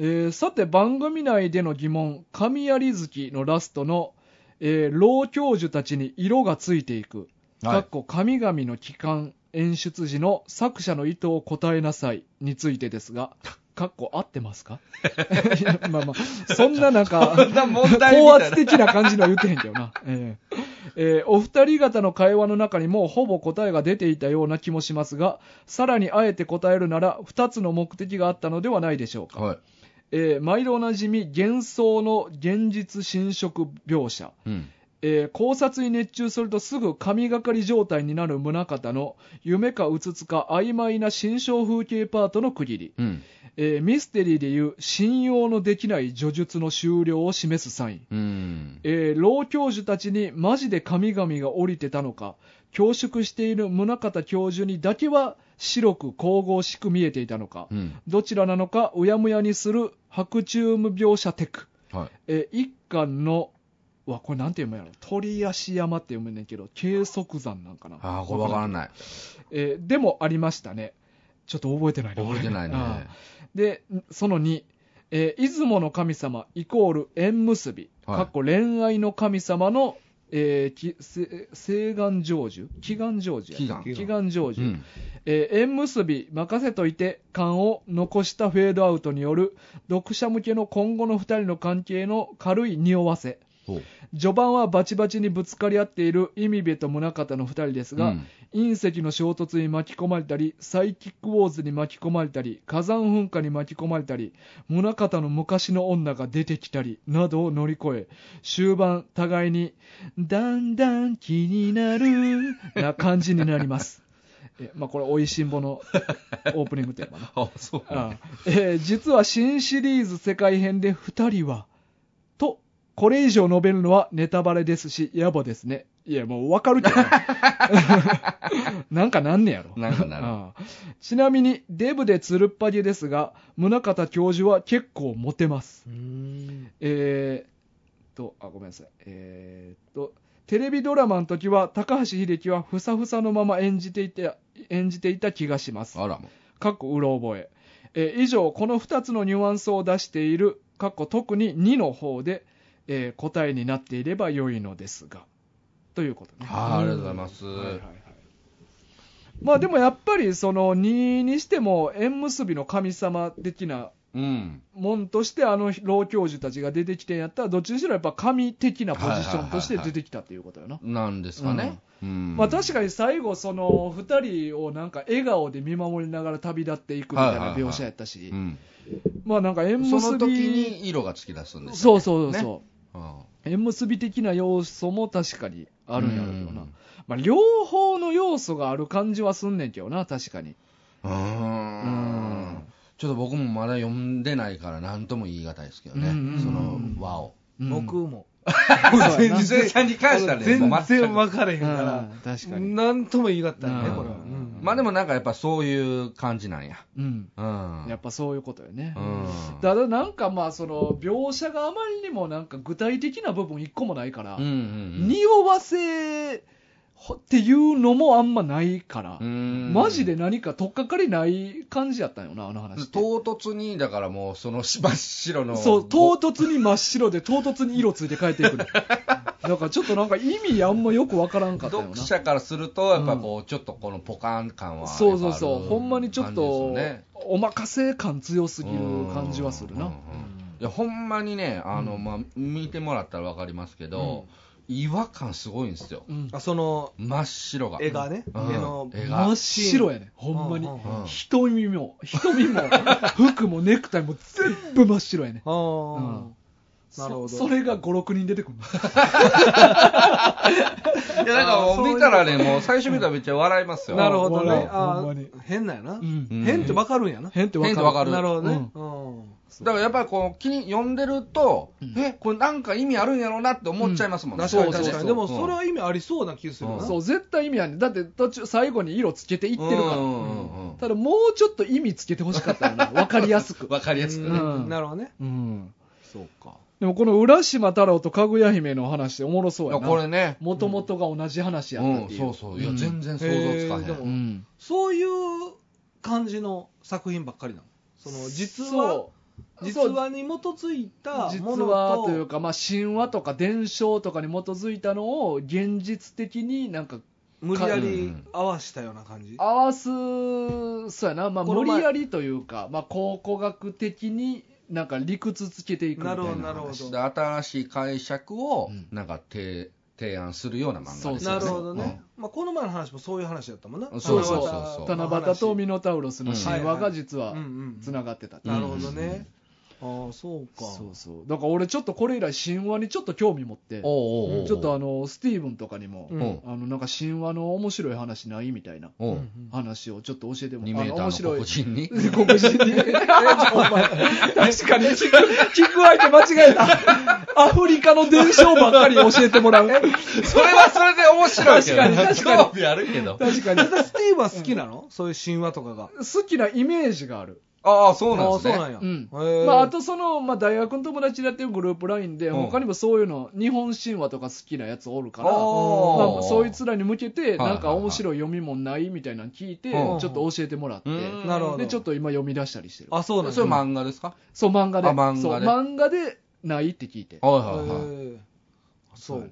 Speaker 1: うんえーさて番組内での疑問「神槍月」のラストの、えー老教授たちに色がついていく、
Speaker 3: はい
Speaker 1: かっこ神々の帰還演出時の作者の意図を答えなさいについてです がかっこ合ってますか いやまあまあそんななんか
Speaker 3: そんな問題み
Speaker 1: 高
Speaker 3: たい
Speaker 1: 圧
Speaker 3: な。
Speaker 1: 的な感じのは言ってへんけどな。えええーお二人方の会話の中にもうほぼ答えが出ていたような気もしますが、さらにあえて答えるなら、二つの目的があったのではないでしょうか。
Speaker 3: はい。
Speaker 1: えー毎度おなじみ、幻想の現実侵食描写。
Speaker 3: うん。
Speaker 1: えー考察に熱中するとすぐ神がかり状態になる宗方の夢かうつつか曖昧な心象風景パートの区切り。
Speaker 3: うん。
Speaker 1: えーミステリーでいう信用のできない叙述の終了を示すサイン、
Speaker 3: うん。
Speaker 1: えー老教授たちにマジで神々が降りてたのか恐縮している宗方教授にだけは白く神々しく見えていたのか、
Speaker 3: うん。
Speaker 1: どちらなのかうやむやにする白昼夢描写テク、
Speaker 3: はい。
Speaker 1: えー一巻のわこれなんて読むんやろ鳥足山って読むねんけど計測山なんかな
Speaker 3: ああ、これわからない。
Speaker 1: えーでもありましたねちょっと覚えてない
Speaker 3: 覚えてないね。
Speaker 1: ああで、その2、えー出雲の神様イコール縁結び、
Speaker 3: はい
Speaker 1: かっこ恋愛の神様の、えーきせ誓願成就祈願成就や
Speaker 3: 祈願
Speaker 1: 祈願成
Speaker 3: う
Speaker 1: 就、
Speaker 3: ん。
Speaker 1: えー縁結び任せといて感を残したフェードアウトによる読者向けの今後の2人の関係の軽い匂わせ
Speaker 3: ほう
Speaker 1: 序盤はバチバチにぶつかり合っている意味部と宗方の2人ですが、
Speaker 3: うん
Speaker 1: 隕石の衝突に巻き込まれたりサイキックウォーズに巻き込まれたり火山噴火に巻き込まれたり宗方の昔の女が出てきたりなどを乗り越え終盤互いにだんだん気になるな感じになります え、まあ、これ「おいしんぼ」のオープニングテーマな
Speaker 3: あ、そうなんだ。
Speaker 1: あえー実は新シリーズ世界編で2人は、と、これ以上述べるのはネタバレですし、野暮ですね。いや、もうわかるけど。 なんかなんねやろ。
Speaker 3: なんかなる
Speaker 1: ああちなみに、デブでつるっぱげですが、宗方教授は結構モテます。えーっと、あ、ごめんなさい。えーっと、テレビドラマの時は、高橋秀樹はふさふさのまま演じていた、演じていた気がします。
Speaker 3: あらも。
Speaker 1: かっこうろ覚え。えー以上、この2つのニュアンスを出している、かっこ特に2の方で、えー答えになっていれば良いのですが。ということね。
Speaker 3: ああ、ありがとうございます。
Speaker 1: はいはいはいまあでもやっぱりその2にしても縁結びの神様的な
Speaker 3: うん。
Speaker 1: もんとしてあの老教授たちが出てきてんやったらどっちにしろやっぱ神的なポジションとして出てきたっていうことよな。
Speaker 3: なんですかね。うん。
Speaker 1: まあ確かに最後、その2人をなんか笑顔で見守りながら旅立っていくみたいな描写やったし、
Speaker 3: うん。
Speaker 1: まあなんか縁結び
Speaker 3: その時に色がつき出すんです
Speaker 1: そ
Speaker 3: よ
Speaker 1: う
Speaker 3: ね。
Speaker 1: そうそう、
Speaker 3: うん。
Speaker 1: 縁結び的な要素も確かにあるんやろうな、
Speaker 3: うん
Speaker 1: まあ、両方の要素がある感じはすんねんけどな確かに
Speaker 3: うー
Speaker 1: うん
Speaker 3: ちょっと僕もまだ読んでないから何とも言い難いですけどね、
Speaker 1: うんうんうん
Speaker 3: その和を。
Speaker 1: うん
Speaker 2: 僕も。
Speaker 1: そうやな
Speaker 3: 水さんに関してはね、も
Speaker 2: 全
Speaker 3: う全く
Speaker 2: 然分かれへ
Speaker 1: う
Speaker 2: んか、
Speaker 1: ん確からに
Speaker 2: なんとも言い難いね、
Speaker 1: うん
Speaker 2: これは。
Speaker 3: まあでもなんかやっぱそういう感じなんや。
Speaker 1: うん
Speaker 3: うん。
Speaker 1: やっぱそういうことよね、
Speaker 3: うん
Speaker 1: だからなんかまあその描写があまりにもなんか具体的な部分一個もないから、
Speaker 3: うんうんうん
Speaker 1: 匂わせっていうのもあんまないから、
Speaker 3: うん
Speaker 1: マジで何か取っかかりない感じやったんよなあの話って
Speaker 3: 唐突に、だからもうその真っ白の。
Speaker 1: そう、唐突に真っ白で、唐突に色ついて帰っていくの。だからちょっとなんか意味あんまよくわからんかったよ
Speaker 3: 読
Speaker 1: な。
Speaker 3: 者からすると、やっぱこう、ちょっとこのポカン感は。
Speaker 1: そうそうそう、ほんまにちょっと
Speaker 3: 感じですよね、
Speaker 1: お任せ感強すぎる感じはする
Speaker 3: う
Speaker 1: なん
Speaker 3: うん。うんいやほんまにね、あの、まあ、見てもらったらわかりますけど、違和感すごいんですよ。
Speaker 1: うん
Speaker 2: あその
Speaker 3: 真っ白が。
Speaker 2: 絵がね、
Speaker 3: うん
Speaker 2: 絵の
Speaker 3: 絵が
Speaker 1: 真っ白やね、ほんまに
Speaker 2: うんうん
Speaker 3: うん。
Speaker 1: 瞳も、瞳も、服もネクタイも全部真っ白やね。
Speaker 2: あ
Speaker 1: う
Speaker 2: ー
Speaker 1: んそ
Speaker 2: なるほど
Speaker 1: それが5、6人出てくるの。
Speaker 3: いや、だからもう見たらね、もう最初見たらめっちゃ笑いますよ。
Speaker 2: なるほど
Speaker 1: 笑
Speaker 2: ね
Speaker 1: う。
Speaker 2: あ
Speaker 1: ほんまに
Speaker 2: ー変なんやな。
Speaker 1: うん
Speaker 3: うん
Speaker 2: 変ってわかるんやな。
Speaker 1: 変ってわか
Speaker 3: 変
Speaker 1: る。
Speaker 3: とわかる。
Speaker 2: なるほどね。
Speaker 3: だからやっぱりこう、気に読んでると、え、これなんか意味あるんやろうなって思っちゃいますもんね。
Speaker 2: 確かに確かに。でもそれは意味ありそうな気がするな。
Speaker 3: うん
Speaker 1: そう、絶対意味ある。だって途中、最後に色つけていってるから。
Speaker 3: うんうんうんうん
Speaker 1: ただ、もうちょっと意味つけてほしかったよな。 わかりやすく。
Speaker 3: わかりやすくね。
Speaker 1: うん
Speaker 2: なるほどね。
Speaker 1: うん。
Speaker 2: そうか。
Speaker 1: でも、この浦島太郎とかぐや姫の話っておもろそう
Speaker 3: い
Speaker 1: や
Speaker 3: や
Speaker 1: な。
Speaker 3: これね。
Speaker 1: もともとが同じ話や
Speaker 3: う
Speaker 1: ったっ
Speaker 3: ん、
Speaker 1: ていう。
Speaker 3: そうそう。いや、
Speaker 1: うん
Speaker 3: 全然想像つか
Speaker 2: へー
Speaker 3: へ
Speaker 2: で
Speaker 3: ん。
Speaker 2: も
Speaker 1: うん
Speaker 2: そういう感じの作品ばっかりなの。その実話、
Speaker 1: そう
Speaker 2: 実話に基づいた
Speaker 1: 実
Speaker 2: もの
Speaker 1: 話
Speaker 2: と
Speaker 1: というか、まあ、神話とか伝承とかに基づいたのを現実的になんか
Speaker 2: 無理や
Speaker 3: う
Speaker 2: り
Speaker 3: ん
Speaker 2: 合わしたような感じ。
Speaker 1: 合わすそうやな、まあ、
Speaker 2: この
Speaker 1: 無
Speaker 2: 前
Speaker 1: 理やりというか、まあ、考古学的になんか理屈つけていくみたいな
Speaker 2: なるほど
Speaker 3: で新しい解釈を
Speaker 1: うん、
Speaker 3: なんか提提案するような漫画ですよ
Speaker 2: な
Speaker 3: ね。
Speaker 2: るほどね。まあこの前の話もそういう話だったもんな。
Speaker 3: そうそうそうそう
Speaker 2: 七夕の
Speaker 1: 七夕
Speaker 2: 話
Speaker 1: とミノタウロスの神話が実
Speaker 2: う
Speaker 1: は
Speaker 2: んうん
Speaker 1: つながってたっていう
Speaker 2: なるほどね。ああ、そうか。
Speaker 1: そうそうだから俺ちょっとこれ以来神話にちょっと興味持って
Speaker 3: うん。おうおうおう
Speaker 1: ちょっとあのスティーブンとかにも、
Speaker 2: うん
Speaker 3: うん
Speaker 1: あのなんか神話の面白い話ないみたいな
Speaker 3: おう
Speaker 2: うん
Speaker 1: 話をちょっと教えても
Speaker 3: 2メ
Speaker 1: あ
Speaker 3: ータ
Speaker 1: の面
Speaker 3: ーの
Speaker 1: 白い
Speaker 3: 黒人に。
Speaker 1: 黒人に。えお前確かに聞く、聞く相手間違えた。アフリカの伝承ばっかり教えてもらう。
Speaker 3: それはそれで面白いけど。
Speaker 1: 確かに確かに
Speaker 3: 興味あるけど。
Speaker 1: 確かに。
Speaker 2: うんスティーブは好きなのそういう神話とかが。
Speaker 1: 好きなイメージがある。
Speaker 3: ああ、そうなん
Speaker 2: あ
Speaker 3: で
Speaker 2: あ、
Speaker 3: す
Speaker 2: そう
Speaker 3: ね。
Speaker 2: なんや。
Speaker 1: うん
Speaker 2: へえ
Speaker 1: まあ、あとその、まあ、大学の友達でやってるグループラインで、
Speaker 3: うん
Speaker 1: 他にもそういうの、日本神話とか好きなやつおるから、
Speaker 3: おー
Speaker 1: まあ、そいつらに向けて、
Speaker 3: いはいはい
Speaker 1: なんか面白い読み物ないみたいなの聞いて、ち
Speaker 3: う
Speaker 1: ょ
Speaker 3: ん
Speaker 1: っと教えてもらって、
Speaker 3: うん
Speaker 2: なるほど。
Speaker 1: で、ちょっと今読み出したりしてる。
Speaker 2: あ、そうなんや。
Speaker 3: それ漫画ですか
Speaker 1: そう、漫画で。
Speaker 3: あ漫画で
Speaker 1: そう、漫画でないって聞いて。
Speaker 3: はいはい はい。
Speaker 2: へえそうか。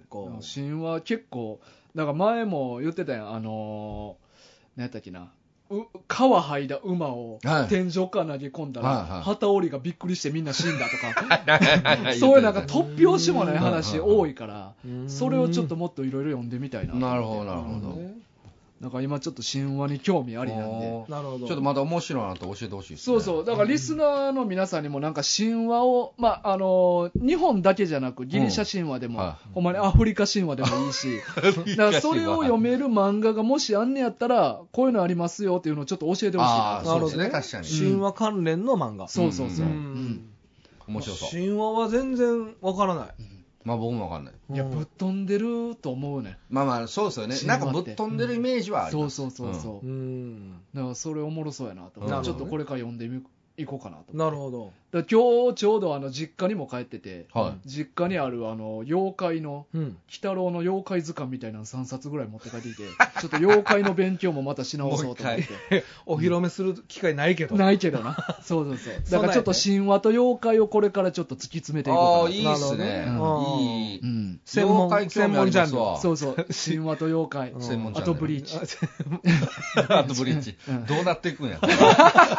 Speaker 1: 神話結構なんか前も言ってたやんあのー、何やったっけなう川はいだ馬を
Speaker 3: はい
Speaker 1: 天井から投げ込んだら、
Speaker 3: はいはい
Speaker 1: 旗織りがびっくりしてみんな死んだと かそ
Speaker 3: そうう
Speaker 1: い
Speaker 3: いうう
Speaker 1: な
Speaker 3: なんん
Speaker 1: か
Speaker 3: か、
Speaker 1: 突拍子もない話
Speaker 3: うん
Speaker 1: 多いからそれをちょっともっといろいろ読んでみたいな
Speaker 3: なるほど、なるほ
Speaker 2: う
Speaker 3: ど。
Speaker 2: ん。
Speaker 1: なんか今ちょっと神話に興味あ
Speaker 3: あ
Speaker 1: りなんで
Speaker 2: なるほど。
Speaker 3: ちょっとまた面白いなと教えてほしいです、
Speaker 1: そ
Speaker 3: ね。
Speaker 1: うそうだからリスナーの皆さんにもなんか神話を、まああのー日本だけじゃなくギリシャ神話でも、
Speaker 3: うんは
Speaker 1: ほんまにアフリカ神話でもいいし
Speaker 3: リカ
Speaker 1: だ
Speaker 3: 神話。
Speaker 1: からそれを読める漫画がもしあんねやったら、こういうのありますよっていうのをちょっと教えてほしいな
Speaker 3: ああ、
Speaker 1: と。
Speaker 3: そうですね、確かに。
Speaker 2: 神話関連の漫画。
Speaker 1: そうそうそう。
Speaker 3: う
Speaker 1: うん
Speaker 3: 面白そう。
Speaker 2: 神話は全然わからない。
Speaker 3: まあ僕もわかんない。
Speaker 1: いや、ぶっ飛んでると思うね。
Speaker 3: まあまあ、そうですよね。
Speaker 1: 神話っ
Speaker 3: なん
Speaker 1: て
Speaker 3: かぶっ飛んでるイメージはあり
Speaker 1: そう
Speaker 3: ます。
Speaker 1: そうそう
Speaker 3: うん
Speaker 1: そうう。
Speaker 2: ん。
Speaker 1: だからそれおもろそうやなと思
Speaker 3: な
Speaker 1: っ
Speaker 3: るほ
Speaker 1: て。ちょっ
Speaker 3: どね
Speaker 1: とこれから読んでみいこうかなと思って。
Speaker 2: なるほど。
Speaker 1: だから今日ちょうどあの実家にも帰ってて、
Speaker 3: は
Speaker 1: 実家にあるあの妖怪の、
Speaker 2: うん。
Speaker 1: 鬼太郎の妖怪図鑑みたいなの3冊ぐらい持って帰ってきて、ちょっと妖怪の勉強もまたし直そうと思っ
Speaker 3: もう
Speaker 1: て
Speaker 3: 一。
Speaker 2: お披露目する機会ないけど。
Speaker 1: ないけどな。そうそうそう。だからちょっと神話と妖怪をこれからちょっと突き詰めて
Speaker 3: い。
Speaker 1: いこう
Speaker 3: ああ、
Speaker 1: かないと。
Speaker 3: いですね。
Speaker 1: なる
Speaker 2: ほどね
Speaker 3: いい。
Speaker 1: うん。
Speaker 2: 専門
Speaker 3: 妖怪興味ありますわ
Speaker 1: そうそう。 神話と妖怪。
Speaker 2: ん
Speaker 3: 専門チ
Speaker 1: あ
Speaker 3: ャンネ
Speaker 1: と
Speaker 3: ル
Speaker 1: ブリー チ。
Speaker 3: あとブリーチ。どうなっていくんやろ。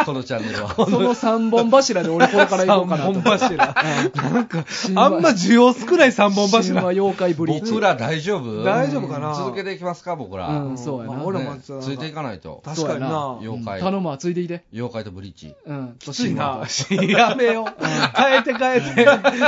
Speaker 3: このチャンネルは。
Speaker 1: その三本柱で俺これから行こうかなと。
Speaker 2: 三本柱。
Speaker 1: なんか、
Speaker 2: あんま需要少ない三本
Speaker 1: 神話
Speaker 2: 柱。
Speaker 1: 妖怪ブリーチ。
Speaker 3: 僕ら大丈夫
Speaker 2: 大丈夫かな
Speaker 3: 続けていきますか、僕ら。
Speaker 1: うん、そうや
Speaker 2: まあ
Speaker 1: な。
Speaker 2: 俺
Speaker 1: 俺
Speaker 2: も
Speaker 3: ねついていかないと。
Speaker 2: 確かにな。
Speaker 3: 妖怪、
Speaker 1: 頼むわ、ついていて。
Speaker 3: 妖怪とブリーチ。
Speaker 1: うん。き
Speaker 2: きついな。やめよう。 変えて変 えて。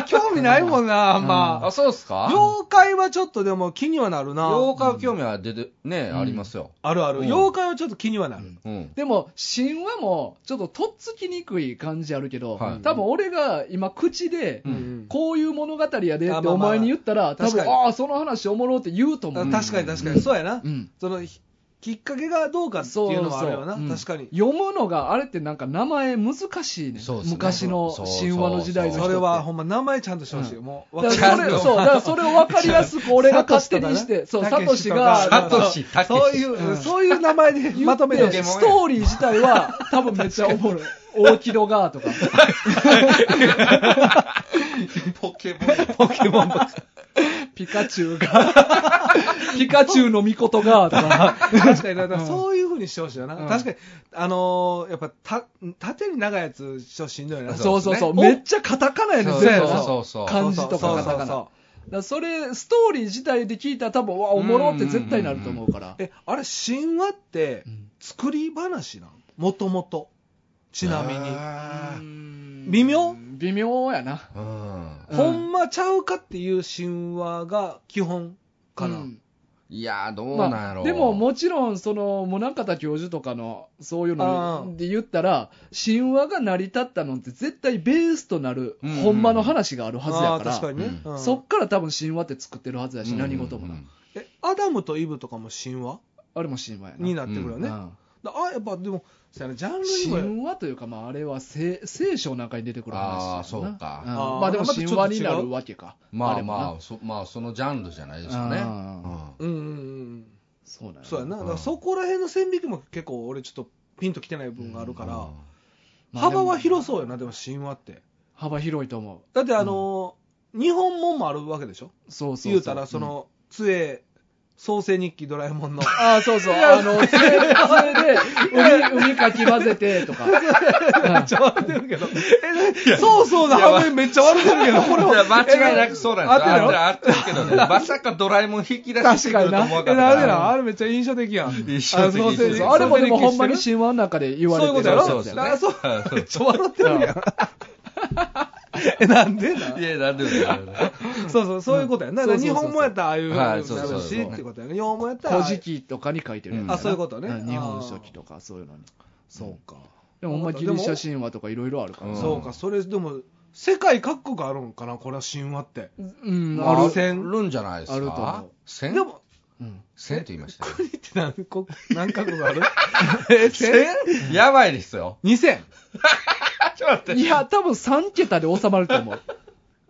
Speaker 2: 興味ないもんな、あんま。
Speaker 3: あ、そうっすか
Speaker 2: 妖怪はちょっとでも気にはなるな。
Speaker 3: 妖怪は興味は出て、ね、ありますよ。
Speaker 2: あるあ
Speaker 3: う
Speaker 2: る。
Speaker 3: ん
Speaker 2: 妖怪はちょっと気にはなる。
Speaker 3: うん。
Speaker 1: でも、神話も、ちょっととっつきにくい感じあるけど、
Speaker 3: はい
Speaker 1: 多分俺が今口で
Speaker 3: う、ん
Speaker 1: こういう物語やで
Speaker 2: あま
Speaker 1: っ
Speaker 2: あ
Speaker 1: て
Speaker 2: まあ
Speaker 1: お前に言ったら、多
Speaker 2: 確
Speaker 1: 分、
Speaker 2: かに
Speaker 1: ああ、その話おもろって言うと思う。
Speaker 2: 確かに確かに、そうやな
Speaker 1: う。ん。
Speaker 2: そのひきっかけがどうかっていうのもあるよな。
Speaker 1: そうそう
Speaker 2: 確かに。
Speaker 1: 読むのがあれってなんか名前難しいね
Speaker 3: そうですね
Speaker 1: 昔の神話の時代の人っ
Speaker 2: そ
Speaker 1: て
Speaker 2: れはほんま名前ちゃんとしてほしい。
Speaker 1: う
Speaker 2: も う、
Speaker 1: だからそれそうだからそれを分かりやすく俺が勝手にしてそう サトシ
Speaker 3: サ
Speaker 1: が
Speaker 3: トシタケシ
Speaker 2: そういう、そういう名前でまとめて
Speaker 1: 言っ
Speaker 2: ほし
Speaker 1: ス
Speaker 2: てい。
Speaker 1: トーリー自体は 多分めっちゃおもろい大木戸がと か
Speaker 3: ポケモ
Speaker 2: ポケモンとか。
Speaker 1: ピカチュウが ピカチュウの御事が とか
Speaker 2: 確かに、だからそういうふうにしてほしいよな。
Speaker 1: うん
Speaker 2: 確かに、あのーやっぱ、た、縦に長いやつしょしんどいな。
Speaker 1: そうそうそう
Speaker 2: ね
Speaker 1: めっちゃカタカナやね
Speaker 3: ン。
Speaker 1: ん
Speaker 3: そう
Speaker 1: 全
Speaker 2: や
Speaker 1: 部
Speaker 2: な
Speaker 3: そうそう。
Speaker 1: 漢字とかカタカナ
Speaker 2: そうそうそう
Speaker 1: だからそれストーリー自体で聞いたら多分うわおもろって絶対なると思うから
Speaker 2: え、あれ、神話って
Speaker 1: うん、
Speaker 2: 作り話なのもともと。ちなみに。
Speaker 3: あー
Speaker 2: 微妙
Speaker 1: 微妙やな。
Speaker 3: うん。
Speaker 1: うん
Speaker 2: ほんまちゃうかっていう神話が基本かな。
Speaker 1: うん
Speaker 3: いやー、どうなんや
Speaker 1: ま
Speaker 3: ろ
Speaker 1: あ、
Speaker 3: う。
Speaker 1: でももちろん、その、宗像教授とかの、そういう
Speaker 2: あ
Speaker 1: の
Speaker 2: ー
Speaker 1: で言ったら、神話が成り立ったのって絶対ベースとなる
Speaker 3: うん、
Speaker 1: ほんまの話があるはず
Speaker 2: あ
Speaker 1: や
Speaker 2: あ
Speaker 1: か、
Speaker 2: 確からにね、
Speaker 3: う
Speaker 2: うん
Speaker 1: そっから多分神話って作ってるはずやし、何事もな。
Speaker 2: えアダムとイブとかも神話
Speaker 1: あれも神話やな。
Speaker 2: になってくるよね、
Speaker 1: う
Speaker 2: だ
Speaker 1: ん
Speaker 2: あやっぱでもそうやなジャンルにもよる
Speaker 1: 神話というか、まあ、あれは聖聖書なんかに出てくる話やな
Speaker 3: あーそうか
Speaker 1: ん
Speaker 2: あー
Speaker 1: まあでも神話になるわけか。
Speaker 3: まあ
Speaker 1: れもな
Speaker 3: まあ、そまあ、そのジャンルじゃないですかね。
Speaker 1: う
Speaker 3: うんん
Speaker 2: うんうんうん
Speaker 1: そうなん
Speaker 2: そうやな、
Speaker 3: うん
Speaker 2: だからそこら辺の線引きも結構俺ちょっとピンときてない部分があるから、
Speaker 1: まあでも
Speaker 2: 幅は広そうやなでも神話って
Speaker 1: 幅広いと思
Speaker 2: だってあのー日本もんもあるわけでしょ
Speaker 1: う。そうそうそう。
Speaker 2: 言うたらその、杖創世日記ドラえもん の
Speaker 1: ああ、そうそう。あの、それで、海、海かき混ぜて、とか。
Speaker 2: 笑って るけどえそうそうの反面めっちゃ笑ってるけどこれ
Speaker 3: いや間違いな
Speaker 2: え
Speaker 3: くそうなんですよ。
Speaker 2: 合
Speaker 3: 合ってる合ってるけどね。まさかドラえもん引き出して
Speaker 2: 確
Speaker 3: く
Speaker 2: か
Speaker 3: る
Speaker 2: に
Speaker 3: と
Speaker 2: な
Speaker 3: 思わなか
Speaker 2: え
Speaker 3: った
Speaker 2: なんでなんあれめっちゃ印象的やん
Speaker 3: 印象的
Speaker 2: あの創世
Speaker 3: 印
Speaker 2: 日
Speaker 3: 象的
Speaker 1: あれもでも
Speaker 2: 創世
Speaker 1: ほ
Speaker 2: 日記
Speaker 1: んまに
Speaker 2: 知って
Speaker 1: 神話の中で言われてる
Speaker 2: そういうことやろ
Speaker 3: そうですね
Speaker 2: だからそう
Speaker 3: はい
Speaker 2: めっちゃ笑ってるやんえなんでない
Speaker 3: や、なんでだろうね
Speaker 2: そうそう、そういうことやな。だから
Speaker 1: そうそ
Speaker 2: 日
Speaker 1: うそうそう
Speaker 2: 本もやったらああいうふうにな
Speaker 3: はい
Speaker 2: る
Speaker 3: そうそう
Speaker 2: し、
Speaker 3: そう
Speaker 2: ってことやね。日本もやったらああ
Speaker 1: 古
Speaker 2: いう。
Speaker 1: 事記とかに書いてるやつやな
Speaker 2: あそういうことね
Speaker 1: ん日本書紀とか、そういうのに。
Speaker 2: そうか。
Speaker 1: でもほんまギリシャ神話とかいろいろあるから
Speaker 3: うん
Speaker 1: な。
Speaker 2: そうか、それでも、世界各国あるんかな、これは神話って。
Speaker 1: うん、
Speaker 3: ま
Speaker 1: あ
Speaker 3: あ
Speaker 1: る。
Speaker 2: せ
Speaker 3: あるんじゃないですか。
Speaker 1: あると思う
Speaker 2: で
Speaker 3: 千
Speaker 2: も、
Speaker 1: うん
Speaker 3: 千って言いましたよ。
Speaker 2: 国って何国、何カ国あるえ、1000?2000?
Speaker 3: やばいですよ。ちょっと待って。
Speaker 1: いや、多分3桁で収まると思う。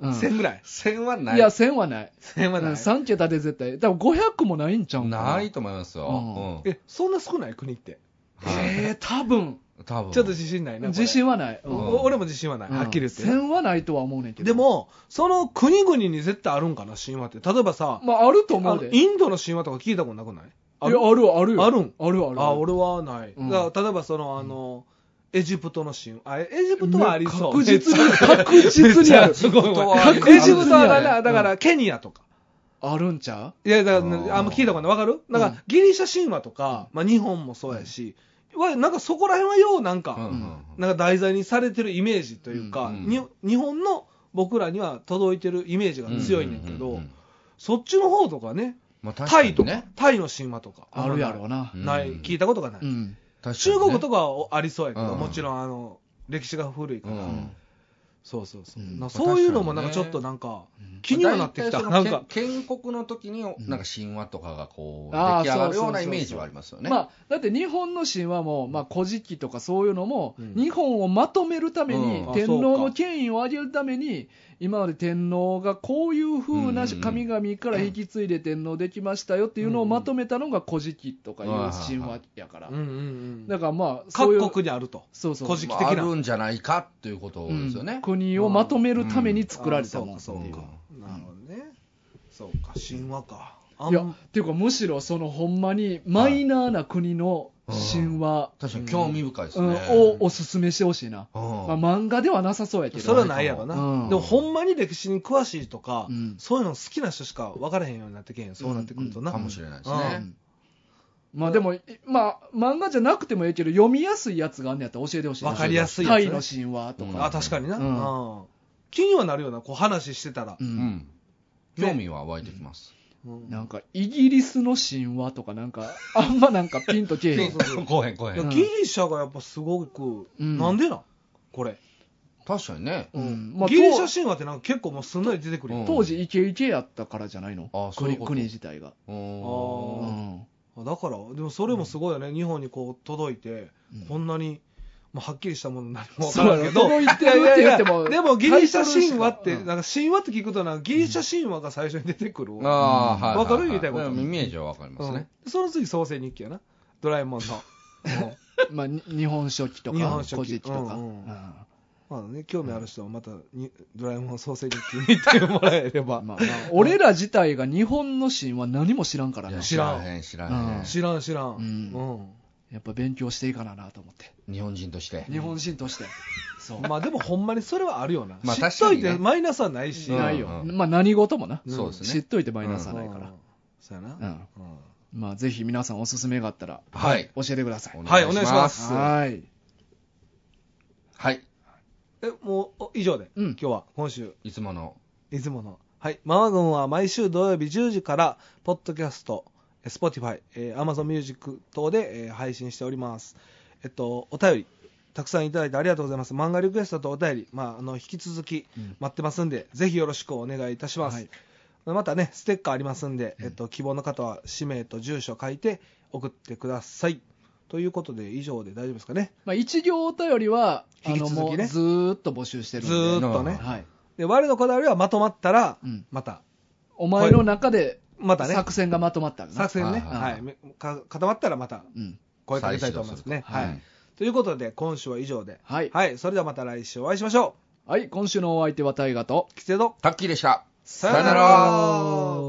Speaker 1: うん
Speaker 2: 1000ぐらい。
Speaker 3: 千はない。
Speaker 1: いや、1000はない。
Speaker 2: 1000はない。
Speaker 1: 3桁で絶対。多分500もないんちゃうんか
Speaker 3: ないと思いますよ。
Speaker 1: うん
Speaker 3: うん
Speaker 2: え、そんな少ない国って。
Speaker 3: はい
Speaker 1: えー、多分。
Speaker 3: 多分。
Speaker 2: ちょっと自信ないな。これ
Speaker 1: 自信はない。
Speaker 2: お
Speaker 1: うん
Speaker 2: お俺も自信はない。はっきり言って。
Speaker 1: 線はないとは思うねんけど。
Speaker 2: で、も、その国々に絶対あるんかな、神話って。例えばさ、
Speaker 1: まあ、あると思
Speaker 2: あ
Speaker 1: う
Speaker 2: の
Speaker 1: で。
Speaker 2: インドの神話とか聞いたことなくない
Speaker 1: いや、あるあるよ
Speaker 2: あるん
Speaker 1: あるある。
Speaker 2: あ俺はない、
Speaker 1: うん
Speaker 2: だから例えばそのあの、エジプトの神話あエエジプトはありそう
Speaker 1: 確実 に、確実にある。
Speaker 2: すごい
Speaker 3: ご
Speaker 2: わ
Speaker 3: い
Speaker 2: エジプトはエジ
Speaker 1: 確実
Speaker 2: プトは
Speaker 1: にあ
Speaker 2: だ
Speaker 1: る
Speaker 2: からだからケニアとか、
Speaker 1: あるんちゃ
Speaker 2: いやだから
Speaker 3: あー
Speaker 2: あんま聞いたことないわかるだから、
Speaker 1: うん
Speaker 2: ギリシャ神話とか、まあ、日本もそうやし、わなんかそこら辺はようなんか、
Speaker 3: うんうん
Speaker 2: なんか題材にされてるイメージというか、
Speaker 3: うんうん
Speaker 2: に日本の僕らには届いてるイメージが
Speaker 3: うん
Speaker 2: 強いねんだけど、
Speaker 3: ううん
Speaker 2: そっちの方とかね
Speaker 3: まあ
Speaker 2: タイ
Speaker 3: 確か
Speaker 2: と
Speaker 3: に
Speaker 2: か、
Speaker 3: ね。
Speaker 2: タイの神話とか
Speaker 1: うあるやろうな。
Speaker 2: ない、
Speaker 3: うん
Speaker 2: 聞いたことがない、
Speaker 1: うん。
Speaker 2: 中国と
Speaker 3: か
Speaker 2: かはありそうやけど、
Speaker 3: うん
Speaker 2: もちろんあの歴史が古いから、そうそうそう、
Speaker 1: うん
Speaker 2: なそういうのもなんかちょっとなんか気にはなってきた、
Speaker 3: まあ
Speaker 2: な
Speaker 3: 大
Speaker 2: ん
Speaker 3: 体そ
Speaker 2: か
Speaker 3: の、建建国の時に、なんか神話とかがこう、
Speaker 1: あー
Speaker 3: 出来
Speaker 1: そうそ
Speaker 3: 上がるよう
Speaker 1: うそうそ
Speaker 3: な
Speaker 1: う
Speaker 3: イメージはありますよね。
Speaker 1: まあ、だって日本の神話も、まあ、古事記とかそういうのも、
Speaker 2: うん
Speaker 1: 日本をまとめるために、
Speaker 3: うん
Speaker 2: あ
Speaker 1: 天皇
Speaker 2: そう
Speaker 1: の
Speaker 2: か
Speaker 1: 権威を上げるために、今まで天皇がこういう風な神々から引き継いで天皇できましたよっていうのをまとめたのが古事記とかいう神話やから。
Speaker 2: うんうんうん
Speaker 1: だからまあ、そういう
Speaker 2: 各国にあると、
Speaker 1: そうそう
Speaker 2: 古事記
Speaker 3: ま
Speaker 2: 的
Speaker 3: あ、あ
Speaker 2: な
Speaker 3: るんじゃないかっていうことですよ
Speaker 1: う
Speaker 3: ね
Speaker 1: ん。国をまとめるために作られたもん
Speaker 2: あ
Speaker 1: って
Speaker 2: そ
Speaker 1: いう
Speaker 2: かそう
Speaker 1: う
Speaker 2: か、
Speaker 1: ん
Speaker 2: なるほどね、そうか、神話か、あ
Speaker 1: い
Speaker 2: ん
Speaker 1: やっていうかむしろそのほんまにマイナーな国の神話、
Speaker 3: 確かに興味深いです
Speaker 1: うん
Speaker 3: ね。
Speaker 1: をおすすめしてほしいな、
Speaker 3: う
Speaker 1: ま
Speaker 3: ん
Speaker 1: あ、漫画ではなさそうやけど
Speaker 2: それはないやろな、
Speaker 1: うん
Speaker 2: でもほんまに歴史に詳しいとか、
Speaker 1: うん
Speaker 2: そういうの好きな人しか分からへんようになってけへん、そうなってくるとな、
Speaker 3: かもしれないです
Speaker 2: う
Speaker 3: ね
Speaker 2: ん。
Speaker 1: まあでも、いまあ、漫画じゃなくてもええけど読みやすいやつがあんねやったら教えてほしいな
Speaker 2: わかりやすいやつ
Speaker 1: タ
Speaker 2: ね
Speaker 1: イの神話と
Speaker 3: うん
Speaker 1: か、
Speaker 2: あ確かにな、
Speaker 1: うん
Speaker 2: うん気にはなるような、こう話してたら
Speaker 1: う、
Speaker 3: うんん。興味は湧いてきます。
Speaker 2: うん
Speaker 1: なんかイギリスの神話とかなんかあんまなんかピンとけえへん
Speaker 2: そうそう
Speaker 3: 後編後
Speaker 2: いや
Speaker 1: うん
Speaker 2: ギリシャがやっぱすごく、
Speaker 1: うん
Speaker 2: なんでなん、これ、
Speaker 3: 確かにね。
Speaker 1: うんまあ
Speaker 2: ギリシャ神話ってなんか結構もうすんなり出てくるやん、
Speaker 3: うん
Speaker 1: 当時イケイケやったからじゃないの
Speaker 3: あそう
Speaker 1: 国
Speaker 3: いうこと
Speaker 1: 国自体が、
Speaker 3: おー
Speaker 2: あだからでもそれもすごいよね、日本にこう届いて、
Speaker 1: うん
Speaker 2: こんなに、まあ、はっきりしたもの何も分
Speaker 1: そ
Speaker 2: か
Speaker 1: う
Speaker 2: ら
Speaker 1: やろ
Speaker 2: んけど
Speaker 1: 届いてるって言っても
Speaker 2: いやいやでもギリシャ神話って、
Speaker 1: タイトルしか
Speaker 2: なんか神話って聞くとなんかギリシャ神話が最初に出てくる、
Speaker 3: ああ、はい。
Speaker 2: わかる言いたいこと
Speaker 3: うんイメージはわかりますね。
Speaker 2: うんその次創世日記やなドラえもんの、うん
Speaker 1: まあ、に 日本書紀とか
Speaker 2: 日本書紀
Speaker 1: 古事記とか、
Speaker 2: うんうん
Speaker 1: あ
Speaker 2: まあね、興味ある人はまたに、ドラえもん創世日記見てもらえれば
Speaker 1: あまあまあ俺ら自体が日本の神話何も知らんから
Speaker 3: いや
Speaker 1: な
Speaker 2: 知らん
Speaker 3: へん、知らんへ
Speaker 1: うん
Speaker 3: ん。
Speaker 2: 知らん知らん、
Speaker 1: うんやっぱ勉強していかななと思って
Speaker 3: 日本人として。
Speaker 1: 日本人としてそう
Speaker 2: うんまあでもほんまにそれはあるよな、
Speaker 3: まあ
Speaker 2: 知っとい
Speaker 3: 確か
Speaker 2: て
Speaker 3: にね
Speaker 2: マイナスはないし、
Speaker 3: うん
Speaker 1: ないよ、
Speaker 3: うん
Speaker 1: まあ何事もな、
Speaker 3: そうですね。
Speaker 1: 知っといてマイナスは
Speaker 2: うん
Speaker 1: ないから、
Speaker 2: そうやな、
Speaker 1: うん
Speaker 2: うん
Speaker 1: まあぜひ皆さんおすすめがあったら
Speaker 3: はい。
Speaker 1: 教えてください
Speaker 2: はいお願いします
Speaker 1: はい
Speaker 3: はい。
Speaker 2: え、もう、お以上で、
Speaker 1: うん
Speaker 2: 今日は、今週、
Speaker 3: いつもの
Speaker 2: 出雲の。はい。マワゴンは毎週土曜日10時から、ポッドキャスト、え Spotify、えー Amazon Music 等で、えー配信しております。えっと、お便り、たくさんいただいてありがとうございます。漫画リクエストとお便り、まあ、あの、引き続き待ってますんで、ぜひよろしくお願いいたします。
Speaker 1: はい
Speaker 2: またね、ステッカーありますんで、えっと、希望の方は氏名と住所書いて送ってください。ということで、以上で大丈夫ですかね。
Speaker 1: まあ、一行お便りは、あ
Speaker 2: 引
Speaker 1: の
Speaker 2: き続
Speaker 1: も
Speaker 2: きね
Speaker 1: うずーっと募集してるん
Speaker 2: ず
Speaker 1: で、
Speaker 2: ーっとね。
Speaker 1: はい、
Speaker 2: で、我のこだわりはまとまったら
Speaker 1: うん、
Speaker 2: また、
Speaker 1: お前の中で
Speaker 2: またね、
Speaker 1: 作戦がまとまったらな
Speaker 2: 作戦ね、
Speaker 3: はい
Speaker 2: はいめか固まったらまた
Speaker 1: うん、
Speaker 2: 声かけたいと思いますね。
Speaker 1: 再始動すると
Speaker 2: はい
Speaker 1: は
Speaker 2: ということで、今週は以上で、
Speaker 1: はい、
Speaker 2: はい、それではまた来週お会いしましょ
Speaker 1: はい、今週のお相手は大河と
Speaker 2: う。キセド、
Speaker 3: タッキーでした。
Speaker 2: さ
Speaker 3: よなら
Speaker 2: よなら